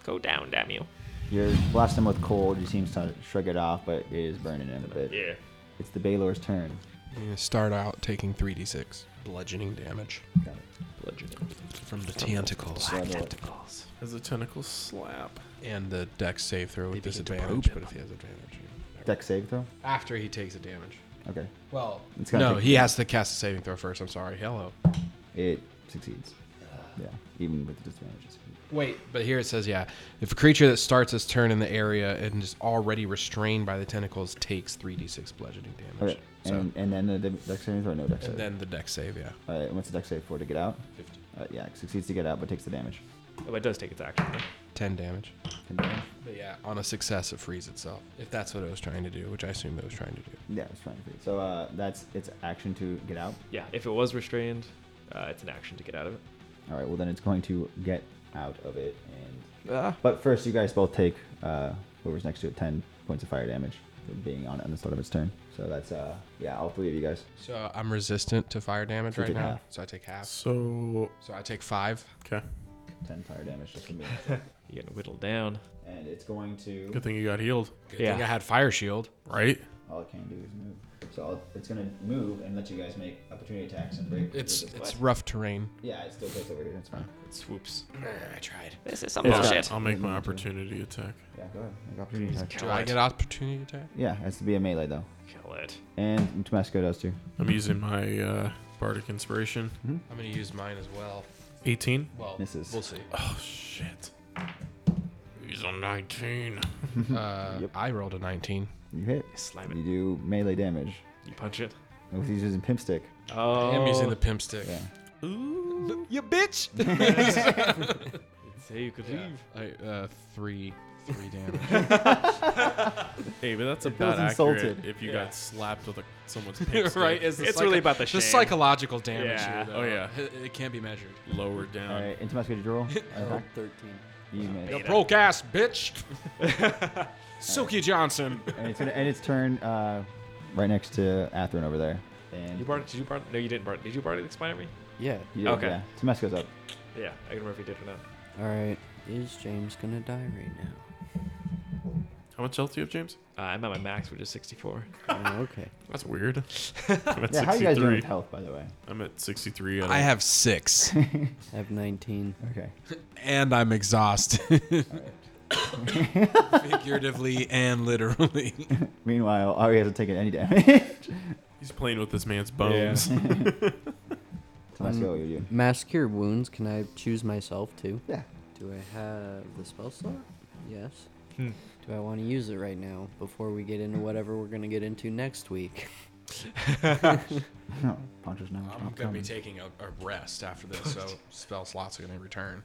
G: Go down, damn you.
C: You're blasting him with cold. He seems to shrug it off, but it is burning him a bit.
G: Yeah.
C: It's the Baylor's turn.
D: You're gonna start out taking 3d6 bludgeoning damage.
C: Got it.
G: Bludgeoning.
D: From the tentacles.
G: tentacles.
A: As a tentacle slap.
D: And the dex save throw with
G: begin to
D: disadvantage,
G: probe
D: but
G: him.
D: if he has advantage.
C: Dex save throw.
D: After he takes the damage.
C: Okay.
D: Well,
C: It's gonna
D: no,
C: take-
D: he has to cast a saving throw first. I'm sorry. Hello.
C: It succeeds.
D: Uh.
C: Yeah. Even with the disadvantage. it succeeds.
D: Wait, but here it says, yeah, if a creature that starts its turn in the area and is already restrained by the tentacles takes 3d6 bludgeoning damage.
C: Okay.
D: So,
C: And, and then the de- dex saving throw. No dex
D: and
C: save.
D: then the dex save, yeah.
C: All right. and What's the dex save for to get out?
D: 15.
C: Uh, yeah. It succeeds to get out, but takes the damage.
G: Oh, it does take its action. though.
D: 10 damage.
C: Ten damage.
D: But yeah, on a success, it frees itself. If that's what it was trying to do, which I assume it was trying to do.
C: Yeah. It's trying to freeze. So uh, that's its action to get out.
G: Yeah. If it was restrained, uh, it's an action to get out of it.
C: All right. Well, then it's going to get out of it. And but first, you guys both take uh, whoever's next to it ten points of fire damage for being on on the start of its turn. So that's uh yeah, all three of you guys.
D: So I'm resistant to fire damage
C: So
D: right
C: take
D: now.
C: half.
D: So I take half.
A: So
D: So I take five.
A: okay.
C: Ten fire damage just from me.
G: You're gonna whittle down.
C: and it's going to.
A: Good thing you got healed,
D: Good
G: Yeah.
D: thing I had fire shield.
A: right?
C: All it can do is move. So I'll, it's going to move and let you guys make opportunity attacks and break.
D: It's
C: resistance.
D: it's rough terrain.
C: yeah, it still goes over here. It's fine.
G: It swoops.
D: I tried.
I: This is some
C: It's Mm-hmm.
I: bullshit.
A: I'll make my opportunity attack.
C: Yeah, go ahead. Make opportunity attack.
D: Do I get opportunity attack?
C: Yeah, it has to be a melee though,
G: Kill it.
C: and Tomasco does too.
A: I'm using my uh, bardic inspiration.
D: I'm gonna use mine as well.
A: 18.
D: Well,
C: Misses.
D: we'll see.
A: Oh shit. He's a 19.
D: Uh, I rolled a 19.
C: You hit.
G: You slam
C: You
G: it.
C: do melee damage.
G: You punch it.
C: And He's using pimp stick.
G: Oh.
D: I am using the pimp stick.
C: Yeah.
G: You bitch! Say you could
D: Yeah.
G: leave.
D: I, uh, three, three damage.
A: Hey, but that's
C: feels
A: about accurate
C: insulted.
A: if you
D: Yeah.
A: got slapped with a, someone's pimp
D: right?
A: stick
D: the
G: It's really about the
D: the
G: shame.
D: psychological damage.
G: Yeah.
D: Here,
A: Oh, yeah.
D: It, it can't be measured.
A: lower down.
C: All right, and Tomasco, did you roll?
B: Oh,
C: Okay.
B: 13.
C: You made.
D: You broke ass, bitch. Silky Johnson.
C: And it's gonna end its turn uh, right next to Atherin over there. And
G: You barred Did you barred No, you didn't barred Did you barred Explain to me.
B: Yeah.
C: Yeah,
G: okay.
C: Yeah. Tomasco's up.
G: Yeah, I can remember if you did or not.
B: All right. Is James gonna die right now?
A: How much health do you have, James?
G: Uh, I'm at my max, which is 64.
B: Oh, okay.
A: That's weird. I'm at
C: Yeah, how are you guys
A: 63.
C: doing with health, by the way?
A: I'm at 63. don't-
D: I have six,
B: I have 19.
C: Okay.
D: and I'm exhausted. Figuratively and literally.
C: Meanwhile, Ari hasn't taken any damage.
A: He's playing with this man's bones.
D: Mm.
C: Tomasco, what are you doing?
B: Mask Cure Wounds. Can I choose myself too?
C: Yeah.
B: Do I have the spell slot? Yes. Do I want to use it right now before we get into whatever we're gonna get into next week?
C: Poncho's now.
D: I'm gonna be taking a, a rest after this, so spell slots are gonna return.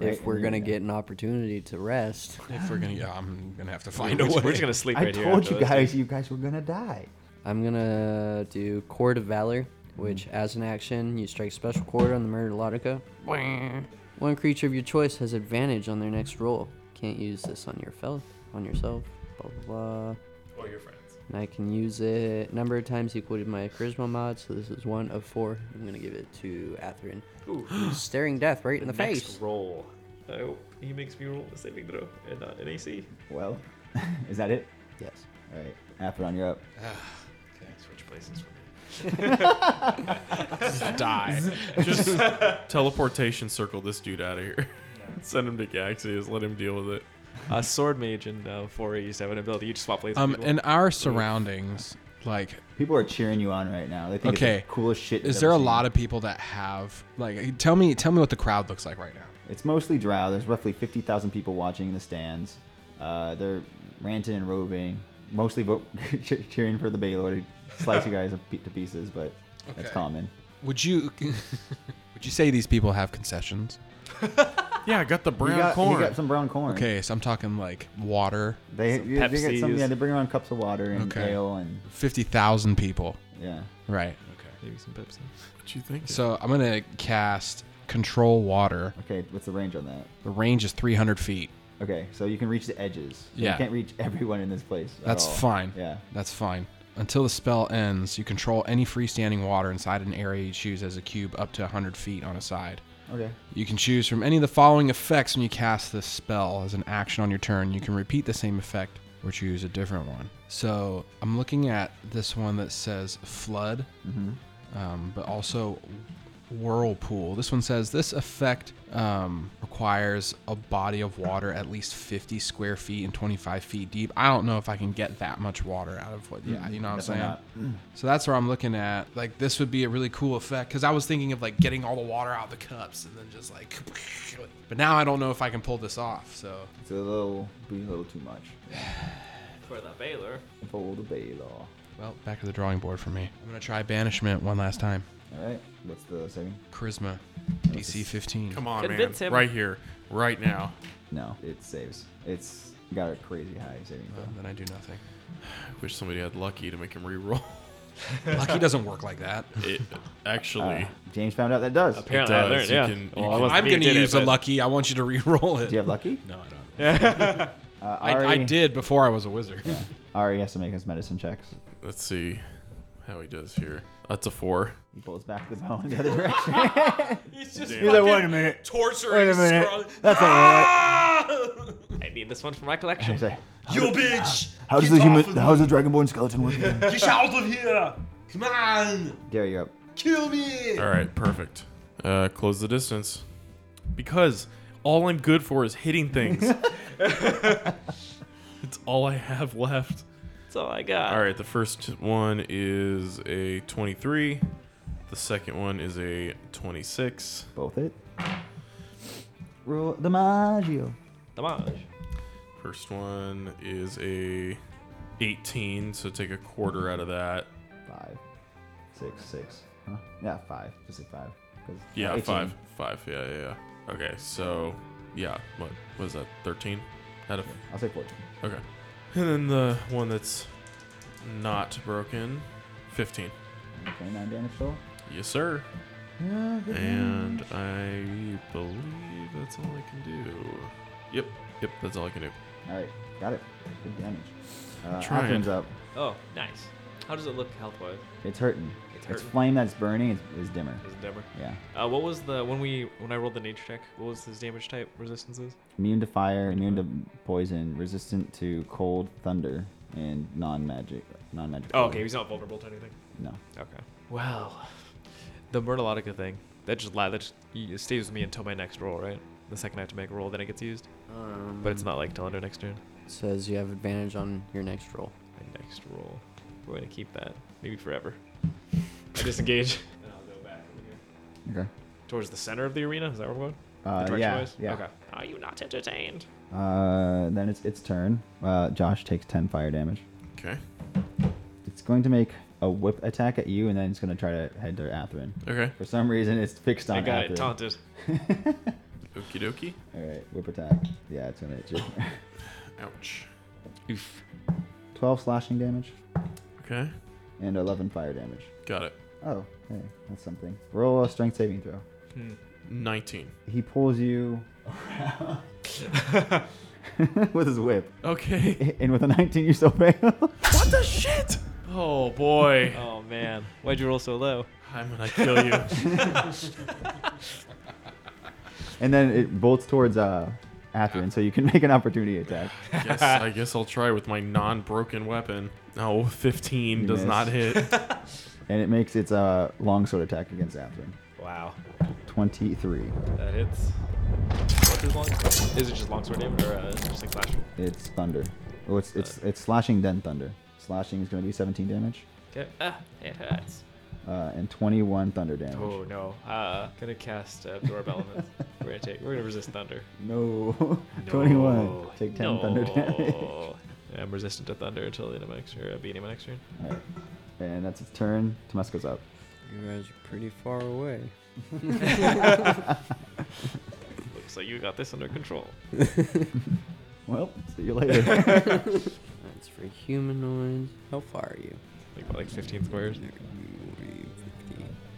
B: if we're gonna get an opportunity to rest,
D: If we're gonna, yeah, I'm gonna have to find a
G: we're,
D: way.
G: just, we're just gonna sleep
C: I
G: right here.
C: told
G: after
C: you
G: this,
C: guys, you guys were gonna die.
B: I'm gonna do Chord of Valor, which, as an action, you strike special chord on the murder Lotica. One creature of your choice has advantage on their next roll. Can't use this on your fel- on yourself. Blah blah blah.
G: dude. Or your friends.
B: And I can use it number of times equal to my charisma mod, so this is one of four. I'm gonna give it to Atherin. Ooh. Staring death right in the
G: Next
B: face.
G: roll. I hope he makes me roll a saving throw uh, and not an AC.
C: Well, is that it?
B: Yes.
C: All right. Atheron, you're up.
G: Switch places for me.
D: die.
A: Just teleportation circle this dude out of here. Send him to Gaxias. Let him deal with it.
G: A sword mage and uh, 4A used to have an ability. You just swap places.
D: Um,
G: with people.
D: in our surroundings, like,
C: People are cheering you on right now. They think
D: Okay.
C: it's the coolest shit.
D: is there a lot of people that have like? Tell me, tell me what the crowd looks like right now.
C: It's mostly drow. There's roughly 50,000 people watching in the stands. Uh, they're ranting and roving, mostly vo- che- cheering for the Baylor to slice you guys to pieces, but that's
D: Okay.
C: common.
D: Would you? Would you say these people have concessions?
A: Yeah, I got the brown
C: got- he
A: corn.
C: got some brown corn.
D: Okay, so I'm talking like water.
C: They, you- they get some, yeah, they bring around cups of water and ale and
D: fifty thousand people.
C: Yeah.
D: Right.
G: Okay. Maybe some Pepsi.
A: What you think?
D: So I'm gonna cast control water.
C: Okay, what's the range on that?
D: The range is 300 feet.
C: Okay, so you can reach the edges. So
D: Yeah.
C: You can't reach everyone in this place. at
D: That's
C: all.
D: fine.
C: Oh, Yeah.
D: That's fine. Until the spell ends, you control any freestanding water inside an area you choose as a cube up to 100 feet on a side.
C: Okay.
D: You can choose from any of the following effects when you cast this spell as an action on your turn. You can repeat the same effect or choose a different one. So I'm looking at this one that says flood,
C: Mhm.
D: um, but also whirlpool. This one says this effect um, requires a body of water at least 50 square feet and 25 feet deep. I don't know if I can get that much water out of what. Yeah,
C: Mm,
D: you know what I'm saying.
C: definitely not. Mm.
D: So that's where I'm looking at. Like this would be a really cool effect because I was thinking of like getting all the water out of the cups and then just like. But now I don't know if I can pull this off. So
C: It's a little, be a little too much.
I: For the Baylor.
C: Follow the Baylor.
D: well, back to the drawing board for me. I'm gonna try banishment one last time.
C: All right. What's the saving?
D: Charisma, DC 15.
A: Come on,
I: Convince
A: man.
I: him.
A: Right here, right now.
C: No, it saves. It's got a crazy high saving throw.
D: Then I do nothing.
A: I wish somebody had lucky to make him re-roll.
D: Lucky doesn't work like that.
A: It actually.
C: Uh, James found out that does.
A: it
G: Apparently, I
A: does.
G: learned,
A: You
G: yeah.
A: can-
G: Well,
A: you
G: I
A: can-
G: wasn't
D: I'm
G: being
D: gonna
G: did it,
D: use a
G: but-
D: lucky. I want you to re-roll it.
C: Do you have lucky?
D: No, I don't.
C: Uh,
D: I,
C: Ari,
D: I did before I was a wizard.
C: Ari has to make us medicine checks.
A: Let's see how he does here. That's a four.
C: He pulls back the bow in the other direction.
I: He's just
A: He's like,
I: fucking
C: minute.
I: torturing.
C: Wait a minute.
I: Scarlet-
C: That's all
I: Ah! I need this one for my collection.
C: He's like,
F: You bitch!
J: How does
F: Get
J: the human?
F: off of
J: How does the dragonborn skeleton work? again?
F: Get out of here! Come on!
C: Gary, you're up.
F: Kill me!
A: All right, perfect. Uh, close the distance because all I'm good for is hitting things. it's all I have left.
I: That's all I got.
A: All right, the first one is a 23. The second one is a 26.
C: Both it. Roll the Maggio.
I: Damage.
A: First one is a 18, so take a quarter out of that.
C: Five, six, six. Huh? Yeah, five. Just say five. 'cause-
A: Yeah,
C: 18.
A: five, five. Yeah, yeah, yeah. Okay, so yeah, what was that? 13 out of
C: I'll say 14.
A: Okay. And then the one that's not broken, 15.
C: Okay, nine damage total.
A: Yes, sir.
C: Yeah, good
A: And I believe that's all I can do. Yep, yep, that's all I can do.
C: All right, got it. Good damage. Uh,
A: Trying.
C: Optim's up.
G: Oh,
I: Nice. How does it look health wise?
C: It's hurting.
I: It's
C: It's,
I: hurting.
C: flame that's burning is, is dimmer.
G: is it Deborah?
C: Yeah.
G: Uh, what was the when we when I rolled the nature check? What was his damage type resistances?
C: Immune to fire, immune to poison, resistant to cold, thunder, and non-magic. Non-magic.
G: Oh, okay,
C: poison.
G: he's not vulnerable to anything.
C: No.
G: Okay. Well, the Myrtleotica thing that just la- that just, y- it stays with me until my next roll, right? The second I have to make a roll, then it gets used.
B: Um,
G: But it's not like till under next turn.
B: It says you have advantage on your next roll.
G: My next roll, we're gonna keep that maybe forever. I disengage. and I'll go back over here.
C: Okay.
G: towards the center of the arena. Is that where we're going?
C: Uh, yeah.
G: Direction-wise?
C: Yeah.
G: Okay.
I: Are you not entertained?
C: Uh, then it's its turn. Uh, Josh takes 10 fire damage.
A: Okay,
C: It's going to make a whip attack at you, and then it's going to try to head to Atherin.
A: okay.
C: For some reason, it's fixed on
G: I got
C: Atherin.
G: it taunted.
A: Okie dokie.
C: All right, whip attack. Yeah, it's going to hit you.
A: Ouch.
C: 12 slashing damage
A: Okay,
C: and 11 fire damage.
A: got it.
C: Oh, hey, that's something. Roll a strength saving throw.
A: 19.
C: He pulls you around with his whip.
A: Okay.
C: And with a 19, you still fail.
A: What the shit? Oh boy.
G: Oh man, why'd you roll so low?
A: I'm gonna kill you.
C: and then it bolts towards uh, Atherin, so you can make an opportunity attack.
A: guess, I guess I'll try with my non broken weapon. No, 15
C: You
A: does not hit.
C: And it makes its uh, longsword attack against Atherin.
G: Wow,
C: 23.
G: that hits. What's his long? Is it just longsword damage or uh, just like slash?
C: It's thunder. Oh, it's it's it's slashing then thunder. Slashing is going to be 17 damage
G: Okay.
I: Ah, it hurts.
C: uh, and 21 thunder damage.
G: Oh no. Uh, gonna cast uh, absorb elements. We're gonna take. We're gonna resist thunder.
C: No. 21.
G: No.
C: Take 10 thunder damage.
G: No. I'm resistant to thunder until the end of my next turn, uh, beginning of my next turn.
C: All right. And that's its turn. Tomasco's up.
B: You guys are pretty far away.
G: Looks like you got this under control.
C: Well, see you later.
B: That's for humanoid. How far are you?
G: Like like 15 squares.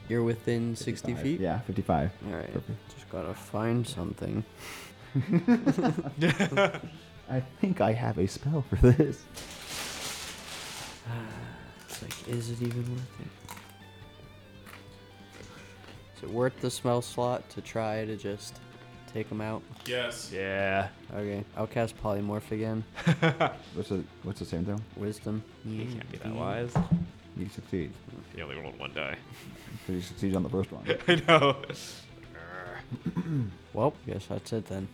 B: You're within 60
C: 55.
B: feet?
C: Yeah, 55.
B: All right. Just gotta find something.
C: I think I have a spell for this.
B: Ah, It's like, is it even worth it? Is it worth the smell slot to try to just take them out?
A: Yes.
G: Yeah.
B: Okay, I'll cast polymorph again.
C: What's the what's the same thing?
B: Wisdom. Mm-hmm.
G: You can't be that wise.
C: You succeed.
G: You only rolled one die.
C: So you succeed on the first one.
G: I know.
B: Well, guess that's it then.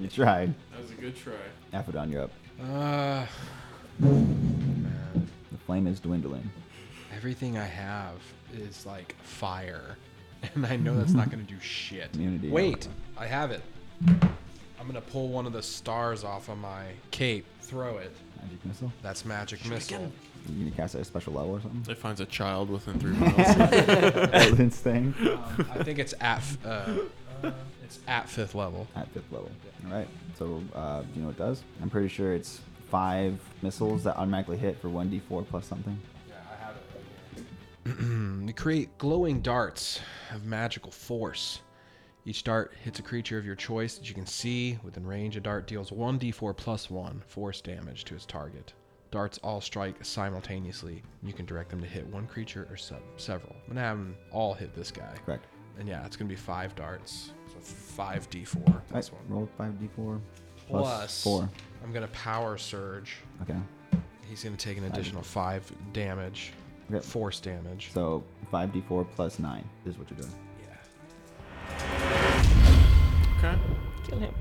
C: You tried.
A: That was a good try.
C: Aphodon, you're up.
D: Uh,
C: The flame is dwindling.
D: everything I have is like fire, and I know that's not gonna do shit.
C: Immunity.
D: Wait, I have it. I'm gonna pull one of the stars off of my cape, throw it.
C: Magic missile.
D: That's magic missile.
C: You gonna cast it at a special level or something?
A: It finds a child within three miles.
C: Eldritch thing
D: Um, I think it's at f- uh, it's at fifth level.
C: at fifth level. All right. So uh, do you know what it does? I'm pretty sure it's five missiles that automatically hit for 1d4 plus something.
D: You create glowing darts of magical force. Each dart hits a creature of your choice that you can see within range. A dart deals 1d4 plus 1 force damage to its target. Darts all strike simultaneously. You can direct them to hit one creature or sub- several. I'm going to have them all hit this guy.
C: Correct.
D: And yeah, it's going to be five darts. So 5d4.
C: All right.
D: That's one.
C: Roll 5d4
D: Plus,
C: plus 4.
D: I'm going to power surge.
C: Okay.
D: He's going to take an additional 5 damage.
C: Okay.
D: Force damage.
C: So 5d4 plus 9 is what you're doing.
A: okay.
I: Kill him.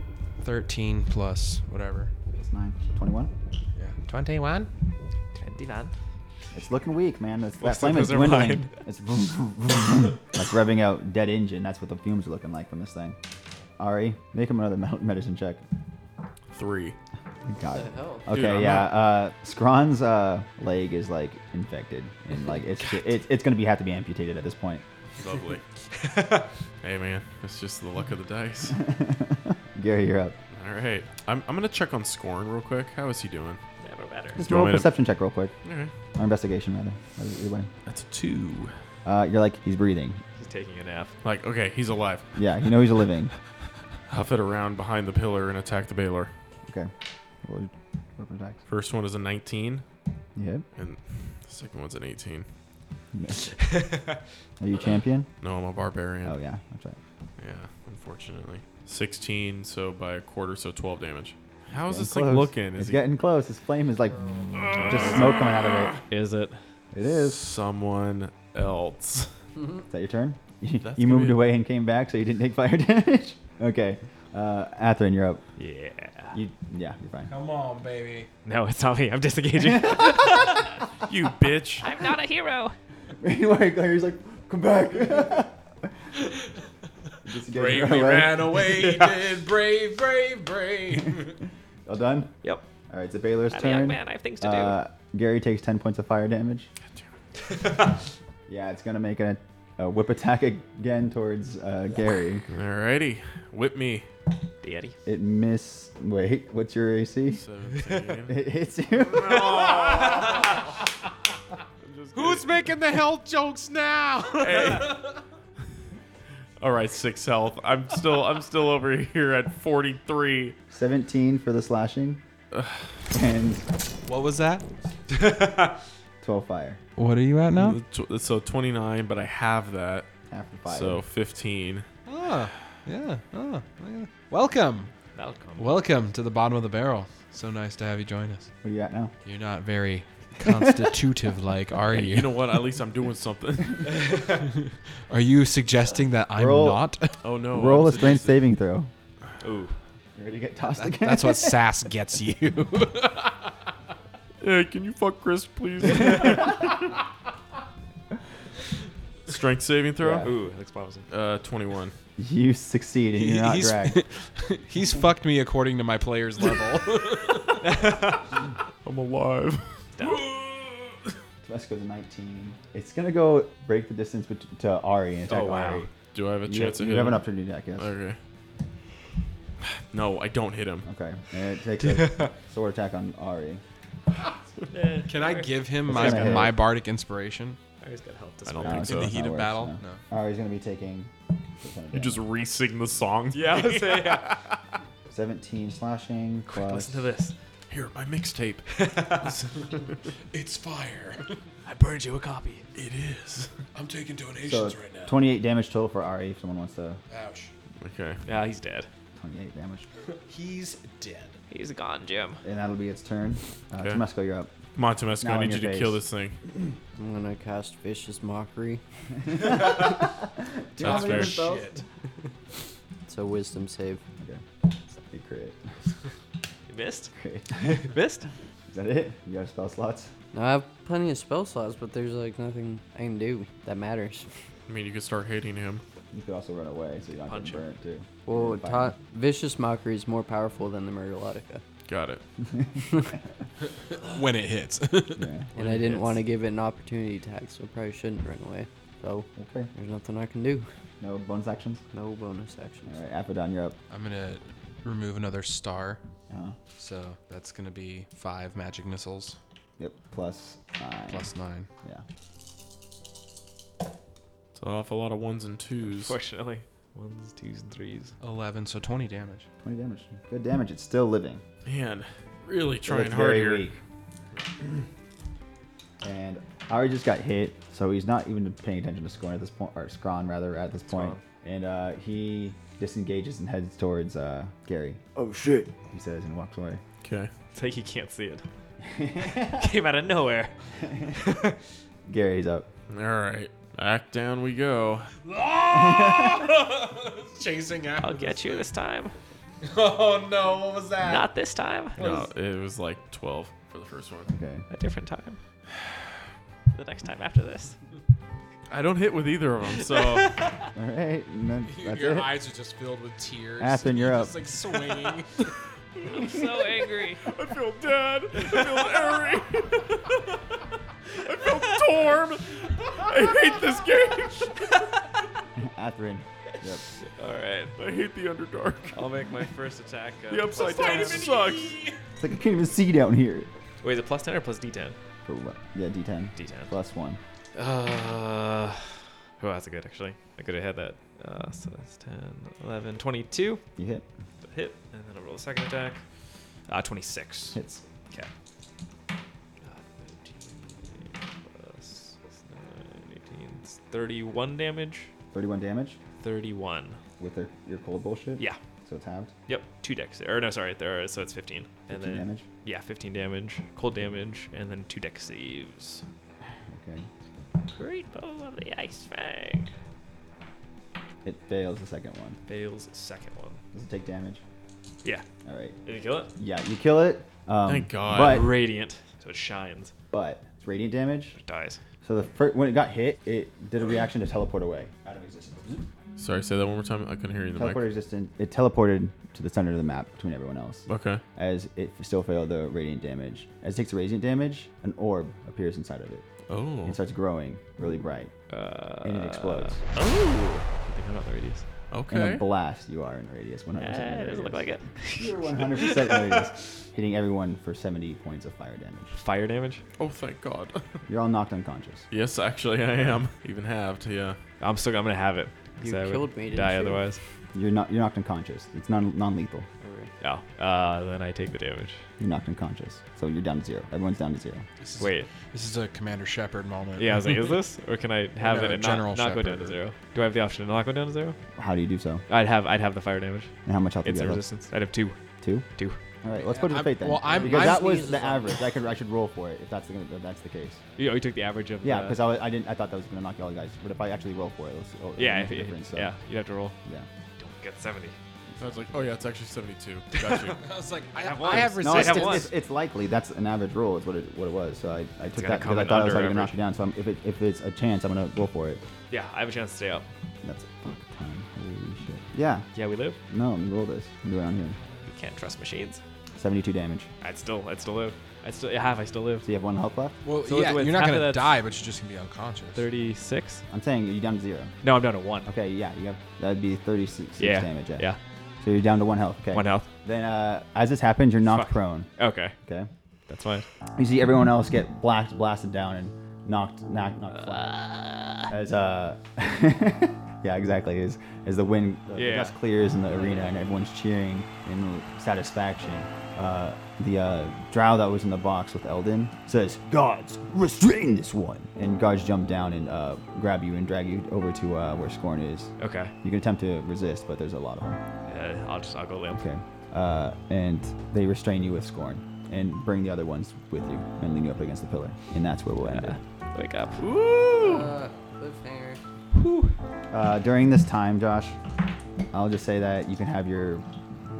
D: 13 plus whatever.
C: Plus 9. So 21.
D: Yeah. 21?
I: 29.
C: It's looking weak, man. That's, that
G: Mostly
C: flame is
G: 'cause they're mine.
C: dwindling. It's vroom, vroom, vroom, vroom. like revving out dead engine. That's what the fumes are looking like from this thing. Ari, make him another med- medicine check.
A: Three.
C: God.
A: Dude,
C: Okay,
A: I'm
C: yeah.
A: not-
C: Uh, Skron's uh, leg is like infected, and like it's it's, it's gonna be have to be amputated at this point.
A: Lovely. hey man, it's just the luck of the dice.
C: Gary, you're up.
A: All right, I'm, I'm gonna check on Scorn real quick. How is he doing?
I: Never better.
C: Just
A: You want
C: roll
A: me
C: a
A: to-
C: perception check real quick,
A: All right,
C: or investigation rather. Either- either way.
A: that's a two.
C: Uh, you're like he's breathing.
G: He's taking a nap.
A: Like, okay, he's alive.
C: Yeah, you know he's living.
A: Huff it around behind the pillar and attack the Baylor.
C: Okay. Roll your weapon attacks.
A: First one is a 19,
C: Yeah.
A: and the second one's an 18.
C: Miss. Are you champion?
A: No, I'm a barbarian.
C: Oh yeah, that's right.
A: Yeah, unfortunately. 16, so by a quarter, so 12 damage. How is
C: Getting
A: this
C: close.
A: thing looking? Is
C: it's
A: he
C: getting close. His flame is like just smoke coming out of
G: Is it?
C: it. It is.
A: someone else?
C: Is that your turn? You,
A: That's
C: you
A: gonna
C: moved
A: be-
C: away and came back, so you didn't take fire damage. okay, uh, Atherin, you're up.
G: Yeah.
C: You, yeah, you're fine.
D: Come on, baby.
G: No, it's not me. I'm disengaging.
A: you bitch.
I: I'm not a hero.
C: Anyway, Larry's like, come back.
D: Bravely ran away, you did brave, brave, brave.
C: All done.
I: Yep.
C: All right, it's a Baylor's
I: I'm a young
C: turn.
I: man. I have things to do.
C: Uh, Gary takes ten points of fire damage. yeah, it's gonna make a, a whip attack again towards uh, Gary.
A: Alrighty, whip me.
G: Daddy.
C: It miss. Wait, what's your AC?
A: 17.
C: It hits you.
H: Who's making the health jokes now?
A: All right, six health. I'm still I'm still over here at 43.
C: Seventeen for the slashing, and
D: What was that?
C: twelve fire.
D: What are you at now?
A: Tw- So 29, but I have that.
C: After fire.
A: So 15.
D: Ah, yeah. Ah, yeah. Welcome.
G: Malcolm.
D: Welcome to the bottom of the barrel. So nice to have you join us.
C: What are you at now?
D: You're not very constitutive like, are
A: Hey, you
D: you?
A: know what? At least I'm doing something.
D: Are you suggesting that I'm
C: Roll.
D: not?
A: Oh no.
C: Roll
A: I'm
C: a strength
A: suggesting-
C: saving throw.
A: Ooh.
C: You ready to get tossed again?
D: That's what sass gets you.
A: Hey, can you fuck Chris, please? strength saving throw.
G: Ooh, that's awesome.
A: Uh, 21.
C: You succeed and you're not
D: He's-
C: dragged.
D: He's fucked me according to my player's level.
A: I'm alive.
C: Let's go to 19. It's gonna go break the distance bet- to Ari and attack
A: Oh, wow.
C: Ari.
A: Do I have a
C: You-
A: chance to
C: you
A: hit
C: have an
A: him?
C: opportunity attack, yes.
A: Okay. No, I don't hit him.
C: Okay. And it takes a sword attack on Ari.
D: Can I give him
C: It's
D: my,
C: gonna hit.
D: my bardic inspiration?
G: Ari's got health
D: I don't
C: No,
D: think
C: it's
D: so. In the
C: not
D: heat of
C: works,
D: battle?
C: no.
D: No.
C: Ari's gonna be taking.
A: You just re-sing the song.
G: Yeah, I was saying, yeah.
C: 17 slashing plus.
G: Listen to this.
A: Here, my mixtape.
E: It's fire.
G: I burned you a copy.
A: It is.
E: I'm taking
C: So
E: donations right now.
C: 28 damage total for Ari if someone wants to.
E: Ouch.
A: Okay.
G: Yeah, he's dead.
C: 28 damage.
E: He's dead.
I: He's gone, Jim.
C: And that'll be its turn. Uh,
A: Okay.
C: Tomesco, you're up.
A: Come on, Tomesco,
C: Now
A: I
C: in
A: need you
C: your
A: to kill
C: face.
A: this thing.
B: I'm gonna cast vicious mockery.
C: Do you have
A: That's
C: any
A: fair.
C: other spells?
E: Shit.
B: It's a wisdom save.
C: Okay. You crit.
I: You missed?
C: Crit.
I: Missed?
C: Is that it? You got spell slots?
B: Now I have plenty of spell slots, but there's like nothing I can do that matters.
A: I mean, you could start hitting him.
C: You could also run away so you're not
G: Punch
C: getting
G: him.
C: burnt, too.
B: Well,
C: You can
B: ta-
C: fight him.
B: vicious mockery is more powerful than the murderotica,
A: Got it.
D: When it hits.
C: Yeah.
B: and I didn't want to give it an opportunity attack, so I probably shouldn't run away. So
C: Okay.
B: there's nothing I can do.
C: No bonus actions?
B: No bonus actions.
C: All right, Apodon, you're up.
D: I'm going to remove another star.
C: Uh-huh.
D: So that's going to be five magic missiles
C: Yep, plus nine.
D: plus nine.
C: Yeah.
A: It's an awful lot of ones and twos.
G: Fortunately. Ones, twos, and threes.
D: 11, so 20 damage.
C: 20 damage. Good damage. It's still living.
A: Man, really
C: It
A: trying
C: looks
A: hard
C: very
A: here.
C: weak. And Ari just got hit, so he's not even paying attention to Scron at this point, or Scron rather at this point. And uh, he disengages and heads towards uh, Gary.
J: Oh shit.
C: He says and walks away.
A: Okay.
G: It's like you can't see it. Came out of nowhere.
C: Gary's up.
A: All right. Back down we go.
D: Chasing after.
I: I'll get you this time.
D: Oh no, what was that?
I: Not this time.
A: No, Uh, it was like 12 for the first one.
C: Okay.
I: A different time. The next time after this.
A: I don't hit with either of them, so
C: All right. And then that's
D: Your
C: it.
D: eyes are just filled with tears.
C: Aspen, you're up.
D: Just like swinging.
I: I'm so angry.
A: I feel dead. I feel airy. I feel torn. I hate this game.
C: Atherin. Yep.
G: All right.
A: I hate the Underdark.
G: I'll make my first attack. Uh,
A: The upside down sucks.
C: It's like I can't even see down here.
G: Wait, is it plus 10 or plus D10?
C: For what? Yeah, D10.
G: D10.
C: Plus one.
G: Uh, oh, that's a good, actually. I could have had that. Uh, so that's 10, 11, 22.
C: You hit.
G: Hit, and then I'll roll a second attack. Uh, 26.
C: Hits.
G: Okay. Uh, 13 plus- plus nine, 18, it's 31 Uh, damage.
C: 31 damage
G: 31.
C: with their, your cold bullshit.
G: Yeah.
C: So it's halved.
G: Yep. Two decks. Or no, sorry. There. So it's 15.
C: 15
G: and then,
C: damage.
G: Yeah, 15 damage. Cold damage, and then two deck saves.
C: Okay.
I: Great bow of the ice fang.
C: It fails the second one.
G: Fails second one.
C: Does it take damage?
G: Yeah.
C: All right.
G: Did you kill it?
C: Yeah, you kill it. Um,
A: Thank God.
C: But
G: Radiant. So it shines.
C: but it's radiant damage.
G: It dies.
C: So the fir- when it got hit, it did a reaction to teleport away. Out of existence.
A: Sorry, say that one more time. I couldn't hear you in the
C: Teleport
A: mic.
C: existent. It teleported to the center of the map between everyone else.
A: Okay.
C: As it still failed the radiant damage. As it takes radiant damage, an orb appears inside of it.
A: Oh.
C: It starts growing really bright,
G: Uh,
C: and it explodes.
A: Oh.
G: I think I'm not the radius.
C: And a
A: Okay.
C: blast, you are in the radius. 100% in the
I: Eh, it doesn't look
C: radius.
I: like it.
C: You're 100% in the radius, hitting everyone for 70 points of fire damage.
G: Fire damage.
A: Oh, thank God.
C: You're all knocked unconscious.
A: yes, actually, I am. Even halved, yeah.
G: I'm still. I'm gonna have it. 'cause
B: You
G: I would
B: killed me, didn't
G: Die
B: you?
G: otherwise.
C: You're not. You're knocked unconscious. It's non non-lethal.
G: No. Uh, then I take the damage.
C: You're knocked unconscious, so you're down to zero. Everyone's down to zero.
D: This is-
G: Wait.
D: This is a Commander Shepard moment.
G: Yeah, I was like, is this? Or can I have
D: No,
G: it and
D: General
G: not, not go
D: Shepard.
G: down to zero? Do I have the option to not go down to zero?
C: How do you do so?
G: I'd have I'd have the fire damage.
C: And how much health do you
G: It's a
C: have? left?
G: resistance. I'd have two.
C: Two.
G: Two.
C: All right, let's put it to
D: I'm-
C: fate then.
D: well, I'm-
C: because
D: I'm-
C: that was
B: Sneezes
C: the
B: on
C: average. I could I should roll for it if that's the, if that's the case.
G: You, know, you took the average of uh,
C: Yeah,
G: the-
C: because I, was- I didn't. I thought that was gonna knock all you guys. But if I actually roll for it, let's. Oh,
G: yeah,
C: it'll
G: if,
C: make a
G: it-
C: difference, so,
G: yeah, you'd have to roll.
C: Yeah.
G: Don't get seventy.
A: I was like, oh, yeah, it's actually 72. Got you.
D: I was like, I
G: have
D: have,
G: one.
D: I have
C: No, it's,
D: resistance.
G: have
C: it's,
G: one.
C: it's, it's likely that's an average roll is what it, what it was. So I, I took
G: gonna
C: that because
G: come
C: I
G: in
C: thought I was
G: under
C: already gonna knock
G: average.
C: you down. So I'm, if it, if it's a chance, I'm gonna roll for it.
G: Yeah, I have a chance to stay up.
C: That's a fuck time. Holy shit. Yeah.
G: Yeah, we live.
C: No, roll this. Do it on here.
I: You can't trust machines.
C: Seventy-two damage.
G: I'd still I'd still live. I still half. I still live.
C: So you have one health left?
D: Well,
G: So it's
D: yeah,
G: with
D: you're not
G: half of
D: gonna
G: that-
D: die, but you're just gonna be unconscious.
G: 36.
C: I'm saying you're down to zero.
G: No, I'm down to one.
C: Okay, yeah, you have that'd be 36
G: Yeah,
C: damage. Yeah.
G: yeah.
C: So you're down to one health. Okay.
G: One health.
C: Then uh, as this happens, you're knocked
G: Fuck.
C: prone.
G: Okay.
C: Okay.
G: That's fine.
C: You see everyone else get blasted, blasted down and knocked, knocked, knocked flat. As uh, yeah, exactly. As as the wind, uh, the
G: Yeah.
C: dust clears in the arena and everyone's cheering in satisfaction. Uh, the uh, drow that was in the box with Eldon says, "Guards, restrain this one!" And guards jump down and uh, grab you and drag you over to uh, where Scorn is.
G: Okay.
C: You can attempt to resist, but there's a lot of them.
G: Uh, I'll just I'll go limp.
C: Okay. Uh, and they restrain you with scorn and bring the other ones with you and lean you up against the pillar. And that's where we'll end it.
G: Wake up.
F: Ooh. Uh, cliffhanger.
C: Uh, during this time, Josh, I'll just say that you can have your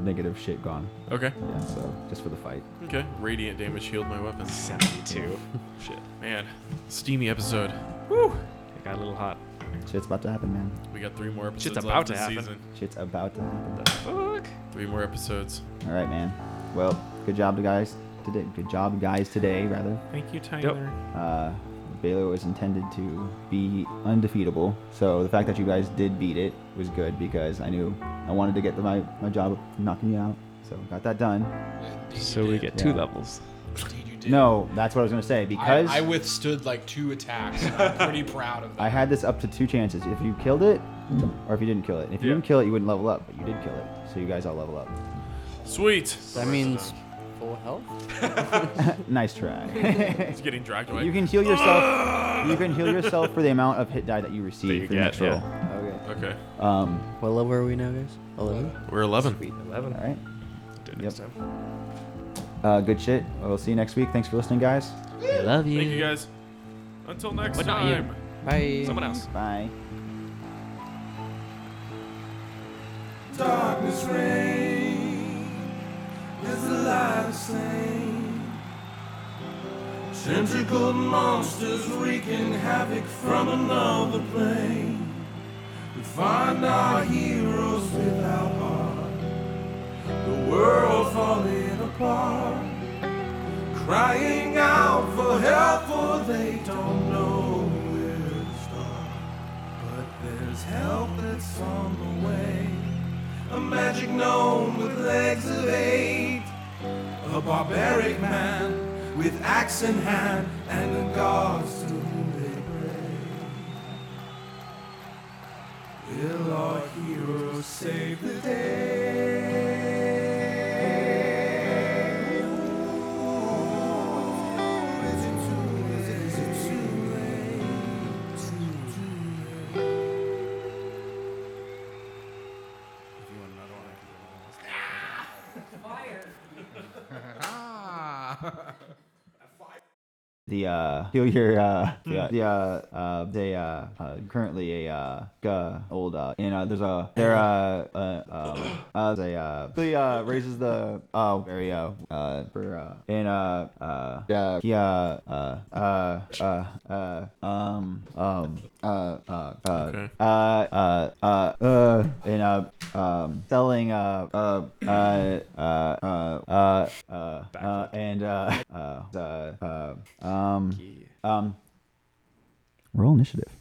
C: negative shit gone.
A: Okay.
C: Yeah, so just for the fight.
A: Okay. Radiant damage healed my weapon. 72.
G: Shit.
A: Man. Steamy episode.
G: Woo. It got a little hot.
C: Shit's about to happen, man.
A: We got three more episodes
G: Shit's
A: left
G: about to
A: this
G: happen.
A: season.
C: Shit's about to happen.
G: Fuck.
A: Three more episodes.
C: All right, man. Well, good job, guys. Today, good job, guys. Today, rather.
A: Thank you, Tyler.
C: Uh, Baylor was intended to be undefeatable, so the fact that you guys did beat it was good because I knew I wanted to get to my, my job of knocking you out, so got that done.
G: So we get two
C: Yeah.
G: levels.
C: No, that's what I was gonna say because
D: I, I
C: I,
D: withstood like two attacks. and I'm pretty proud of that.
C: had this up to two chances. If you killed it, or if you didn't kill it. If you didn't kill it, you wouldn't level up, but you did kill it, so you guys all level up.
A: Sweet.
B: That means full health.
C: nice try.
A: It's getting dragged away.
C: you can heal yourself. you can heal yourself for the amount of hit die that you receive for the
G: get,
C: next
G: yeah.
C: roll.
A: Okay.
C: Um,
B: What level are we now, guys? Eleven.
A: We're 11.
G: Eleven.
C: all right.
G: Do it next
C: Yep.
G: time.
C: Uh, good shit. We'll see you next week. Thanks for listening, guys.
B: Love you.
A: Thank you guys. Until next
G: But not you.
A: time.
B: Bye.
G: Someone else.
C: Bye.
E: Darkness reign is the light of slain. Tentacled monsters wreaking havoc from another plane. We find our heroes without heart. The world falling apart. Crying out for help, for they don't know where to start. But there's help that's on the way. A magic gnome with legs of eight. A barbaric man with axe in hand and the gods to whom they pray. Will our heroes save the day? Ooh, is it too late? Is it too late? Too, too late?
D: Ah.
C: The uh, heal your uh, the uh, the, uh, uh, they uh, uh currently a uh, g- uh old uh, and uh, there's a there uh uh um, uh they uh really uh raises the uh very uh uh for uh and uh uh yeah he uh uh uh uh uh um um uh uh uh
A: Okay.
C: uh uh uh uh and uh um selling uh uh uh uh uh uh uh, uh and uh uh uh uh um um roll initiative